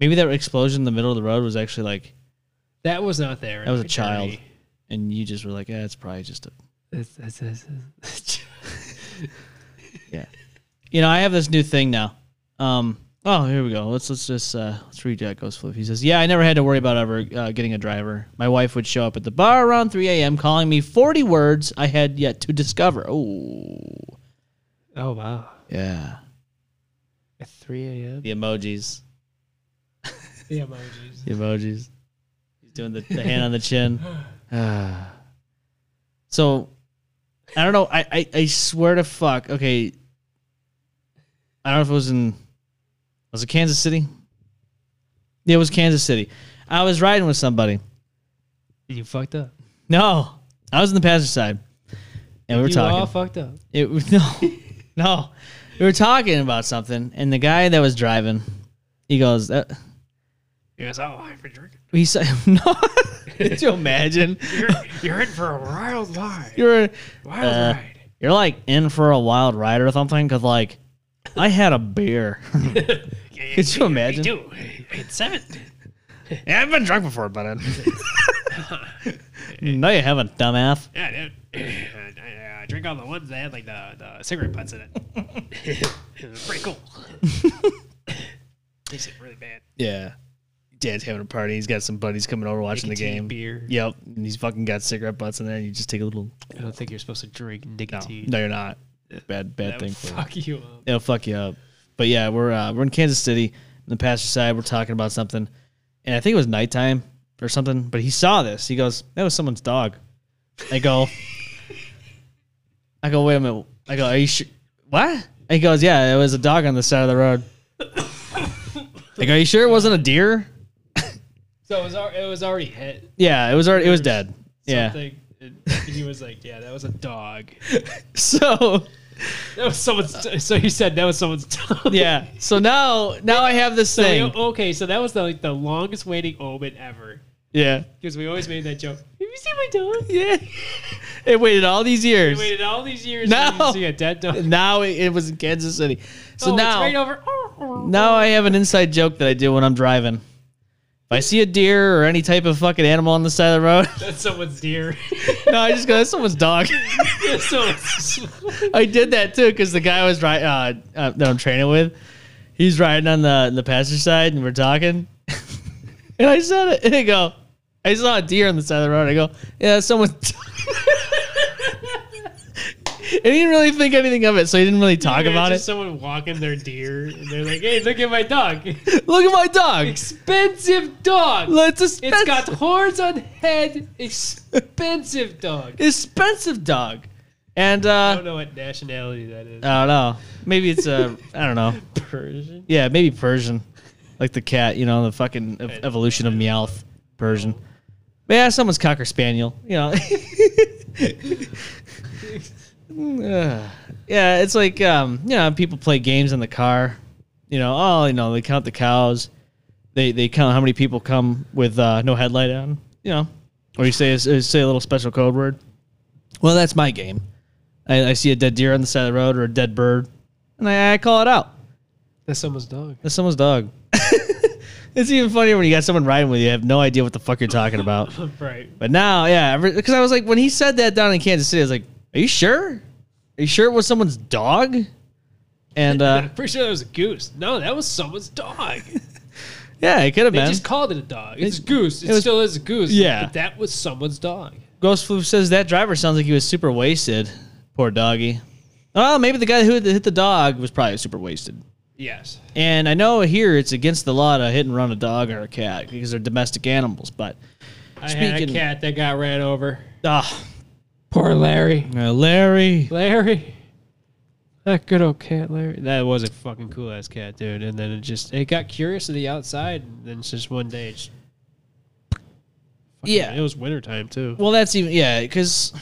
Speaker 2: maybe that explosion in the middle of the road was actually like,
Speaker 5: That was not there.
Speaker 2: That was a
Speaker 5: Very
Speaker 2: child.
Speaker 5: dirty.
Speaker 2: and you just were like, eh, it's probably just a
Speaker 5: That's, that's, that's, that's-
Speaker 2: you know, I have this new thing now. Um, oh, here we go. Let's let's just uh, let's read Jack Ghost Flip. He says, "Yeah, I never had to worry about ever uh, getting a driver. My wife would show up at the bar around 3 a.m. calling me 40 words I had yet to discover. Oh,
Speaker 5: oh wow,
Speaker 2: yeah,
Speaker 5: at three a.m.
Speaker 2: the emojis,
Speaker 5: The emojis.
Speaker 2: the emojis. He's doing the, the hand on the chin. Ah. so, I don't know. I, I I swear to fuck. Okay, I don't know if it was in was it Kansas City? Yeah, it was Kansas City. I was riding with somebody.
Speaker 5: You fucked up.
Speaker 2: No, I was in the passenger side, and we were
Speaker 5: you
Speaker 2: talking.
Speaker 5: all fucked up.
Speaker 2: It was no, no. We were talking about something, and the guy that was driving, he goes, uh,
Speaker 5: He goes, "Oh, I've been drinking.
Speaker 2: he said, no. Could you imagine?
Speaker 5: You're, you're in for a wild ride.
Speaker 2: You're
Speaker 5: Wild
Speaker 2: Uh,
Speaker 5: ride."
Speaker 2: you're like in for a wild ride or something, because like, I had a beer. Could you imagine?
Speaker 5: Dude, it's seven.
Speaker 2: Yeah, I've been drunk before, but no, you haven't, dumbass.
Speaker 5: Yeah, dude. uh, I, I, I drink all the ones that had like the, the cigarette butts in it. it was pretty cool. Tasted really bad.
Speaker 2: Yeah. Dad's having a party. He's got some buddies coming over watching
Speaker 5: Nicotine
Speaker 2: the game.
Speaker 5: beer.
Speaker 2: Yep. And he's fucking got cigarette butts in there. And you just take a little.
Speaker 5: I don't think you're supposed to drink
Speaker 2: No,
Speaker 5: nicotine.
Speaker 2: no you're not. Bad, bad
Speaker 5: that
Speaker 2: thing.
Speaker 5: would
Speaker 2: For you.
Speaker 5: fuck you up.
Speaker 2: It'll fuck you up. But yeah, we're uh, we're in Kansas City. On the passenger side, we're talking about something, and I think it was nighttime or something. But he saw this. He goes, "That was someone's dog." I go, I go, wait a minute. I go, are you sure? What? He goes, yeah, it was a dog on the side of the road. I go, are you sure it wasn't a deer?
Speaker 5: So it was al- it was already hit.
Speaker 2: Yeah, it was already, it was dead. Yeah.
Speaker 5: Something. And he was like, "Yeah, that was a dog.
Speaker 2: So
Speaker 5: That was someone's." So he said that was someone's dog.
Speaker 2: yeah. So now now I have this
Speaker 5: So we-
Speaker 2: thing.
Speaker 5: okay, so that was the, like the longest waiting omen ever
Speaker 2: Yeah.
Speaker 5: because we always made that joke. Have you seen my dog?
Speaker 2: Yeah. It waited all these years.
Speaker 5: Waited all these years.
Speaker 2: No.
Speaker 5: to see a dead dog.
Speaker 2: now it, it was in Kansas City. So
Speaker 5: Oh, it's
Speaker 2: now,
Speaker 5: right over. Oh, oh.
Speaker 2: now I have an inside joke that I do when I'm driving. If I see a deer or any type of fucking animal on the side of the road,
Speaker 5: That's someone's deer.
Speaker 2: no, I just go, that's someone's dog.
Speaker 5: so
Speaker 2: I did that too because the guy I was right uh, uh, that I'm training with, he's riding on the the passenger side and we're talking, and I said it and I go, I saw a deer on the side of the road. I go, yeah, someone. and he didn't really think anything of it, so he didn't really talk about it.
Speaker 5: Someone walking their deer, and they're like, "Hey, look at my dog!
Speaker 2: Look at my dog.
Speaker 5: Expensive dog.
Speaker 2: It's expensive.
Speaker 5: it's got horns on head. Expensive dog."
Speaker 2: expensive dog. And
Speaker 5: I
Speaker 2: uh,
Speaker 5: don't know what nationality that is.
Speaker 2: I don't know. Maybe it's a I don't know.
Speaker 5: Persian.
Speaker 2: Yeah, maybe Persian, like the cat. You know, the fucking ev- evolution of Meowth, Persian. But yeah, someone's cocker spaniel. You know. Ugh. yeah, it's like um, you know, people play games in the car. You know, oh, you know, they count the cows. They they count how many people come with uh, no headlight on. You know, or you say say a little special code word. Well, that's my game. I, I see a dead deer on the side of the road or a dead bird, and I, I call it out.
Speaker 5: That's someone's dog.
Speaker 2: That's someone's dog. it's even funnier when you got someone riding with you. You have no idea what the fuck you're talking about.
Speaker 5: Right.
Speaker 2: But now, yeah, because I was like, when he said that down in Kansas City, I was like, are you sure? Are you sure it was someone's dog? And uh,
Speaker 5: I'm pretty sure that was a goose. No, that was someone's dog.
Speaker 2: yeah, it could have
Speaker 5: They
Speaker 2: been.
Speaker 5: just called it a dog. It's
Speaker 2: It-
Speaker 5: a goose. It,
Speaker 2: it was-
Speaker 5: still is a goose.
Speaker 2: Yeah.
Speaker 5: But that was someone's dog.
Speaker 2: Ghost Flu says that driver sounds like he was super wasted. Poor doggy. Oh, maybe the guy who hit the dog was probably super wasted.
Speaker 5: Yes.
Speaker 2: And I know here it's against the law to hit and run a dog or a cat because they're domestic animals, but
Speaker 5: I had a
Speaker 2: Speaking-
Speaker 5: cat that got ran over.
Speaker 2: ah, Uh,
Speaker 5: Poor Larry.
Speaker 2: Larry.
Speaker 5: Larry. That good old cat, Larry. That was a fucking cool ass cat, dude. And then it just it got curious to the outside, and then it's just one day, it just fucking-
Speaker 2: Yeah.
Speaker 5: it was wintertime too.
Speaker 2: Well, that's even yeah, because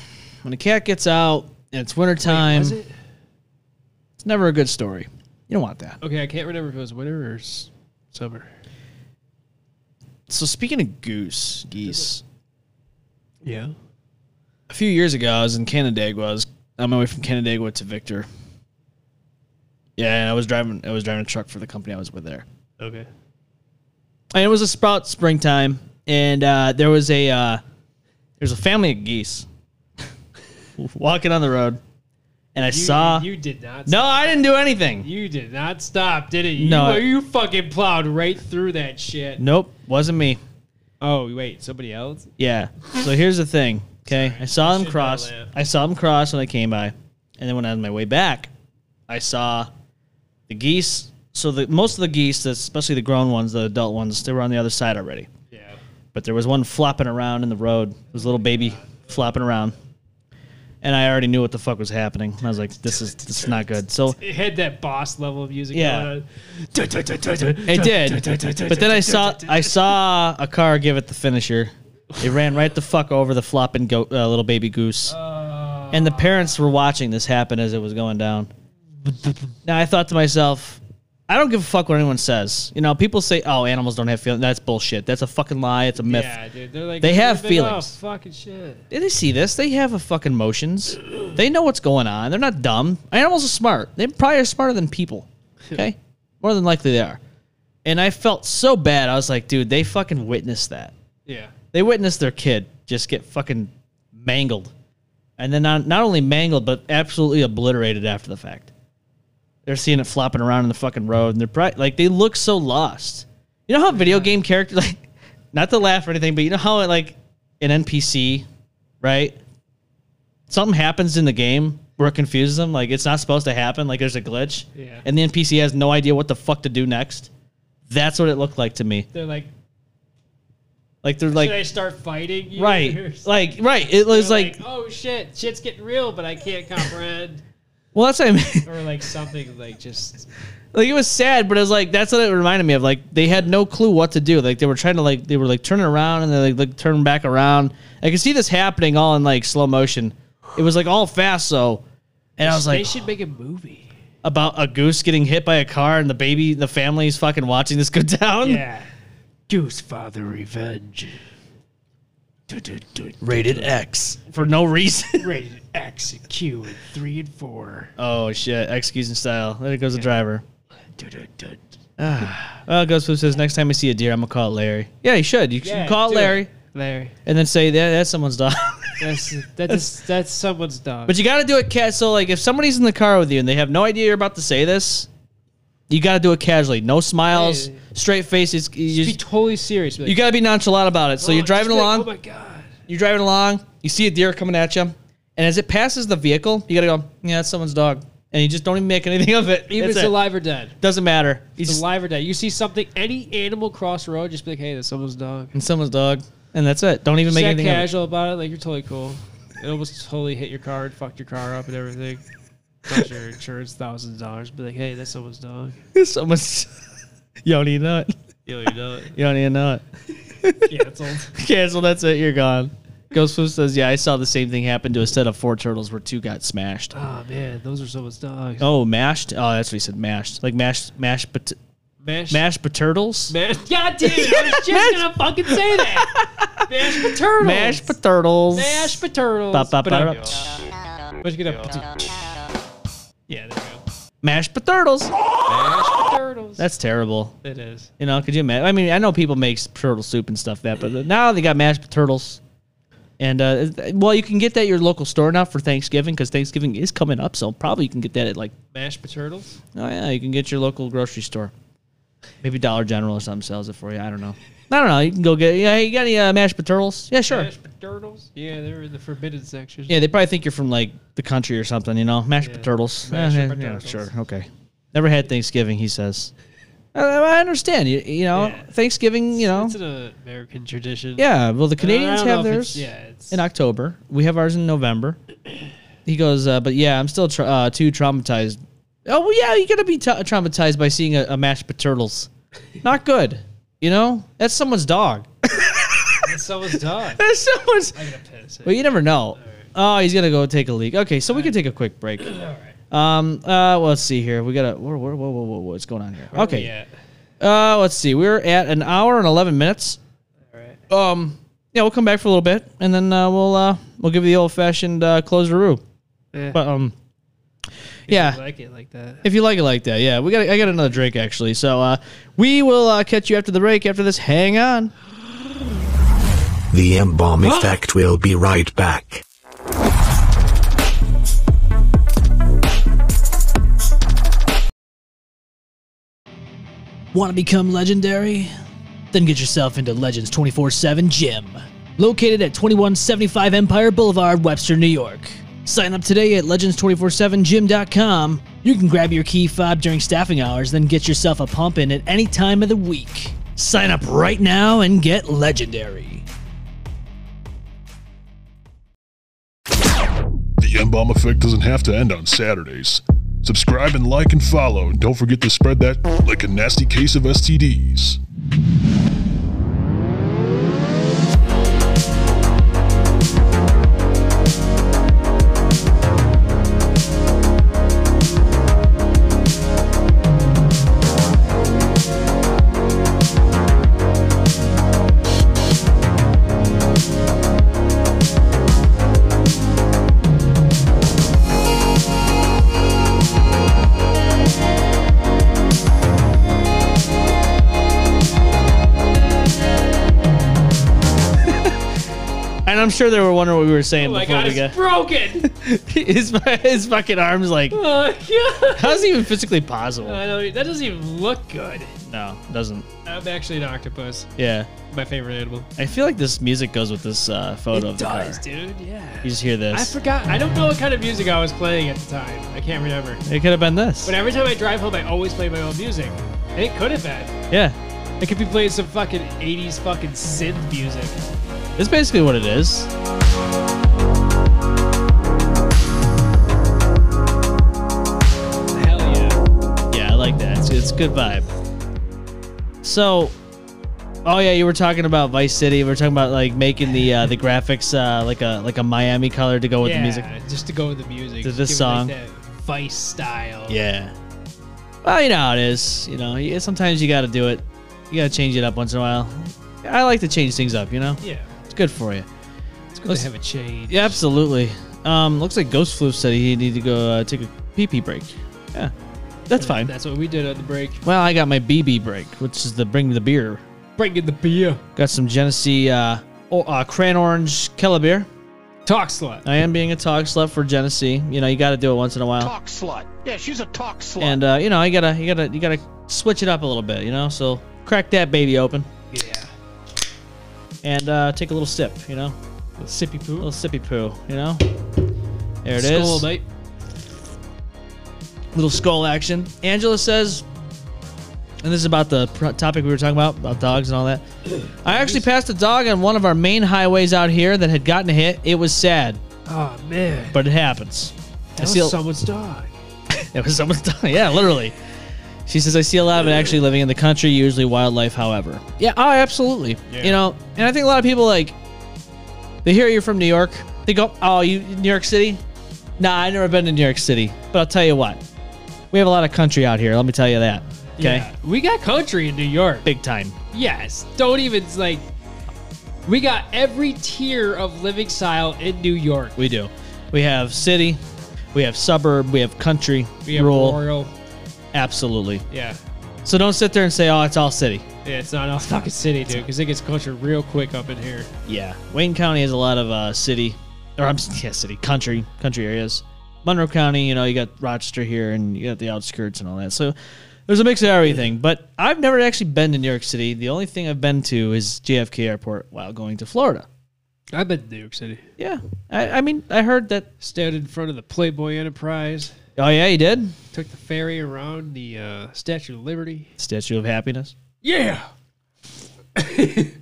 Speaker 2: when a cat gets out and it's wintertime,
Speaker 5: Was it?
Speaker 2: it's never a good story. You don't want that.
Speaker 5: Okay, I can't remember if it was winter or s- summer.
Speaker 2: So speaking of goose, geese,
Speaker 5: Yeah.
Speaker 2: a few years ago I was in Canandaigua. I was on my way from Canandaigua to Victor. Yeah, and I was driving. I was driving a truck for the company I was with there.
Speaker 5: Okay.
Speaker 2: And it was a sprout springtime, and uh, there was a uh, there was a family of geese walking on the road, and I
Speaker 5: You,
Speaker 2: saw.
Speaker 5: you did not.
Speaker 2: no, I didn't do anything.
Speaker 5: You did not stop, did it? You,
Speaker 2: No.
Speaker 5: you fucking plowed right through that shit.
Speaker 2: Nope, wasn't me.
Speaker 5: Oh wait, somebody else?
Speaker 2: Yeah. So here's the thing. Okay. I saw him
Speaker 5: Shouldn't
Speaker 2: cross.
Speaker 5: I laugh?
Speaker 2: I saw him cross when I came by. And then when I was on my way back, I saw the geese. So the most of the geese, that's- especially the grown ones, the adult ones, they were on the other side already.
Speaker 5: Yeah.
Speaker 2: But there was one flopping around in the road. It was a little baby flopping around. And I already knew what the fuck was happening. I was like, this is this is not good. So
Speaker 5: It had that boss level of music
Speaker 2: Yeah.
Speaker 5: going on.
Speaker 2: It did. but then I saw I saw a car give it the finisher. It ran right the fuck over the flopping go, uh, little baby goose. and the parents were watching this happen as it was going down. Now I thought to myself, I don't give a fuck what anyone says. You know, people say, "Oh, animals don't have feelings." That's bullshit. That's a fucking lie. It's a myth.
Speaker 5: Yeah, dude. They're like
Speaker 2: They
Speaker 5: "Look
Speaker 2: have
Speaker 5: at the- oh,
Speaker 2: feelings.
Speaker 5: fucking shit.
Speaker 2: They see this. They have a fucking emotions. They know what's going on. They're not dumb. Animals are smart. They probably are smarter than people. Okay, more than likely they are. And I felt so bad. I was like, dude, they fucking witnessed that.
Speaker 5: Yeah.
Speaker 2: They witnessed their kid just get fucking mangled, and then not not only mangled but absolutely obliterated after the fact. They're seeing it flopping around in the fucking road, and they're probably like they look so lost. You know how video game characters like, not to laugh or anything, but you know how like an NPC right? Something happens in the game where it confuses them. Like it's not supposed to happen. Like there's a glitch,
Speaker 5: Yeah.
Speaker 2: and the NPC has no idea what the fuck to do next. That's what it looked like to me.
Speaker 5: They're like,
Speaker 2: Like they're
Speaker 5: should I
Speaker 2: like
Speaker 5: start fighting you? Or
Speaker 2: right,
Speaker 5: something?
Speaker 2: like right. It was
Speaker 5: They're
Speaker 2: like
Speaker 5: oh shit, shit's getting real, but I can't comprehend,
Speaker 2: well, that's what I mean.
Speaker 5: or like something like just
Speaker 2: like it was sad, but it was like that's what it reminded me of. Like they had no clue what to do. Like they were trying to like they were like turning around and they like, like turn back around. I could see this happening all in like slow motion. It was like all fast so, and I was
Speaker 5: they
Speaker 2: like,
Speaker 5: should make a movie.
Speaker 2: about a goose getting hit by a car and the baby, the family's fucking watching this go down.
Speaker 5: Yeah. Goose Father Revenge.
Speaker 2: Rated X for no reason.
Speaker 5: Rated X and Q and three and four.
Speaker 2: oh shit! Excusing style. There goes the driver. Well, Ghost Poop says next time I see a deer, I'm gonna call it Larry. Yeah, you should. You should call it
Speaker 5: do it.
Speaker 2: Larry
Speaker 5: Larry.
Speaker 2: and then say that that's someone's dog.
Speaker 5: That's that's that's someone's dog.
Speaker 2: but you got to do it cat. So like, if somebody's in the car with you and they have no idea you're about to say this, you got to do it casually. No smiles,
Speaker 5: Hey.
Speaker 2: straight faces. You,
Speaker 5: be
Speaker 2: just-
Speaker 5: totally serious.
Speaker 2: you got to be nonchalant about it. So you're driving along.
Speaker 5: oh my god.
Speaker 2: You're driving along, you see a deer coming at you, and as it passes the vehicle, you gotta go, yeah, that's someone's dog. And you just don't even make anything of it.
Speaker 5: Even if
Speaker 2: That's
Speaker 5: it's
Speaker 2: it.
Speaker 5: alive or dead.
Speaker 2: Doesn't matter. You
Speaker 5: It's
Speaker 2: just,
Speaker 5: alive or dead. You see something, any animal cross the road, just be like, hey, that's someone's dog.
Speaker 2: and someone's dog. And that's it. Don't even
Speaker 5: Just
Speaker 2: make
Speaker 5: act
Speaker 2: anything of it.
Speaker 5: casual about it, like you're totally cool. It almost totally hit your car and fucked your car up and everything. Cost your insurance thousands of dollars. Be like, hey, that's someone's dog.
Speaker 2: so much. You don't even know it.
Speaker 5: You don't even know it.
Speaker 2: You don't even know it.
Speaker 5: Canceled.
Speaker 2: Cancel. That's it. You're gone. Ghost Food says, "Yeah, I saw the same thing happen to a set of four turtles where two got smashed.
Speaker 5: Oh man, those are someone's dogs.
Speaker 2: Oh, mashed. Oh, that's what he said. Mashed. Like mashed, mashed, but
Speaker 5: Mash,
Speaker 2: mashed turtles.
Speaker 5: mash. God damn it! I was just gonna fucking say that. Mash the turtles.
Speaker 2: Mashed turtles.
Speaker 5: Mash the turtles.
Speaker 2: Ba, ba, ba,
Speaker 5: Pinocchio.
Speaker 2: ba.
Speaker 5: What's gonna? Yeah, there we go.
Speaker 2: Mashed turtles.
Speaker 5: Mash the turtles.
Speaker 2: That's terrible.
Speaker 5: it is.
Speaker 2: You know, could you imagine? I mean, I know people make turtle soup and stuff that, but now they got mashed turtles. And uh, well, you can get that at your local store now for Thanksgiving because Thanksgiving is coming up, so probably you can get that at like
Speaker 5: Mash the turtles.
Speaker 2: Oh yeah, you can get your local grocery store. Maybe Dollar General or something sells it for you. I don't know. I don't know. You can go get. Yeah, you got any uh, mashed potatoes? Yeah, sure.
Speaker 5: Mash the turtles. Yeah, they're in the forbidden section.
Speaker 2: Yeah, they probably think you're from like the country or something. You know, mashed
Speaker 5: Yeah.
Speaker 2: potatoes.
Speaker 5: Mashed
Speaker 2: yeah,
Speaker 5: potatoes.
Speaker 2: sure. Okay. Never had Thanksgiving. He says. Uh, I understand. You, you know,
Speaker 5: Yeah.
Speaker 2: Thanksgiving. You know.
Speaker 5: It's an American tradition.
Speaker 2: yeah. Well, the
Speaker 5: And I
Speaker 2: Canadians
Speaker 5: don't know
Speaker 2: have
Speaker 5: if it's-
Speaker 2: theirs
Speaker 5: Yeah, it's
Speaker 2: in October. We have ours in November. He goes, uh, but yeah, I'm still tra- uh, too traumatized. Oh well, yeah, you're gonna be t- traumatized by seeing a, a mashed potatoes. Not good. You know, that's someone's dog.
Speaker 5: it's someone's dog.
Speaker 2: That's someone's.
Speaker 5: I gotta piss.
Speaker 2: Well, you never know. Oh, he's gonna go take a leak. Okay, so we can take a quick break. Um, uh, well, let's see here. We gotta. Whoa, whoa, whoa, whoa, whoa, what's going on here? Okay.
Speaker 5: Yeah.
Speaker 2: Uh, let's see. We're at an hour and eleven minutes.
Speaker 5: All right.
Speaker 2: Um, yeah, we'll come back for a little bit, and then uh, we'll uh, we'll give you the old fashioned uh, close the room.
Speaker 5: Yeah.
Speaker 2: But um, yeah,
Speaker 5: I like it like that.
Speaker 2: if you like it like that, yeah, we got I got another drink actually. So uh, we will uh, catch you after the break. After this, hang on.
Speaker 1: The M bomb effect will be right back.
Speaker 2: Want to become legendary? Then get yourself into Legends 24 7 Gym, located at 2175 Empire Boulevard, Webster, New York. Sign up today at legends247gym.com. You can grab your key fob during staffing hours, then get yourself a pump in at any time of the week. Sign up right now and get legendary.
Speaker 7: The M Bomb Effect doesn't have to end on Saturdays. Subscribe and like and follow, and don't forget to spread that like a nasty case of STDs.
Speaker 2: And I'm sure they were wondering what we were saying
Speaker 5: Oh my god, it's broken.
Speaker 2: his, his fucking arms like
Speaker 5: oh god.
Speaker 2: how's it even physically possible?
Speaker 5: I know that doesn't even look good.
Speaker 2: No, doesn't.
Speaker 5: I'm actually an octopus.
Speaker 2: Yeah.
Speaker 5: My favorite animal.
Speaker 2: I feel like this music goes with this uh, photo. of the car.
Speaker 5: dude. Yeah.
Speaker 2: You just hear
Speaker 5: I
Speaker 2: this.
Speaker 5: forgot. I don't know what kind of music I was playing at the time. I can't remember.
Speaker 2: it could have been this.
Speaker 5: But every time I drive home, I always play my own music. And it could have been.
Speaker 2: Yeah,
Speaker 5: I could be playing some fucking 80s fucking synth music.
Speaker 2: it's basically what it is.
Speaker 5: Hell yeah.
Speaker 2: Yeah, I like that. It's, it's good vibe. So, oh yeah, you were talking about Vice City. We were talking about like making the uh, the graphics uh, like a like a Miami color to go with
Speaker 5: yeah,
Speaker 2: the music.
Speaker 5: Just to go with the music.
Speaker 2: To this
Speaker 5: Give it
Speaker 2: song.
Speaker 5: Like that Vice style.
Speaker 2: Yeah. Well, you know how it is. You know, you- sometimes you got to do it. You got to change it up once in a while. I like to change things up. You know,
Speaker 5: Yeah.
Speaker 2: it's good for you.
Speaker 5: It's good
Speaker 2: Let's-
Speaker 5: to have a change.
Speaker 2: Yeah, absolutely. Um, looks like Ghost Floof said he needed to go uh, take a pee pee break. Yeah, that's fine.
Speaker 5: That's what we did on the break.
Speaker 2: Well, I got my BB break, which is the bring the beer.
Speaker 5: Bring in the beer.
Speaker 2: Got some Genesee uh, oh, uh, cran orange Kella beer.
Speaker 5: Talk slut.
Speaker 2: I am being a talk slut for Genesee. You know, you got to do it once in a while,
Speaker 6: Talk slut. Yeah, she's a talk slut.
Speaker 2: and uh, you know, you gotta, you gotta, you gotta switch it up a little bit. You know, so crack that baby open
Speaker 5: Yeah.
Speaker 2: and uh, take a little sip. You know,
Speaker 5: Sippy
Speaker 2: a
Speaker 5: poo.
Speaker 2: little sippy poo. You know, there it is.
Speaker 5: Skull, mate.
Speaker 2: little skull action. Angela says, and this is about the pr- topic we were talking about, about dogs and all that. I actually passed a dog on one of our main highways out here that had gotten hit. It was sad.
Speaker 5: Oh man,
Speaker 2: but it happens.
Speaker 5: that
Speaker 2: see a-
Speaker 5: was someone's dog.
Speaker 2: It was someone's done. Yeah, literally. She says, I see a lot of it actually living in the country, usually wildlife, however. Yeah, oh, absolutely. You know, and I think a lot of people, like, they hear you're from New York. They go, oh, you New York City? Nah, I've never been to New York City. But I'll tell you what, we have a lot of country out here. Let me tell you that. Okay?
Speaker 5: Yeah. we got country in New York.
Speaker 2: Big time.
Speaker 5: Yes, don't even like. We got every tier of living style in New York.
Speaker 2: We do. We have city, we have suburb, we have country,
Speaker 5: We have
Speaker 2: rural.
Speaker 5: rural.
Speaker 2: Absolutely.
Speaker 5: Yeah.
Speaker 2: So don't sit there and say, oh, it's all city.
Speaker 5: Yeah, it's not all fucking city, dude, because it gets country real quick up in here.
Speaker 2: Yeah, Wayne County has a lot of uh, city, or I'm yeah, city, country, country areas. Monroe County, you know, you got Rochester here, and you got the outskirts and all that. So there's a mix of everything. But I've never actually been to New York City. The only thing I've been to is JFK Airport while going to Florida.
Speaker 5: I've been to New York City.
Speaker 2: Yeah, I, I mean, I heard that.
Speaker 5: Stood in front of the Playboy Enterprise.
Speaker 2: Oh yeah, you did
Speaker 5: Took the ferry around the uh, Statue of Liberty.
Speaker 2: Statue of Happiness.
Speaker 5: Yeah. Merc,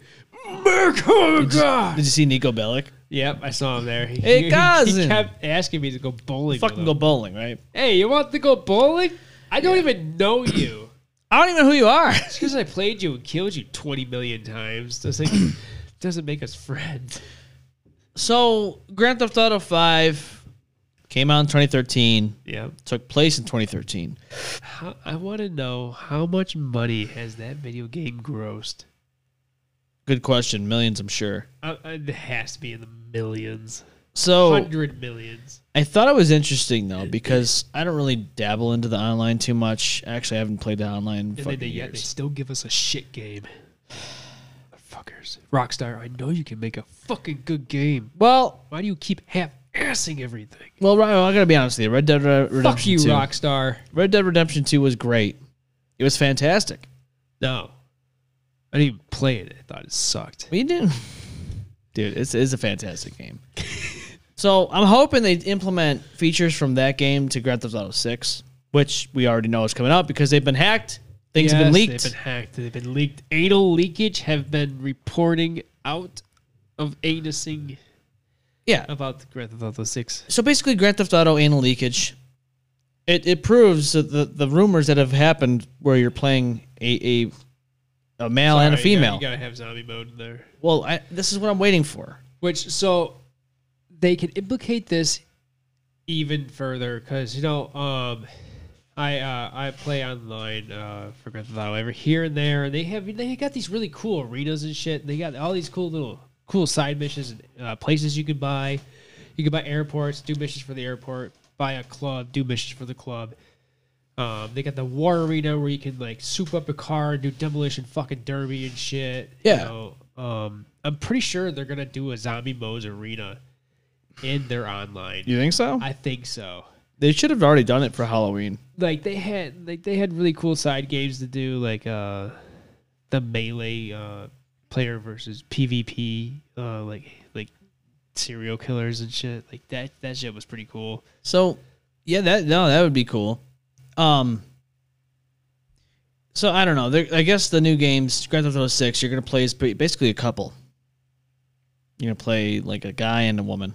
Speaker 5: oh God.
Speaker 2: Did you see Nico Bellic?
Speaker 5: Yep, I saw him there. He,
Speaker 2: Hey,
Speaker 5: he-
Speaker 2: cousin.
Speaker 5: He kept asking me to go bowling. with
Speaker 2: Fucking
Speaker 5: him.
Speaker 2: go bowling, right?
Speaker 5: Hey, you want to go bowling? I don't even know you.
Speaker 2: I don't even know who you are.
Speaker 5: It's because I played you and killed you 20 million times. Doesn't, doesn't make us friends.
Speaker 2: so Grand Theft Auto Five came out in 2013.
Speaker 5: Yeah.
Speaker 2: Took place in 2013.
Speaker 5: How, I want to know how much money has that video game grossed?
Speaker 2: Good question. Millions, I'm sure.
Speaker 5: Uh, uh, it has to be in the millions.
Speaker 2: So
Speaker 5: Hundred millions.
Speaker 2: I thought it was interesting though because I don't really dabble into the online too much. Actually, I haven't played the online in
Speaker 5: And they,
Speaker 2: fucking
Speaker 5: they, yet they
Speaker 2: years.
Speaker 5: still give us a shit game. Fuckers. Rockstar, I know you can make a fucking good game.
Speaker 2: Well,
Speaker 5: Why do you keep half-assing everything?
Speaker 2: well, Ryan, I gotta be honest with you. Red Dead Re- Redemption
Speaker 5: Fuck you,
Speaker 2: 2.
Speaker 5: Rockstar.
Speaker 2: Red Dead Redemption 2 was great. It was fantastic.
Speaker 5: No. I didn't even play it. I thought it sucked.
Speaker 2: We did, dude. It's it's a fantastic game. so I'm hoping they implement features from that game to Grand Theft Auto 6, which we already know is coming out because they've been hacked. Things have been
Speaker 5: Yes,
Speaker 2: leaked.
Speaker 5: They've been hacked. They've been leaked. Anal leakage have been reporting out of anusing
Speaker 2: yeah,
Speaker 5: about the Grand Theft Auto 6.
Speaker 2: so basically Grand Theft Auto anal leakage. It it proves that the, the rumors that have happened where you're playing a a, a male and a
Speaker 5: Sorry, you gotta-
Speaker 2: female.
Speaker 5: You gotta, have zombie mode in there.
Speaker 2: Well, I, this is what I'm waiting for.
Speaker 5: Which, so they can implicate this even further because, you know, um, I uh, I play online uh, for Grand Theft Auto every here and there, and they have they got these really cool arenas and shit. And they got all these cool little cool side missions and uh, places you can buy. You can buy airports, do missions for the airport, buy a club, do missions for the club. Um, they got the war arena where you can like soup up a car and do demolition fucking derby and shit.
Speaker 2: Yeah.
Speaker 5: You know? um, I'm pretty sure they're gonna do a zombie Moe's arena in their online.
Speaker 2: You think so?
Speaker 5: I think so
Speaker 2: they should have already done it for Halloween.
Speaker 5: like they had like they had really cool side games to do like uh the melee uh player versus PvP uh like like serial killers and shit like that that shit was pretty cool.
Speaker 2: So, yeah, that no, that would be cool. Um. So I don't know. There, I guess the new games, Grand Theft Auto Six, you're gonna play as ba- basically a couple. You're gonna play like a guy and a woman,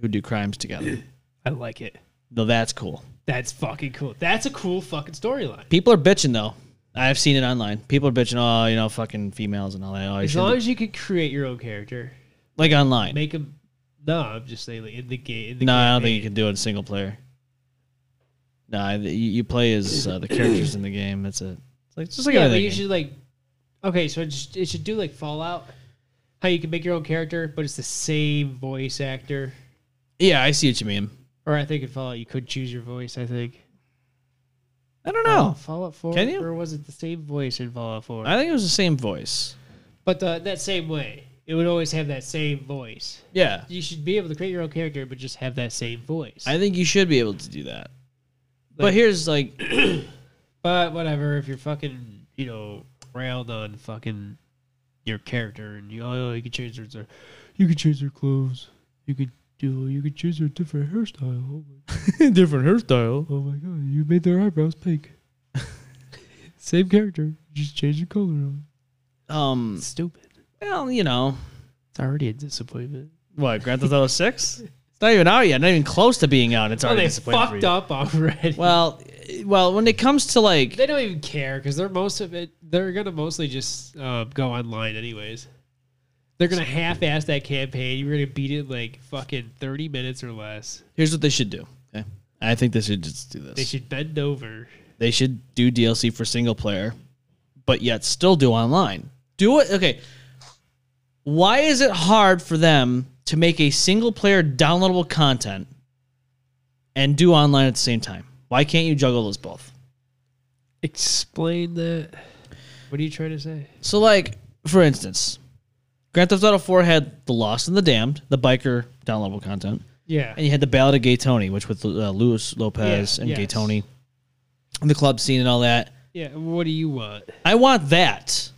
Speaker 2: who do crimes together.
Speaker 5: I like it.
Speaker 2: Though that's cool.
Speaker 5: That's fucking cool. That's a cool fucking storyline.
Speaker 2: People are bitching though. I've seen it online. People are bitching, oh, you know, fucking females and all that. Oh, you
Speaker 5: As
Speaker 2: shouldn't
Speaker 5: long
Speaker 2: be-"
Speaker 5: as you can create your own character,
Speaker 2: like online.
Speaker 5: make him. No, I'm just saying like in the game. In the
Speaker 2: no, I don't think you
Speaker 5: campaign.
Speaker 2: can do it in single player. No, I- you, you play as uh, the characters in the game. That's it. It's like just like
Speaker 5: Yeah,
Speaker 2: another
Speaker 5: but you
Speaker 2: game.
Speaker 5: should like. Okay, so it, just, it should do like Fallout, how you can make your own character, but it's the same voice actor.
Speaker 2: Yeah, I see what you mean.
Speaker 5: Or I think in Fallout you could choose your voice. I think. Uh,
Speaker 2: I don't know.
Speaker 5: Fallout Four.
Speaker 2: Oh. Can you?
Speaker 5: Or was it the same voice in Fallout Four?
Speaker 2: I think it was the same voice.
Speaker 5: but the, that same way, it would always have that same voice.
Speaker 2: Yeah,
Speaker 5: You should be able to create your own character, but just have that same voice.
Speaker 2: I think you should be able to do that. but
Speaker 5: Like-
Speaker 2: here's like,
Speaker 5: but whatever, if you're fucking, you know, railed on fucking your character, and you oh you can change their- their, you can change their clothes, you could do, you could choose their different hairstyle. Oh my,
Speaker 2: different hairstyle.
Speaker 5: oh my god, you made their eyebrows pink. same character, just change the color. on it.
Speaker 2: Um,
Speaker 5: Stupid.
Speaker 2: well, you know
Speaker 5: It's already a disappointment.
Speaker 2: what? Grand Theft Auto Six? not even out yet. Not even close to being out. It's
Speaker 5: Oh,
Speaker 2: already
Speaker 5: they
Speaker 2: disappointing for
Speaker 5: fucked
Speaker 2: you.
Speaker 5: up already.
Speaker 2: Well, eh, well, when it comes to like
Speaker 5: they don't even care because they're most of it. They're gonna mostly just uh, go online anyways. They're gonna half-ass that campaign. You're gonna beat it in, like fucking thirty minutes or less.
Speaker 2: Here's what they should do. Okay. I think they should just do this.
Speaker 5: They should bend over.
Speaker 2: They should do DLC for single player, but yet still do online. Do it. Okay. Why is it hard for them to make a single player downloadable content and do online at the same time? Why can't you juggle those both?
Speaker 5: Explain that. What are you trying to say?
Speaker 2: So, like, for instance, Grand Theft Auto 4 had The Lost and the Damned, the biker downloadable content.
Speaker 5: Yeah.
Speaker 2: And you had the Ballad of Gay Tony, which with uh, Luis Lopez
Speaker 5: Yeah,
Speaker 2: and Gay
Speaker 5: yes.
Speaker 2: Tony, and the club scene and all that.
Speaker 5: Yeah. What do you want?
Speaker 2: I want that,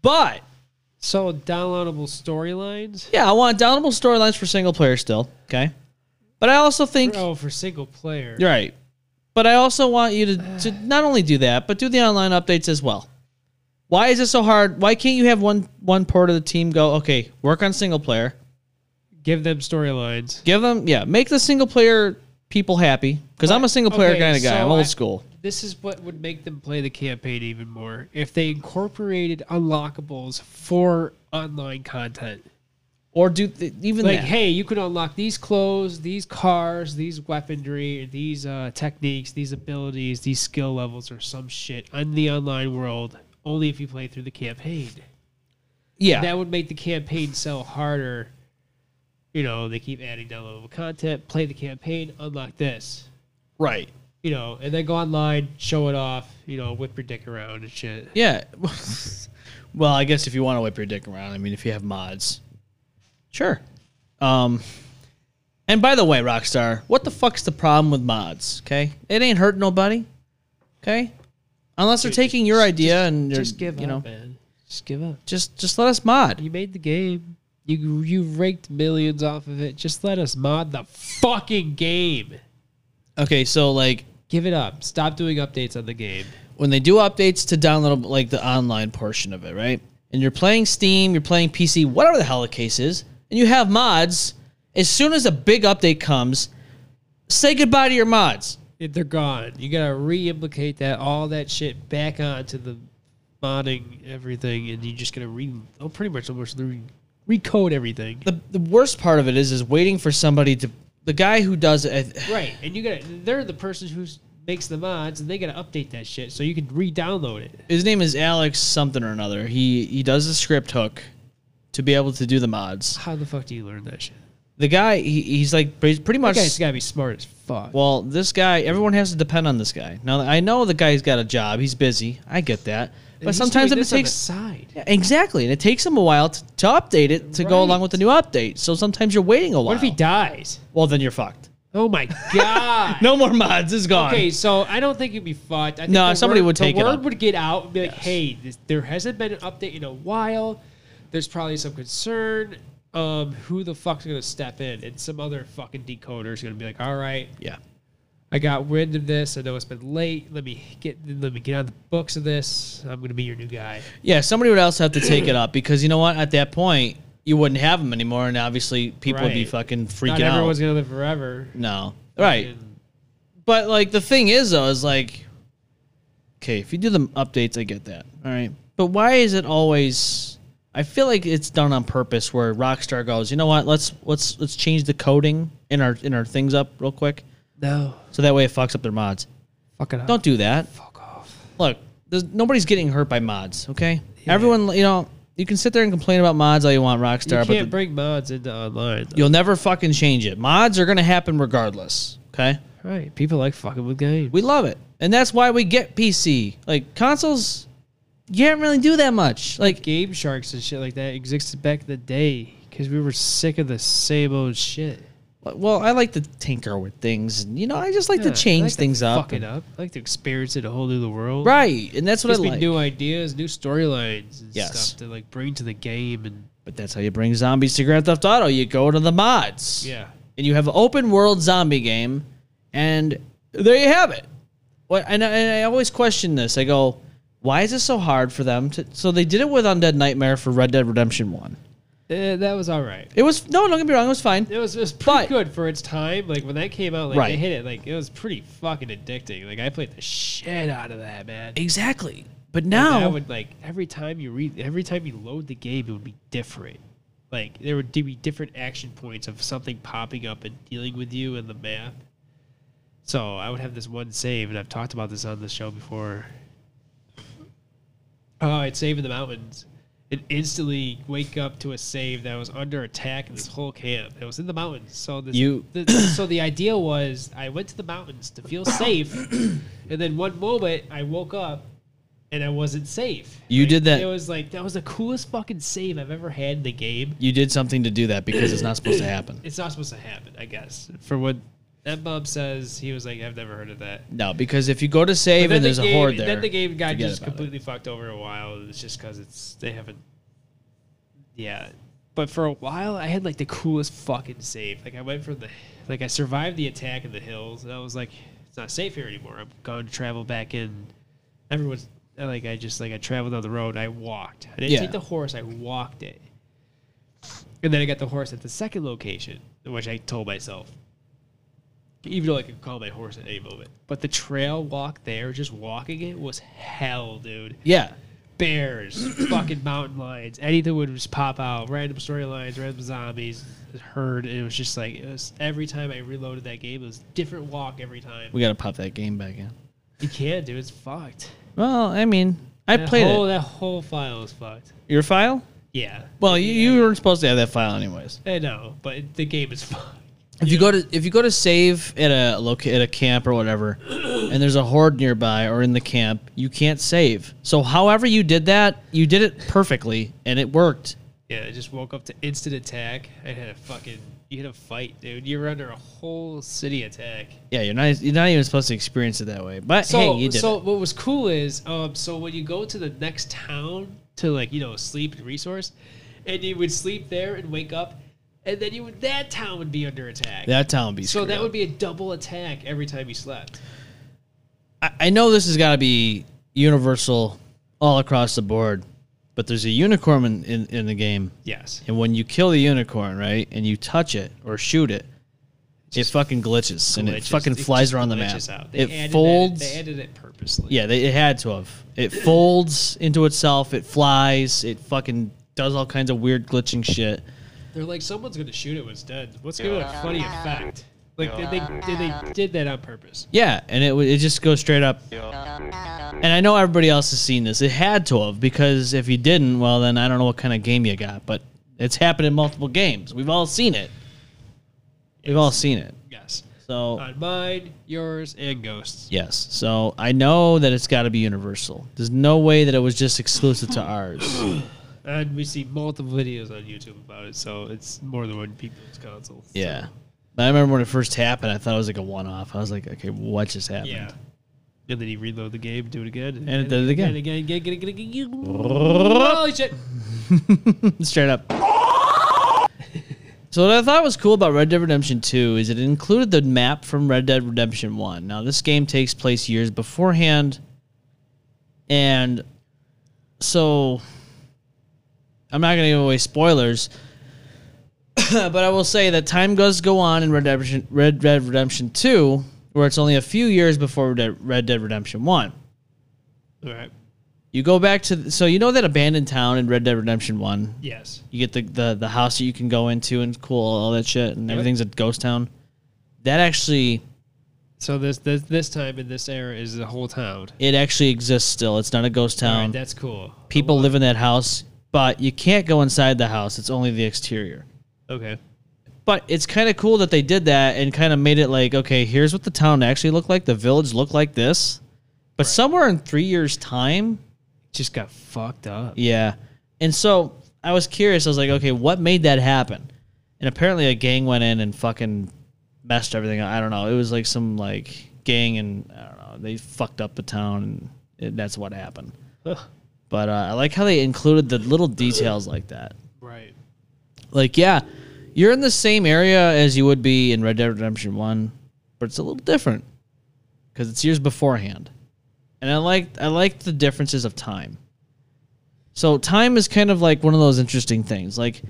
Speaker 2: but
Speaker 5: So downloadable storylines.
Speaker 2: yeah, I want downloadable storylines for single player still. Okay, but I also think
Speaker 5: Oh, for single player.
Speaker 2: you're right. But I also want you to, to not only do that, but do the online updates as well. Why is it so hard? Why can't you have one one part of the team go? Okay, work on single player.
Speaker 5: Give them storylines.
Speaker 2: Give them yeah, make the single player people happy because I'm a single player
Speaker 5: okay,
Speaker 2: kind of guy.
Speaker 5: so
Speaker 2: I'm old
Speaker 5: I-
Speaker 2: school.
Speaker 5: This is what would make them play the campaign even more if they incorporated unlockables for online content.
Speaker 2: Or do th- even
Speaker 5: Like,
Speaker 2: that.
Speaker 5: hey, you can unlock these clothes, these cars, these weaponry, these uh, techniques, these abilities, these skill levels, or some shit on the online world only if you play through the campaign.
Speaker 2: yeah,
Speaker 5: That would make the campaign sell harder. You know, they keep adding downloadable content, play the campaign, unlock this.
Speaker 2: right.
Speaker 5: you know, and then go online, show it off, you know, whip your dick around and shit.
Speaker 2: Yeah. well, I guess if you want to whip your dick around, I mean, if you have mods, sure. Um, and by the way, Rockstar, what the fuck's the problem with mods? Okay, it ain't hurting nobody. Okay, unless they're taking your idea and they're,
Speaker 5: Just give
Speaker 2: you
Speaker 5: up,
Speaker 2: know,
Speaker 5: man. Just give up.
Speaker 2: just just let us mod.
Speaker 5: You made the game. You you raked millions off of it. Just let us mod the fucking game.
Speaker 2: Okay, so like
Speaker 5: Give it up. Stop doing updates on the game.
Speaker 2: when they do updates to download like the online portion of it, right? And you're playing Steam, you're playing PC, whatever the hell the case is, and you have mods. As soon as a big update comes, say goodbye to your mods.
Speaker 5: If They're gone. You gotta re-implicate that all that shit back onto the modding everything, and you just gotta re oh pretty much almost re- recode everything.
Speaker 2: The the worst part of it is is waiting for somebody to the guy who does it.
Speaker 5: Right, and you gotta they're the person who makes the mods, and they gotta update that shit so you can re-download it.
Speaker 2: His name is Alex something or another. He he does the script hook to be able to do the mods.
Speaker 5: How the fuck do you learn that shit?
Speaker 2: The guy he, he's like pre- pretty
Speaker 5: That
Speaker 2: much
Speaker 5: guy's gotta be smart as fuck.
Speaker 2: Well, this guy, everyone has to depend on this guy. Now, I know the guy's got a job; he's busy. I get that, but sometimes it takes
Speaker 5: side.
Speaker 2: Yeah, exactly, and it takes him a while to, to update it to go along
Speaker 5: Right.
Speaker 2: with the new update. So sometimes you're waiting a while.
Speaker 5: What if he dies?
Speaker 2: well, then you're fucked.
Speaker 5: Oh my god.
Speaker 2: No more mods. It's gone.
Speaker 5: Okay, so I don't think you'd be fucked. I think
Speaker 2: No,
Speaker 5: the
Speaker 2: somebody
Speaker 5: word-
Speaker 2: would take it
Speaker 5: The word
Speaker 2: up.
Speaker 5: would get out and be like, "Hey, this, there hasn't been an update in a while. There's probably some concern. Um, who the fuck's gonna step in?" And some other fucking decoder's gonna be like, "All right,
Speaker 2: Yeah.
Speaker 5: I got wind of this. I know it's been late. Let me get let me get on the books of this. I'm gonna be your new guy.
Speaker 2: Yeah. Somebody would else have to take it up because you know what? At that point, you wouldn't have him anymore, and obviously people would be
Speaker 5: Right.
Speaker 2: fucking freaking
Speaker 5: Not
Speaker 2: out.
Speaker 5: everyone's gonna live forever.
Speaker 2: no. Right.
Speaker 5: And
Speaker 2: But like the thing is though, is like okay, if you do the updates, I get that. All right. But why is it always I feel like it's done on purpose where Rockstar goes, you know what, let's let's let's change the coding in our in our things up real quick.
Speaker 5: no,
Speaker 2: So that way it fucks up their mods.
Speaker 5: fuck it up.
Speaker 2: Don't do that.
Speaker 5: fuck off.
Speaker 2: Look, there's, nobody's getting hurt by mods, okay? Everyone you know, you can sit there and complain about mods all you want,
Speaker 5: You
Speaker 2: Rockstar, but
Speaker 5: can't
Speaker 2: the-
Speaker 5: bring mods into online. though.
Speaker 2: you'll never fucking change it. Mods are gonna happen regardless. Okay?
Speaker 5: Right? People like fucking with games.
Speaker 2: We love it. And that's why we get PC. Like consoles, you can't really do that much. Like
Speaker 5: Game sharks and shit like that existed back in the day because we were sick of the same old shit.
Speaker 2: well, I like to tinker with things and you know, I just like
Speaker 5: Yeah, I
Speaker 2: to change
Speaker 5: like
Speaker 2: things
Speaker 5: fuck
Speaker 2: up.
Speaker 5: it up. I like to experience it a whole new world.
Speaker 2: Right. And that's what
Speaker 5: Gives
Speaker 2: I
Speaker 5: me
Speaker 2: like.
Speaker 5: new ideas, new storylines, and
Speaker 2: Yes.
Speaker 5: stuff to like bring to the game and
Speaker 2: But that's how you bring zombies to Grand Theft Auto. You go to the mods.
Speaker 5: yeah.
Speaker 2: And you have an open world zombie game and there you have it. What and I, and I always question this. I go, why is this so hard for them to so they did it with Undead Nightmare for Red Dead Redemption 1.
Speaker 5: Eh, that was all right.
Speaker 2: It was no, don't get me wrong, it was fine.
Speaker 5: It was, it was pretty
Speaker 2: But-
Speaker 5: good for its time. Like when that came out, like
Speaker 2: Right.
Speaker 5: they hit it, like it was pretty fucking addicting. Like I played the shit out of that, man.
Speaker 2: Exactly. But
Speaker 5: And I
Speaker 2: now
Speaker 5: would like every time you read, every time you load the game, it would be different. Like there would be different action points of something popping up and dealing with you in the map. So I would have this one save, and I've talked about this on the show before. Oh, I'd save in the mountains. And instantly wake up to a save that was under attack in this whole camp. It was in the mountains. So this,
Speaker 2: You-
Speaker 5: the, so the idea was I went to the mountains to feel safe, and then one moment I woke up and I wasn't safe.
Speaker 2: You
Speaker 5: Like,
Speaker 2: did that-
Speaker 5: It was like that was the coolest fucking save I've ever had in the game.
Speaker 2: you did something to do that because it's not supposed to happen.
Speaker 5: It's not supposed to happen, I guess. For what that Bob says, he was like, I've never heard of that.
Speaker 2: No, because if you go to save
Speaker 5: But
Speaker 2: and there's
Speaker 5: the
Speaker 2: a
Speaker 5: game,
Speaker 2: horde there,
Speaker 5: Then the game got
Speaker 2: forget
Speaker 5: just
Speaker 2: about it.
Speaker 5: completely fucked over a while. It's just because it's they haven't. Yeah, but for a while I had like the coolest fucking save. Like I went from the, like I survived the attack in the hills, and I was like, it's not safe here anymore. I'm going to travel back in. Everyone's and, like I just like I traveled down the road. I walked. I didn't
Speaker 2: Yeah.
Speaker 5: take the horse. I walked it. And then I got the horse at the second location, which I told myself, even though I could call my horse at any moment. But the trail walk there, just walking it, was hell, dude.
Speaker 2: yeah,
Speaker 5: Bears, fucking mountain lions, anything would just pop out. Random storylines, random zombies, herd. and It was just like it was, every time I reloaded that game, it was different walk every time.
Speaker 2: we got to pop that game back in.
Speaker 5: You can't, dude. It's fucked.
Speaker 2: Well, I mean, I
Speaker 5: that
Speaker 2: played
Speaker 5: whole,
Speaker 2: it.
Speaker 5: That whole file is fucked.
Speaker 2: Your file?
Speaker 5: Yeah,
Speaker 2: Well, you, you weren't supposed to have that file anyways.
Speaker 5: I know, but the game is fucked.
Speaker 2: If you go to if you go to save at a loca- at a camp or whatever, and there's a horde nearby or in the camp, you can't save. So however you did that, you did it perfectly and it worked.
Speaker 5: Yeah, I just woke up to instant attack. I had a fucking you had a fight, dude. You were under a whole city attack.
Speaker 2: Yeah, you're not you're not even supposed to experience it that way. But
Speaker 5: So,
Speaker 2: hey, you did
Speaker 5: so
Speaker 2: it.
Speaker 5: what was cool is, um, so when you go to the next town to like you know sleep and resource, and you would sleep there and wake up, and then you would that town would be under attack.
Speaker 2: That town be
Speaker 5: so that would be a double attack every time you slept.
Speaker 2: I, I know this has got to be universal all across the board, but there's a unicorn in, in, in the game,
Speaker 5: Yes.
Speaker 2: and when you kill the unicorn, right, and you touch it or shoot it, it fucking glitches, and it
Speaker 5: Glitches.
Speaker 2: fucking
Speaker 5: just
Speaker 2: flies around the map.
Speaker 5: glitches out. They added
Speaker 2: It
Speaker 5: that-
Speaker 2: folds.
Speaker 5: they added it purposely.
Speaker 2: Yeah, they, it had to have. It folds into itself. It flies. It fucking does all kinds of weird glitching shit.
Speaker 5: They're like, someone's gonna shoot it when it's dead. Let's give it a funny effect. Like did they, did they did that on purpose.
Speaker 2: Yeah, and it w- it just goes straight up. And I know everybody else has seen this. It had to have because if you didn't, well, then I don't know what kind of game you got. But it's happened in multiple games. We've all seen it. We've all seen it.
Speaker 5: Yes.
Speaker 2: So
Speaker 5: On mine, yours, and Ghost's.
Speaker 2: yes, so I know that it's got to be universal. There's no way that it was just exclusive to ours.
Speaker 5: And we see multiple videos on YouTube about it, so it's more than one people's console. So-
Speaker 2: Yeah. I remember when it first happened, I thought it was like a one off. I was like, okay, what just happened?
Speaker 5: Yeah. And then you reload the game, do it again, and,
Speaker 2: it does it again.
Speaker 5: again, again, again, again, again, again. Holy shit!
Speaker 2: Straight up. so what I thought was cool about Red Dead Redemption 2 is it included the map from Red Dead Redemption 1. Now this game takes place years beforehand and so I'm not going to give away spoilers, but I will say that time does go on in Red Dead Redemption, Red Dead Redemption 2 where it's only a few years before Red Dead- Red Dead Redemption 1.
Speaker 5: All right.
Speaker 2: You go back to so you know that abandoned town in Red Dead Redemption 1
Speaker 5: Yes.
Speaker 2: you get the, the the house that you can go into and cool all that shit and everything's a ghost town that actually
Speaker 5: So this this this time in this era is the whole town.
Speaker 2: it actually exists still it's not a ghost
Speaker 5: All
Speaker 2: town
Speaker 5: right, that's cool.
Speaker 2: people live in that house but you can't go inside the house it's only the exterior
Speaker 5: Okay.
Speaker 2: but it's kind of cool that they did that and kind of made it like okay here's what the town actually looked like the village looked like this but somewhere in three years time
Speaker 5: Just got fucked up.
Speaker 2: Yeah. And so I was curious. I was like, okay, what made that happen? And apparently a gang went in and fucking messed everything up. I don't know. It was like some like gang and I don't know. They fucked up the town and it, that's what happened. But uh, I like how they included the little details like that.
Speaker 5: Right.
Speaker 2: Like, yeah, you're in the same area as you would be in Red Dead Redemption 1, but it's a little different because it's years beforehand. And I like I like the differences of time. So time is kind of like one of those interesting things. Like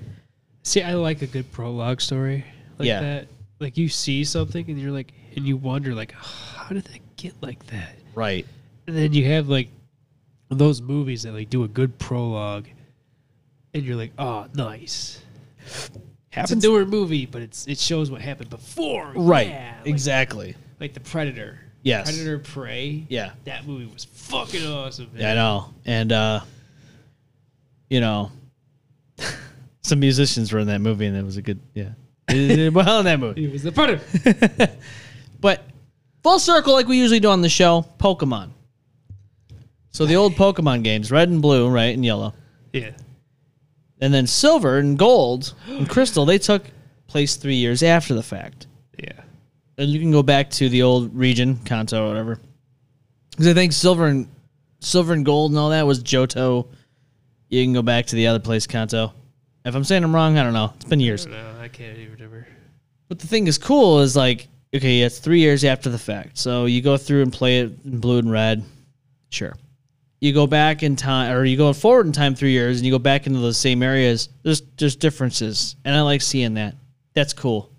Speaker 5: See, I like a good prologue story like
Speaker 2: Yeah.
Speaker 5: that. Like you see something and you're like, and you wonder like, how did that get like that?
Speaker 2: Right.
Speaker 5: And then you have like those movies that like do a good prologue, and you're like, oh, nice. It's a
Speaker 2: Happens.
Speaker 5: newer movie, but it's it shows what happened before.
Speaker 2: Right.
Speaker 5: Yeah. Like,
Speaker 2: exactly.
Speaker 5: like the Predator.
Speaker 2: Yes.
Speaker 5: Predator Prey.
Speaker 2: Yeah.
Speaker 5: That movie was fucking awesome. Man.
Speaker 2: Yeah, I know. And uh you know some musicians were in that movie and it was a good yeah. They did well in that movie.
Speaker 5: It was the Predator.
Speaker 2: But full circle like we usually do on the show, Pokemon. So the old Pokemon games, red and blue, right, and yellow.
Speaker 5: yeah.
Speaker 2: And then silver and gold and crystal, they took place three years after the fact.
Speaker 5: Yeah.
Speaker 2: and you can go back to the old region, Kanto or whatever. Because I think silver and silver and gold and all that was Johto. You can go back to the other place, Kanto. If I'm saying I'm wrong, I don't know. It's been years.
Speaker 5: No, I can't even remember.
Speaker 2: But the thing is cool is like, okay, yeah, it's three years after the fact. So you go through and play it in blue and red. Sure. You go back in time or you go forward in time three years and you go back into those same areas. There's there's differences. And I like seeing that. That's cool.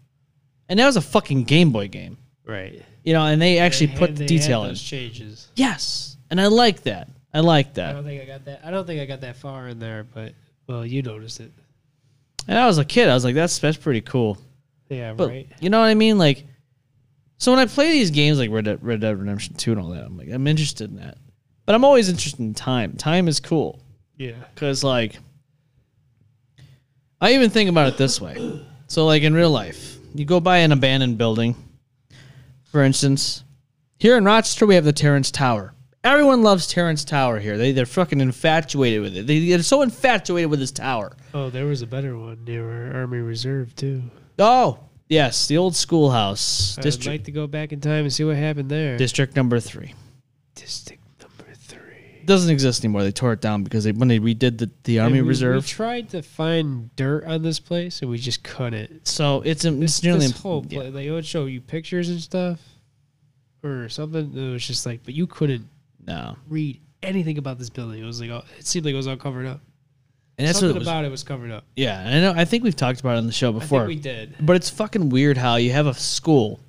Speaker 2: And that was a fucking Game Boy game
Speaker 5: Right.
Speaker 2: you know, and they actually
Speaker 5: They
Speaker 2: put
Speaker 5: had-
Speaker 2: the
Speaker 5: they
Speaker 2: detail
Speaker 5: had
Speaker 2: in.
Speaker 5: those changes.
Speaker 2: Yes, and I like that. I like
Speaker 5: I
Speaker 2: that.
Speaker 5: don't think I got that. I don't think I got that far in there, but well, you noticed it.
Speaker 2: And I was a kid. I was like, that's that's pretty cool.
Speaker 5: Yeah.
Speaker 2: But
Speaker 5: right.
Speaker 2: you know what I mean? Like, so when I play these games like Red Dead, Red Dead Redemption Two and all that, I'm like, I'm interested in that. But I'm always interested in time. Time is cool
Speaker 5: Yeah.
Speaker 2: because like, I even think about it this way. So like in real life, you go by an abandoned building. For instance, here in Rochester, we have the Terrence Tower. Everyone loves Terrence Tower here. They they're fucking infatuated with it. They, they're so infatuated with this tower.
Speaker 5: Oh, there was a better one near our Army Reserve too.
Speaker 2: Oh yes, the old schoolhouse
Speaker 5: I'd
Speaker 2: district
Speaker 5: like to go back in time and see what happened there.
Speaker 2: district number three
Speaker 5: District number three.
Speaker 2: doesn't exist anymore. They tore it down because they when they redid the, the Army
Speaker 5: And we-
Speaker 2: Reserve.
Speaker 5: We tried to find dirt on this place, and we just couldn't.
Speaker 2: so it's it's nearly
Speaker 5: this whole
Speaker 2: yeah.
Speaker 5: place, like it would show you pictures and stuff, or something. It was just like, but you couldn't
Speaker 2: no,
Speaker 5: read anything about this building. It was like all, it seemed like it was all covered up.
Speaker 2: and that's what
Speaker 5: Something
Speaker 2: it was.
Speaker 5: about it was covered up.
Speaker 2: yeah, and I know. I think we've talked about it on the show before.
Speaker 5: I think we did.
Speaker 2: But it's fucking weird how you have a school.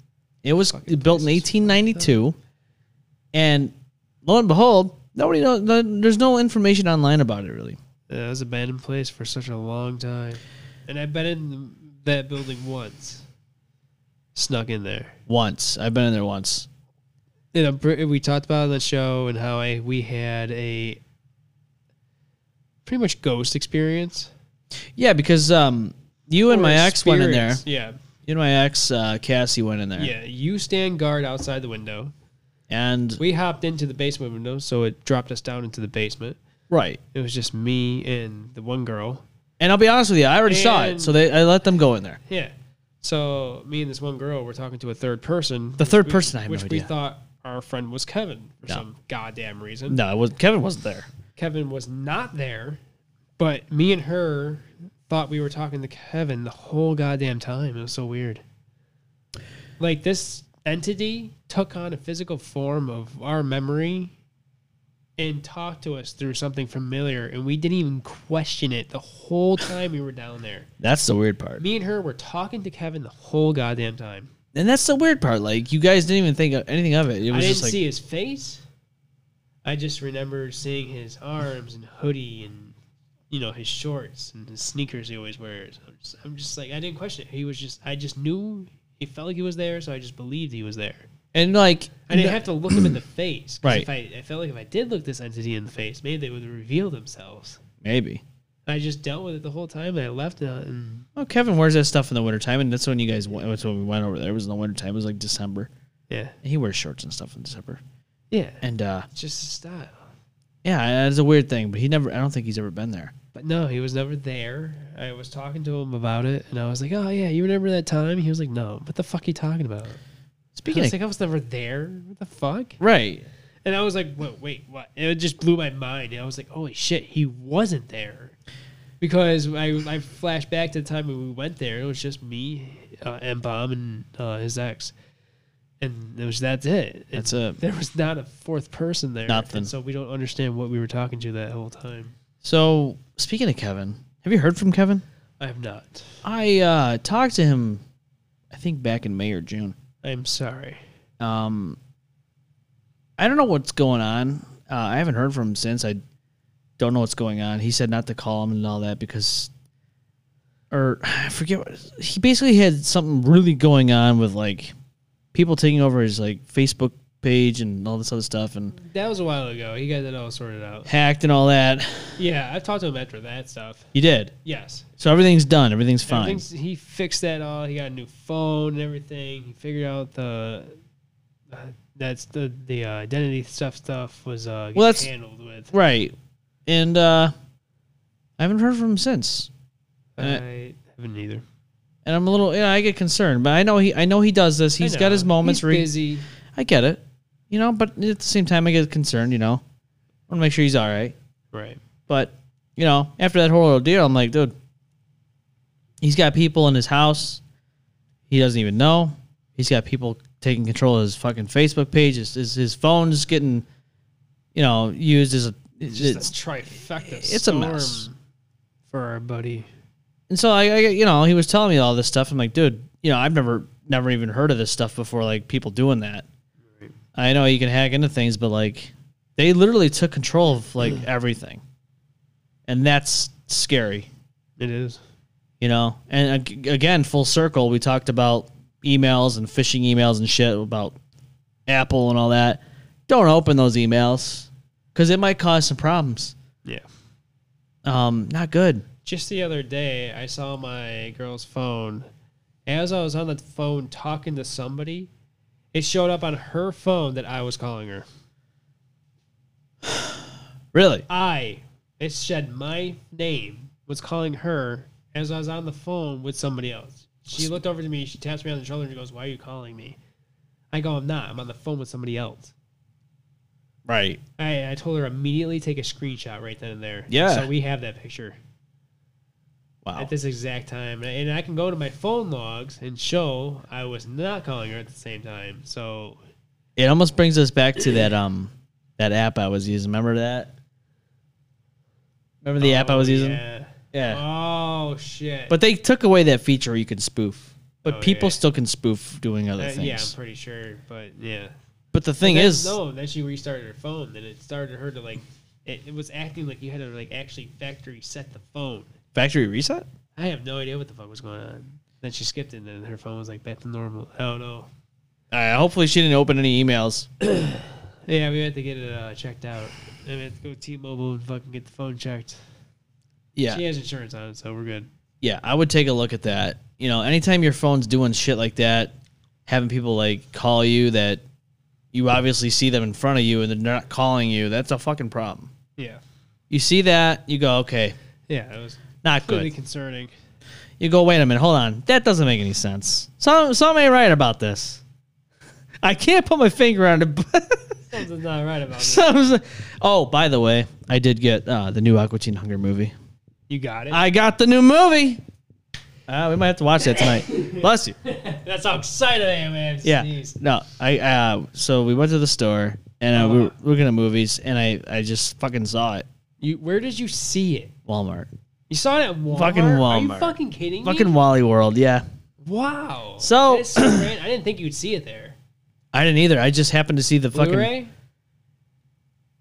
Speaker 2: It was built in 1892, and lo and behold, nobody knows. There's no information online about it really.
Speaker 5: Yeah, it was an abandoned place for such a long time, and I've been in that building once. Snuck in there,
Speaker 2: Once I've been in there once.
Speaker 5: and I'm pre- we talked about it on the show and how I we had a pretty much ghost experience.
Speaker 2: Yeah, because um, you and
Speaker 5: Or
Speaker 2: my ex went in there.
Speaker 5: experience. Yeah,
Speaker 2: You and my ex uh, Cassie went in there.
Speaker 5: yeah. You stand guard outside the window.
Speaker 2: And
Speaker 5: We hopped into the basement window, so it dropped us down into the basement.
Speaker 2: right.
Speaker 5: It was just me and the one girl.
Speaker 2: And I'll be honest with you, I already saw it,
Speaker 5: And-
Speaker 2: so they I let them go in there.
Speaker 5: Yeah. So me and this one girl were talking to a third person.
Speaker 2: The
Speaker 5: which
Speaker 2: third
Speaker 5: we-
Speaker 2: person, I have no
Speaker 5: which we
Speaker 2: idea.
Speaker 5: thought our friend was Kevin for some goddamn reason.
Speaker 2: No, it was Kevin wasn't there.
Speaker 5: Kevin was not there, but me and her thought we were talking to Kevin the whole goddamn time. It was so weird. Like this entity took on a physical form of our memory and talked to us through something familiar and we didn't even question it the whole time we were down there.
Speaker 2: That's the weird part.
Speaker 5: Me and her were talking to Kevin the whole goddamn time.
Speaker 2: And that's the weird part. Like you guys didn't even think of anything of it. It
Speaker 5: I
Speaker 2: was
Speaker 5: didn't
Speaker 2: just like
Speaker 5: see his face. I just remembered seeing his arms and hoodie and you know his shorts and his sneakers he always wears. I'm just, I'm just like I didn't question it. He was just I just knew he felt like he was there, so I just believed he was there.
Speaker 2: and like
Speaker 5: I didn't have to look him in the face. 'cause
Speaker 2: Right.
Speaker 5: If I, I felt like if I did look this entity in the face, maybe they would reveal themselves.
Speaker 2: maybe.
Speaker 5: I just dealt with it the whole time and I left it. And
Speaker 2: Well, Kevin wears that stuff in the wintertime, and that's when you guys went. That's when we went over there. It was in the wintertime. It was like December.
Speaker 5: yeah,
Speaker 2: And he wears shorts and stuff in December.
Speaker 5: yeah,
Speaker 2: And uh,
Speaker 5: it's just a style.
Speaker 2: yeah, it's a weird thing, but he never. I don't think he's ever been there.
Speaker 5: But no, he was never there. I was talking to him about it, and I was like, "Oh yeah, you remember that time?" He was like, "No, what the fuck you talking about?" I
Speaker 2: Speaking
Speaker 5: was
Speaker 2: of
Speaker 5: like, "I was never there. What the fuck?"
Speaker 2: right,
Speaker 5: And I was like, "Wait, wait, what?" And it just blew my mind. And I was like, "Holy shit, he wasn't there," because I I flashed back to the time when we went there. It was just me, uh, M Bomb, and uh, his ex, and it was that's it. And
Speaker 2: That's it.
Speaker 5: There was not a fourth person there.
Speaker 2: Nothing.
Speaker 5: And so we don't understand what we were talking to that whole time.
Speaker 2: so speaking of Kevin, have you heard from Kevin?
Speaker 5: I have not.
Speaker 2: I uh, talked to him, I think back in May or June.
Speaker 5: I'm sorry.
Speaker 2: Um, I don't know what's going on. Uh, I haven't heard from him since. I don't know what's going on. He said not to call him and all that because, or I forget. What, he basically had something really going on with like people taking over his like Facebook page and all this other stuff and
Speaker 5: That was a while ago. He got that all sorted out.
Speaker 2: hacked and all that.
Speaker 5: Yeah, I've talked to him after that stuff.
Speaker 2: You did.
Speaker 5: Yes.
Speaker 2: So everything's done. Everything's fine.
Speaker 5: Everything's- He fixed that all. He got a new phone and everything. He figured out the uh, that's the the uh, identity stuff stuff was uh, getting
Speaker 2: that's-
Speaker 5: handled with.
Speaker 2: right. And uh, I haven't heard from him since.
Speaker 5: I haven't either.
Speaker 2: And I'm a little, yeah, I get concerned, but I know he, I know he does this. He's
Speaker 5: I
Speaker 2: got
Speaker 5: know.
Speaker 2: his moments.
Speaker 5: He's
Speaker 2: where he-
Speaker 5: busy.
Speaker 2: I get it, you know, but at the same time, I get concerned, you know. I want to make sure he's all right.
Speaker 5: Right.
Speaker 2: But, you know, after that whole ordeal, I'm like, dude, he's got people in his house he doesn't even know. He's got people taking control of his fucking Facebook page. His, his, his phone's getting, you know, used as a.
Speaker 5: It's a trifecta.
Speaker 2: it's a mess.
Speaker 5: storm for our buddy.
Speaker 2: And so I, I, you know, he was telling me all this stuff. I'm like, dude, you know, I've never, never even heard of this stuff before. Like people doing that. I know you can hack into things, but like, they literally took control of like everything, and that's scary,
Speaker 5: It is.
Speaker 2: you know. And ag- again, full circle, we talked about emails and phishing emails and shit about Apple and all that. Don't open those emails because it might cause some problems.
Speaker 5: Yeah.
Speaker 2: Um, not good.
Speaker 5: Just the other day, I saw my girl's phone. As I was on the phone talking to somebody, it showed up on her phone that I was calling her.
Speaker 2: Really,
Speaker 5: I, it said my name, was calling her as I was on the phone with somebody else. She looked over to me, she taps me on the shoulder, and she goes, Why are you calling me? I go, I'm not. I'm on the phone with somebody else.
Speaker 2: right?
Speaker 5: I, I told her immediately take a screenshot right then and there.
Speaker 2: Yeah.
Speaker 5: So we have that picture.
Speaker 2: Wow.
Speaker 5: at this exact time, and I- and I can go to my phone logs and show I was not calling her at the same time. So
Speaker 2: It almost brings us back to that um that app I was using. Remember that? Remember the app I
Speaker 5: Oh,
Speaker 2: was using?
Speaker 5: Yeah.
Speaker 2: Yeah.
Speaker 5: Oh shit.
Speaker 2: But they took away that feature where you could spoof. But
Speaker 5: Oh,
Speaker 2: people
Speaker 5: yeah.
Speaker 2: still can spoof doing other
Speaker 5: Uh,
Speaker 2: things.
Speaker 5: yeah, I'm pretty sure. But yeah,
Speaker 2: But the thing
Speaker 5: Then-
Speaker 2: is,
Speaker 5: no. Then she restarted her phone. Then it started her to like. It, it was acting like you had to like actually factory set the phone.
Speaker 2: factory reset.
Speaker 5: I have no idea what the fuck was going on. Then she skipped it, and then her phone was like back to normal. I don't know.
Speaker 2: Uh, hopefully, she didn't open any emails.
Speaker 5: Yeah, we had to get it uh, checked out. I mean, go T-Mobile and fucking get the phone checked.
Speaker 2: Yeah,
Speaker 5: She has insurance on it, so we're good.
Speaker 2: yeah. I would take a look at that. You know, anytime your phone's doing shit like that, having people like call you that you obviously see them in front of you and they're not calling you, that's a fucking problem.
Speaker 5: Yeah.
Speaker 2: You see that, you go, okay,
Speaker 5: Yeah, it was
Speaker 2: not good.
Speaker 5: really concerning.
Speaker 2: you go, wait a minute, hold on. That doesn't make any sense. Some some ain't right about this. I can't put my finger on it. But
Speaker 5: Something's not right about it.
Speaker 2: some, oh, by the way, I did get uh, the new Aqua Teen Hunger movie.
Speaker 5: You got it.
Speaker 2: I got the new movie. Uh, we might have to watch that tonight. Bless you.
Speaker 5: That's how excited I am, man.
Speaker 2: Yeah.
Speaker 5: Sneeze.
Speaker 2: No, I. Uh, so we went to the store and uh, we were
Speaker 5: Uh-huh.
Speaker 2: looking at movies, and I I just fucking saw it.
Speaker 5: You, where did you see it?
Speaker 2: Walmart.
Speaker 5: You saw it at Walmart.
Speaker 2: Fucking
Speaker 5: Are you
Speaker 2: Walmart.
Speaker 5: fucking kidding
Speaker 2: Fucking
Speaker 5: me?
Speaker 2: Wally World. Yeah.
Speaker 5: Wow.
Speaker 2: So-
Speaker 5: That is so random. I didn't think you'd see it there.
Speaker 2: I didn't either. I just happened to see the fucking.
Speaker 5: Blu-ray.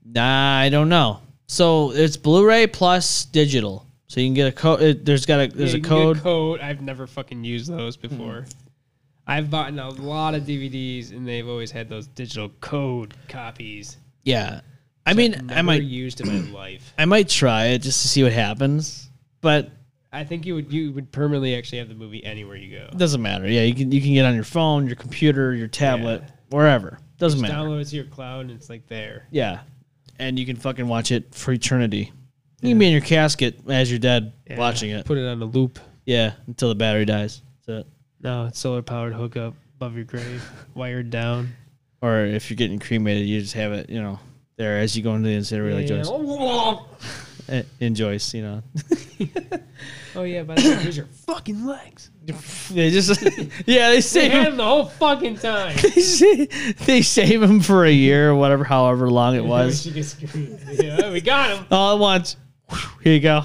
Speaker 2: Nah, I don't know. So it's Blu-ray plus digital. So you can get a code. There's got a there's
Speaker 5: Yeah,
Speaker 2: a
Speaker 5: you can get
Speaker 2: code. Hmm.
Speaker 5: Code. I've never fucking used those before. I've bought a lot of DVDs, and they've always had those digital code copies.
Speaker 2: yeah, I mean, I
Speaker 5: Never
Speaker 2: might
Speaker 5: used in my life.
Speaker 2: I might try it just to see what happens, but it
Speaker 5: I think you would you would permanently actually have the movie anywhere you go.
Speaker 2: doesn't matter. Yeah, you can you can get on your phone, your computer, your tablet, wherever. Doesn't matter.
Speaker 5: Download it to your cloud, and it's like there.
Speaker 2: Yeah, and you can fucking watch it for eternity. You can be in your casket as you're dead, watching it.
Speaker 5: Put it on a loop.
Speaker 2: Yeah, until the battery dies. That's it.
Speaker 5: No, it's solar powered hookup above your grave, wired down.
Speaker 2: Or if you're getting cremated, you just have it, you know, there as you go into the incinerator, like Joyce. eh, in Joyce, you know.
Speaker 5: Oh yeah, by the way, here's your fucking legs.
Speaker 2: they just yeah, they save
Speaker 5: Had
Speaker 2: him,
Speaker 5: him the whole fucking time.
Speaker 2: they save they save him for a year or whatever, however long it was.
Speaker 5: She gets screamed. yeah, we got him.
Speaker 2: All at once. Whew, Here you go.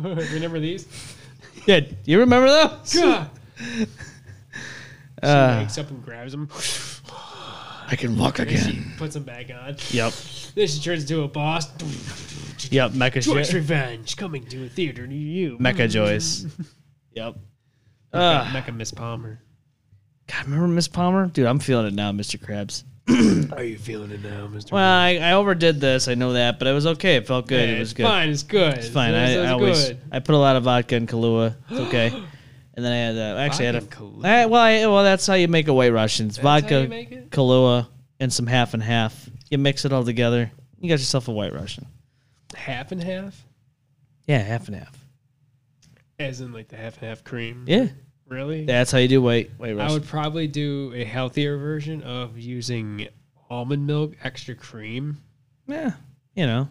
Speaker 5: Remember these?
Speaker 2: Yeah, do you remember those?
Speaker 5: God.
Speaker 2: Uh.
Speaker 5: she wakes up and grabs him.
Speaker 2: I can walk
Speaker 5: She
Speaker 2: again.
Speaker 5: puts him back on.
Speaker 2: Yep.
Speaker 5: Then she turns into a boss.
Speaker 2: Yep. Mecha
Speaker 5: Joyce
Speaker 2: jo-
Speaker 5: Revenge coming to a theater near you.
Speaker 2: Mecha Joyce. Yep. Ah.
Speaker 5: Mecha, Mecha Miss Palmer.
Speaker 2: God, remember Miss Palmer? Dude, I'm feeling it now, Mr. Krabs.
Speaker 5: Are you feeling it now, Mr.
Speaker 2: Well, I, I overdid this. I know that, but it was okay. It felt good.
Speaker 5: Yeah,
Speaker 2: it was
Speaker 5: it's
Speaker 2: good.
Speaker 5: fine. It's good.
Speaker 2: It's fine. I, I always
Speaker 5: good.
Speaker 2: I put a lot of vodka in Kahlua. It's okay. and then I had uh, actually I had a
Speaker 5: Vodka and Kahlua.
Speaker 2: I- well, I, well that's how you make a white Russian. It's vodka,
Speaker 5: how you make it?
Speaker 2: Kahlua, and some half and half. You mix it all together. You got yourself a white Russian.
Speaker 5: half and half,
Speaker 2: Yeah, half and half.
Speaker 5: as in like the half and half cream.
Speaker 2: Yeah,
Speaker 5: Really?
Speaker 2: that's how you do white white
Speaker 5: I
Speaker 2: Russian.
Speaker 5: would probably do a healthier version of using almond milk, extra cream.
Speaker 2: yeah, you know,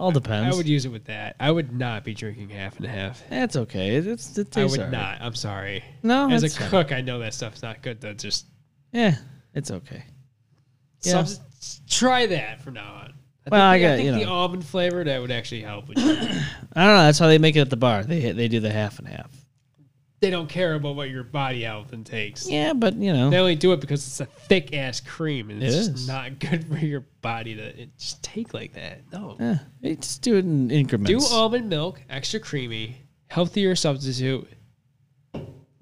Speaker 2: all depends.
Speaker 5: I would use it with that. I would not be drinking half and half.
Speaker 2: that's okay. It, it's it
Speaker 5: I
Speaker 2: tastes
Speaker 5: would
Speaker 2: all right.
Speaker 5: not. I'm sorry.
Speaker 2: No,
Speaker 5: As a
Speaker 2: Oh, that's fine.
Speaker 5: cook, I know that stuff's not good. Though, just
Speaker 2: Yeah, it's okay. Yeah.
Speaker 5: subs- try that from now on. I
Speaker 2: Well, I
Speaker 5: think,
Speaker 2: got-
Speaker 5: think
Speaker 2: you
Speaker 5: the
Speaker 2: know.
Speaker 5: almond flavor that would actually help. with you.
Speaker 2: I don't know. That's how they make it at the bar. They they do the half and half.
Speaker 5: they don't care about what your body health intakes.
Speaker 2: Yeah, but you know,
Speaker 5: They only do it because it's a thick ass cream and it's
Speaker 2: It
Speaker 5: just
Speaker 2: is.
Speaker 5: not good for your body to it just take like that. No.
Speaker 2: Yeah, they just do it in
Speaker 5: Do
Speaker 2: increments.
Speaker 5: almond milk, extra creamy, healthier substitute,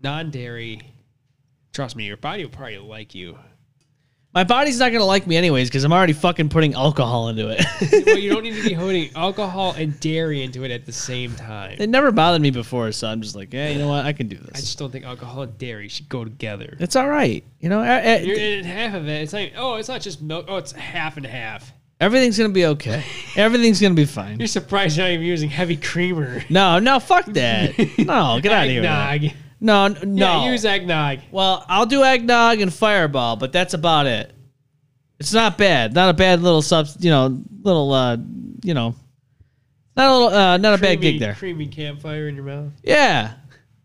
Speaker 5: non dairy. Trust me, your body will probably like you.
Speaker 2: My body's not gonna like me anyways because I'm already fucking putting alcohol into it.
Speaker 5: well, you don't need to be putting alcohol and dairy into it at the same time.
Speaker 2: it never bothered me before, so I'm just like, yeah, you know what? I can do
Speaker 5: I
Speaker 2: this.
Speaker 5: just don't think alcohol and dairy should go together.
Speaker 2: It's all right. You know, e- I- I-
Speaker 5: You're in half of it. It's like, oh, it's not just milk. Oh, it's half and half.
Speaker 2: everything's gonna be okay. Everything's gonna be fine.
Speaker 5: You're surprised you're not even using heavy creamer.
Speaker 2: No, no, fuck that. No, get out of here. with that.
Speaker 5: Eggnog.
Speaker 2: No, n- no.
Speaker 5: Yeah, use eggnog.
Speaker 2: well, I'll do eggnog and fireball, but that's about it. It's not bad. Not a bad little sub. You know, little. uh You know, not a little. Uh, not a bad gig there.
Speaker 5: Creamy campfire in your mouth.
Speaker 2: Yeah.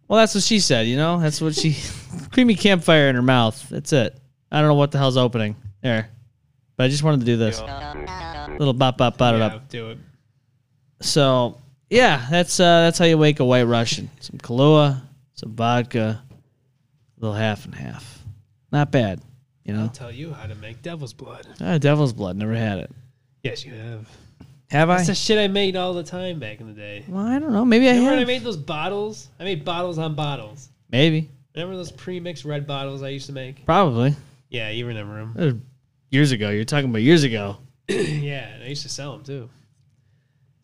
Speaker 2: Well, that's what she said, you know? That's what she. creamy campfire in her mouth. That's it. I don't know what the hell's opening there. But I just wanted to do this. Little bop, bop, bop it
Speaker 5: yeah,
Speaker 2: up.
Speaker 5: do it.
Speaker 2: So, yeah, that's uh, that's how you wake a white Russian. Some Kahlua, some vodka, a little half and half. Not bad, you know?
Speaker 5: I'll tell you how to make devil's blood.
Speaker 2: Ah, devil's blood. Never had it.
Speaker 5: Yes, you have.
Speaker 2: Have I?
Speaker 5: That's the shit I made all the time back in the day.
Speaker 2: well, I don't know. Maybe I
Speaker 5: Remember when I
Speaker 2: have.
Speaker 5: made those bottles? I made bottles on bottles.
Speaker 2: Maybe.
Speaker 5: Remember those pre-mixed red bottles I used to make?
Speaker 2: Probably.
Speaker 5: Yeah, you remember them.
Speaker 2: That was Years ago. You're talking about years ago.
Speaker 5: yeah, and I used to sell them too.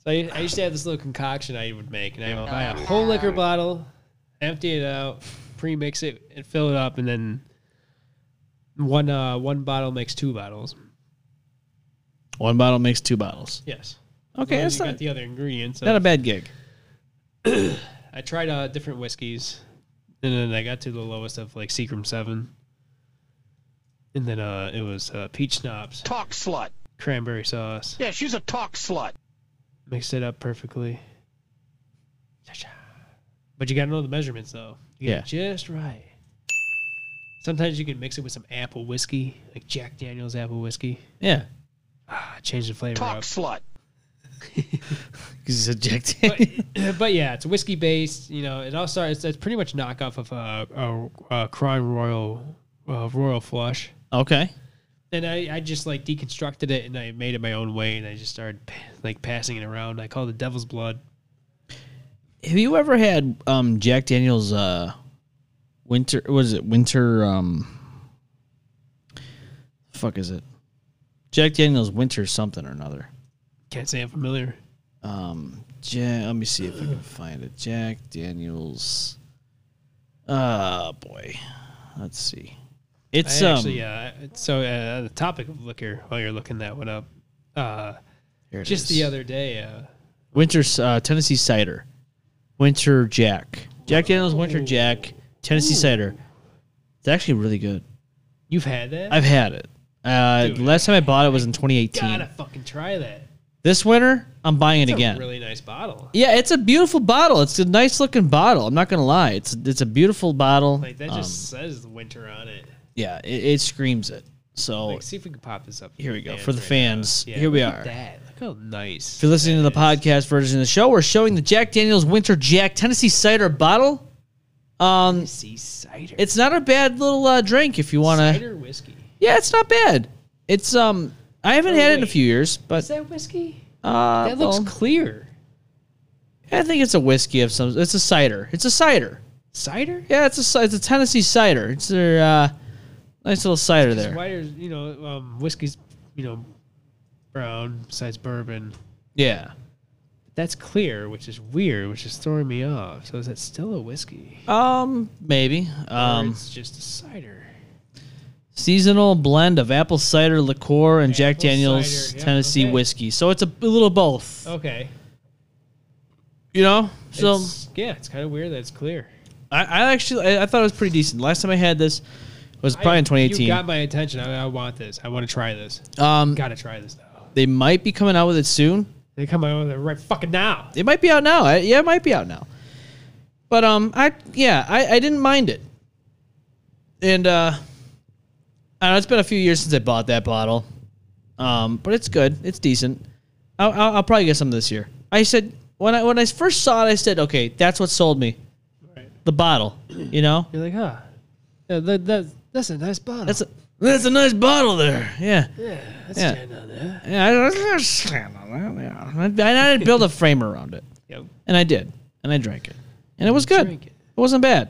Speaker 5: So I, I used to have this little concoction I would make, and I would buy a whole liquor bottle, empty it out, pre-mix it, and fill it up, and then one uh, one bottle makes two bottles.
Speaker 2: One bottle makes two bottles.
Speaker 5: Yes.
Speaker 2: Okay,
Speaker 5: As
Speaker 2: that's
Speaker 5: long as you
Speaker 2: not,
Speaker 5: got the other ingredients.
Speaker 2: not a bad gig.
Speaker 5: I tried uh, different whiskeys, and then I got to the lowest of like Seagram Seven, and then uh, it was uh, peach schnapps,
Speaker 6: Talk slut.
Speaker 5: cranberry sauce,
Speaker 6: Yeah, she's a talk slut.
Speaker 5: mixed it up perfectly. Cha-cha. But you gotta know the measurements though. You
Speaker 2: Yeah.
Speaker 5: get it just right. Sometimes you can mix it with some apple whiskey, like Jack Daniel's apple whiskey.
Speaker 2: Yeah.
Speaker 5: Ah, change the flavor
Speaker 6: Talk
Speaker 5: up.
Speaker 6: slut.
Speaker 2: Because he's
Speaker 5: but,
Speaker 2: ejected.
Speaker 5: but yeah, it's whiskey based. You know, it all starts. It's, it's pretty much knockoff of a, a, a Crown Royal uh, Royal Flush.
Speaker 2: okay.
Speaker 5: And I, I just like deconstructed it and I made it my own way and I just started pa- like passing it around. I call it the devil's blood.
Speaker 2: Have you ever had um, Jack Daniels uh, winter? What is it? Winter. Um, fuck is it? Jack Daniels winter something or another.
Speaker 5: Can't say I'm familiar.
Speaker 2: Um, ja- let me see if I can find it. Jack Daniels. Ah, boy. Let's see. It's
Speaker 5: I
Speaker 2: um,
Speaker 5: actually, uh, so uh, the topic of liquor, while you're looking that one up, uh,
Speaker 2: here it
Speaker 5: just
Speaker 2: is.
Speaker 5: the other day, uh,
Speaker 2: Winter uh, Tennessee cider, Winter Jack, Jack Daniel's Winter Jack, Tennessee cider. It's actually really good.
Speaker 5: you've had that?
Speaker 2: I've had it. Uh,
Speaker 5: Dude.
Speaker 2: the last time I bought it was in
Speaker 5: gotta
Speaker 2: 2018.
Speaker 5: fucking try that.
Speaker 2: This winter, I'm buying it
Speaker 5: It's
Speaker 2: again.
Speaker 5: a really nice bottle.
Speaker 2: yeah, it's a beautiful bottle. It's a nice looking bottle. I'm not gonna lie. It's it's a beautiful bottle.
Speaker 5: Like that
Speaker 2: Um,
Speaker 5: just says winter on it.
Speaker 2: yeah, it, it screams it. So
Speaker 5: Like, see if we can pop this up.
Speaker 2: Here we go, for the fans.
Speaker 5: now.
Speaker 2: Here we
Speaker 5: look at
Speaker 2: are.
Speaker 5: That. Look Look how nice.
Speaker 2: If you're listening to the podcast version of the show, we're showing the Jack Daniels Winter Jack Tennessee Cider bottle. Um,
Speaker 5: See cider.
Speaker 2: it's not a bad little uh, drink if you want to.
Speaker 5: cider whiskey.
Speaker 2: Yeah, it's not bad. It's um, I haven't had it in a
Speaker 5: wait.
Speaker 2: few years, but
Speaker 5: Is that whiskey?
Speaker 2: uh,
Speaker 5: That looks
Speaker 2: well,
Speaker 5: clear.
Speaker 2: I think it's a whiskey of some. It's a cider. It's a cider.
Speaker 5: Cider?
Speaker 2: Yeah, it's a ci- it's a Tennessee cider. It's their uh, nice little cider there.
Speaker 5: Why are you know um, whiskey's you know brown besides bourbon?
Speaker 2: Yeah.
Speaker 5: That's clear, which is weird, which is throwing me off. So is that still a whiskey?
Speaker 2: Um, maybe.
Speaker 5: or
Speaker 2: Um,
Speaker 5: it's just a cider.
Speaker 2: seasonal blend of apple cider liqueur and Jack
Speaker 5: Apple
Speaker 2: Daniel's
Speaker 5: cider, yeah,
Speaker 2: Tennessee
Speaker 5: okay.
Speaker 2: whiskey. So it's a, a little of both.
Speaker 5: Okay.
Speaker 2: You know. So
Speaker 5: It's- yeah, it's kind of weird that it's clear.
Speaker 2: I, I actually I, I thought it was pretty decent. Last time I had this was probably
Speaker 5: I-
Speaker 2: in
Speaker 5: You
Speaker 2: 2018.
Speaker 5: got my attention. I, I want this. I want to try this.
Speaker 2: um,
Speaker 5: Gotta try this now.
Speaker 2: they might be coming out with it soon.
Speaker 5: They come out with it right fucking now.
Speaker 2: It might be out now. I, yeah, it might be out now. But um, I yeah, I, I didn't mind it. And uh, I know it's been a few years since I bought that bottle, um, but it's good. It's decent. I'll, I'll, I'll probably get some this year. I said when I when I first saw it, I said, okay, that's what sold me,
Speaker 5: Right.
Speaker 2: the bottle. You know,
Speaker 5: You're like, huh? Yeah, that, that, that's a nice bottle.
Speaker 2: that's a that's a nice bottle there. Yeah.
Speaker 5: that's
Speaker 2: yeah.
Speaker 5: stand on that.
Speaker 2: Yeah, I- I understand all that, yeah. And I had to build a frame around it,
Speaker 5: Yep.
Speaker 2: and I did, and I drank it, and it was good.
Speaker 5: Drink
Speaker 2: It.
Speaker 5: it.
Speaker 2: wasn't bad.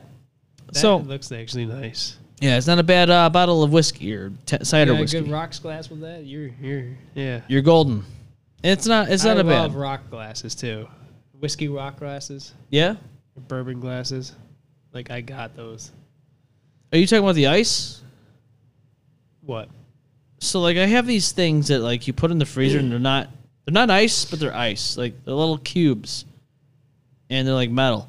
Speaker 5: That
Speaker 2: so
Speaker 5: looks actually nice.
Speaker 2: yeah, it's not a bad uh, bottle of whiskey or t- cider
Speaker 5: Yeah, a
Speaker 2: whiskey.
Speaker 5: good rocks glass with that. You're you're yeah.
Speaker 2: You're golden. It's not. It's not
Speaker 5: I
Speaker 2: a
Speaker 5: love
Speaker 2: bad.
Speaker 5: rock glasses too. Whiskey rock glasses,
Speaker 2: Yeah.
Speaker 5: bourbon glasses. Like I got those.
Speaker 2: Are you talking about the ice?
Speaker 5: What?
Speaker 2: So like, I have these things that like you put in the freezer and they're not they're not ice, but they're ice. Like they're little cubes, and they're like metal,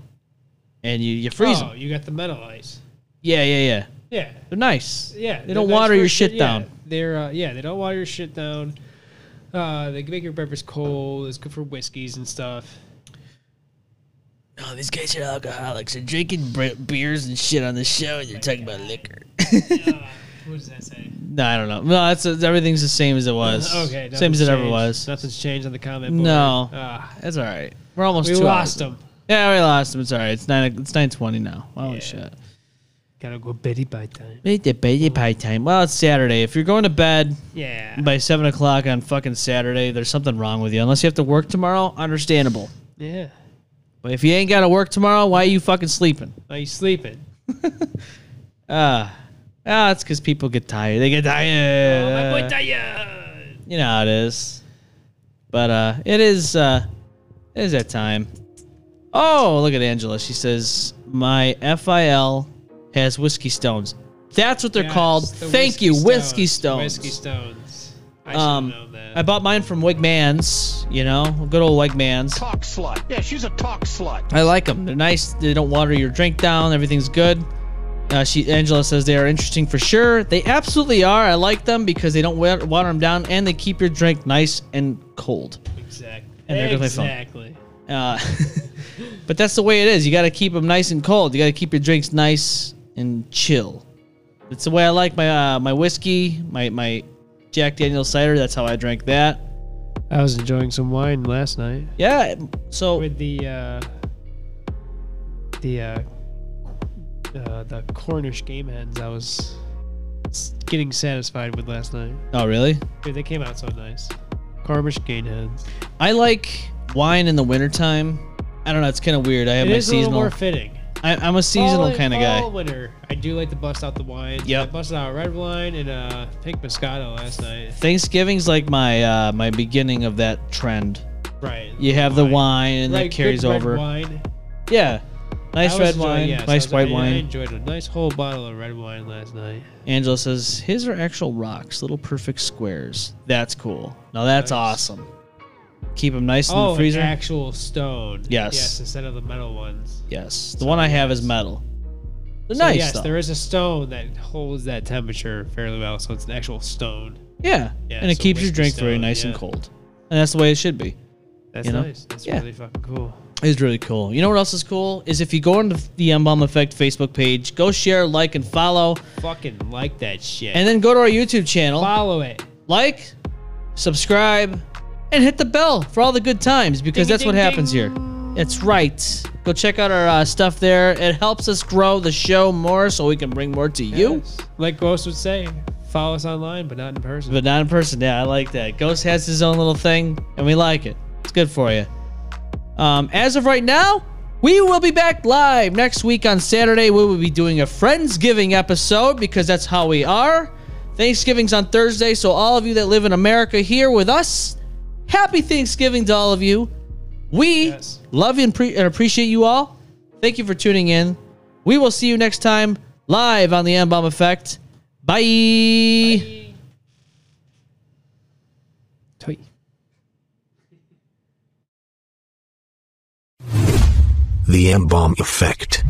Speaker 2: and you you freeze
Speaker 5: Oh,
Speaker 2: them.
Speaker 5: you got the metal ice.
Speaker 2: Yeah, yeah, yeah.
Speaker 5: Yeah.
Speaker 2: They're nice.
Speaker 5: Yeah.
Speaker 2: They
Speaker 5: they're
Speaker 2: don't
Speaker 5: nice
Speaker 2: water
Speaker 5: for-
Speaker 2: your shit
Speaker 5: yeah,
Speaker 2: down.
Speaker 5: They're uh, yeah, they don't water your shit down. Uh, they can make your beverage cold. It's good for whiskeys and stuff.
Speaker 2: Oh, these guys are alcoholics. They're drinking bre- beers and shit on the show, and you're talking about liquor.
Speaker 5: What does that say?
Speaker 2: No, I don't know. No, that's everything's the same as it was.
Speaker 5: Okay.
Speaker 2: same as
Speaker 5: nothing's
Speaker 2: it ever
Speaker 5: changed.
Speaker 2: was.
Speaker 5: Nothing's changed on the comment. Board.
Speaker 2: No.
Speaker 5: Ah,
Speaker 2: That's all right. We're almost
Speaker 5: we
Speaker 2: two
Speaker 5: lost
Speaker 2: hours.
Speaker 5: them.
Speaker 2: Yeah, we lost them. It's all right. It's nine. It's nine twenty now. Holy shit.
Speaker 5: Gotta go bitty by time.
Speaker 2: Wait the baby pie time. Well, it's Saturday. If you're going to bed
Speaker 5: Yeah.
Speaker 2: by seven o'clock on fucking Saturday, there's something wrong with you. Unless you have to work tomorrow, understandable.
Speaker 5: yeah.
Speaker 2: But if you ain't got to work tomorrow, why are you fucking sleeping?
Speaker 5: Are you sleeping?
Speaker 2: Ah, it's because people get tired. They get
Speaker 5: Oh,
Speaker 2: tired.
Speaker 5: yeah.
Speaker 2: you know how it is. But uh it is uh it is that time. Oh, look at Angela. She says, My FIL has whiskey stones. That's what they're called. Thank you, whiskey stones.
Speaker 5: Whiskey stones. I should have
Speaker 2: Um,
Speaker 5: known that.
Speaker 2: I bought mine from Wegmans, you know, good old Wegmans.
Speaker 6: Talk slut. Yeah, she's a talk slut.
Speaker 2: I like them. They're nice. They don't water your drink down. Everything's good. Uh, she Angela says they are interesting for sure. They absolutely are. I like them because they don't wa- water them down and they keep your drink nice and cold.
Speaker 5: exactly.
Speaker 2: and they're definitely fun.
Speaker 5: exactly.
Speaker 2: Uh, but that's the way it is. You got to keep them nice and cold. You got to keep your drinks nice and chill. It's the way I like my uh, my whiskey, my my Jack Daniel's cider. That's how I drink that.
Speaker 5: I was enjoying some wine last night
Speaker 2: Yeah. So
Speaker 5: with the uh, the uh, uh, the Cornish game hens. I was s- getting satisfied with last night.
Speaker 2: oh really?
Speaker 5: Dude, they came out so nice. Cornish game hens.
Speaker 2: I like wine in the wintertime. I don't know. It's kind of weird. I have
Speaker 5: It
Speaker 2: my
Speaker 5: is a little
Speaker 2: seasonal.
Speaker 5: more fitting.
Speaker 2: I, I'm a seasonal
Speaker 5: Fall-
Speaker 2: kind of
Speaker 5: fall,
Speaker 2: guy.
Speaker 5: winter. I do like to bust out the wine. Yeah, I
Speaker 2: Yep.
Speaker 5: busted out red wine and uh, pink Moscato last night.
Speaker 2: Thanksgiving's like my uh, my beginning of that trend.
Speaker 5: Right.
Speaker 2: You have the wine, and
Speaker 5: Like
Speaker 2: that carries
Speaker 5: good red
Speaker 2: over.
Speaker 5: wine.
Speaker 2: Yeah. Nice
Speaker 5: I
Speaker 2: red
Speaker 5: was enjoying-
Speaker 2: wine,
Speaker 5: yes, I
Speaker 2: nice
Speaker 5: was-
Speaker 2: white
Speaker 5: I-
Speaker 2: wine.
Speaker 5: I enjoyed a nice whole bottle of red wine last night.
Speaker 2: Angela says, his are actual rocks, little perfect squares. That's cool. Now that's
Speaker 5: Nice.
Speaker 2: awesome. Keep them nice in
Speaker 5: oh,
Speaker 2: the
Speaker 5: an
Speaker 2: freezer.
Speaker 5: actual stone.
Speaker 2: Yes.
Speaker 5: Yes, instead of the metal ones.
Speaker 2: yes. The one I have is metal. They're nice.
Speaker 5: yes,
Speaker 2: though.
Speaker 5: there is a stone that holds that temperature fairly well, so it's an actual stone.
Speaker 2: Yeah.
Speaker 5: Yeah,
Speaker 2: and it
Speaker 5: so
Speaker 2: keeps your
Speaker 5: whiskey
Speaker 2: drink very
Speaker 5: stone,
Speaker 2: nice and
Speaker 5: yeah.
Speaker 2: cold. And that's the way it should be.
Speaker 5: That's
Speaker 2: You know?
Speaker 5: nice. That's
Speaker 2: Yeah.
Speaker 5: really fucking cool.
Speaker 2: It's really cool. You know what else is cool? Is if you go on the- the Embalm Effect Facebook page, go share, like, and follow.
Speaker 5: Fucking like that shit.
Speaker 2: And then go to our YouTube channel.
Speaker 5: follow it.
Speaker 2: Like, subscribe, and and hit the bell for all the good times because that's what happens here. That's right. Go check out our uh, stuff there. It helps us grow the show more so we can bring more to you.
Speaker 5: Yes. Like Ghost would say, follow us online, but not in person.
Speaker 2: But not in person. Yeah, I like that. Ghost has his own little thing, and we like it. It's good for you. Um, as of right now, we will be back live next week on Saturday. We will be doing a Friendsgiving episode because that's how we are. Thanksgiving's on Thursday, so all of you that live in America here with us, happy Thanksgiving to all of you. We
Speaker 5: Yes.
Speaker 2: love you and, pre- and appreciate you all. Thank you for tuning in. We will see you next time live on the M Bomb Effect. Bye.
Speaker 5: Tweet.
Speaker 1: The M Bomb Effect.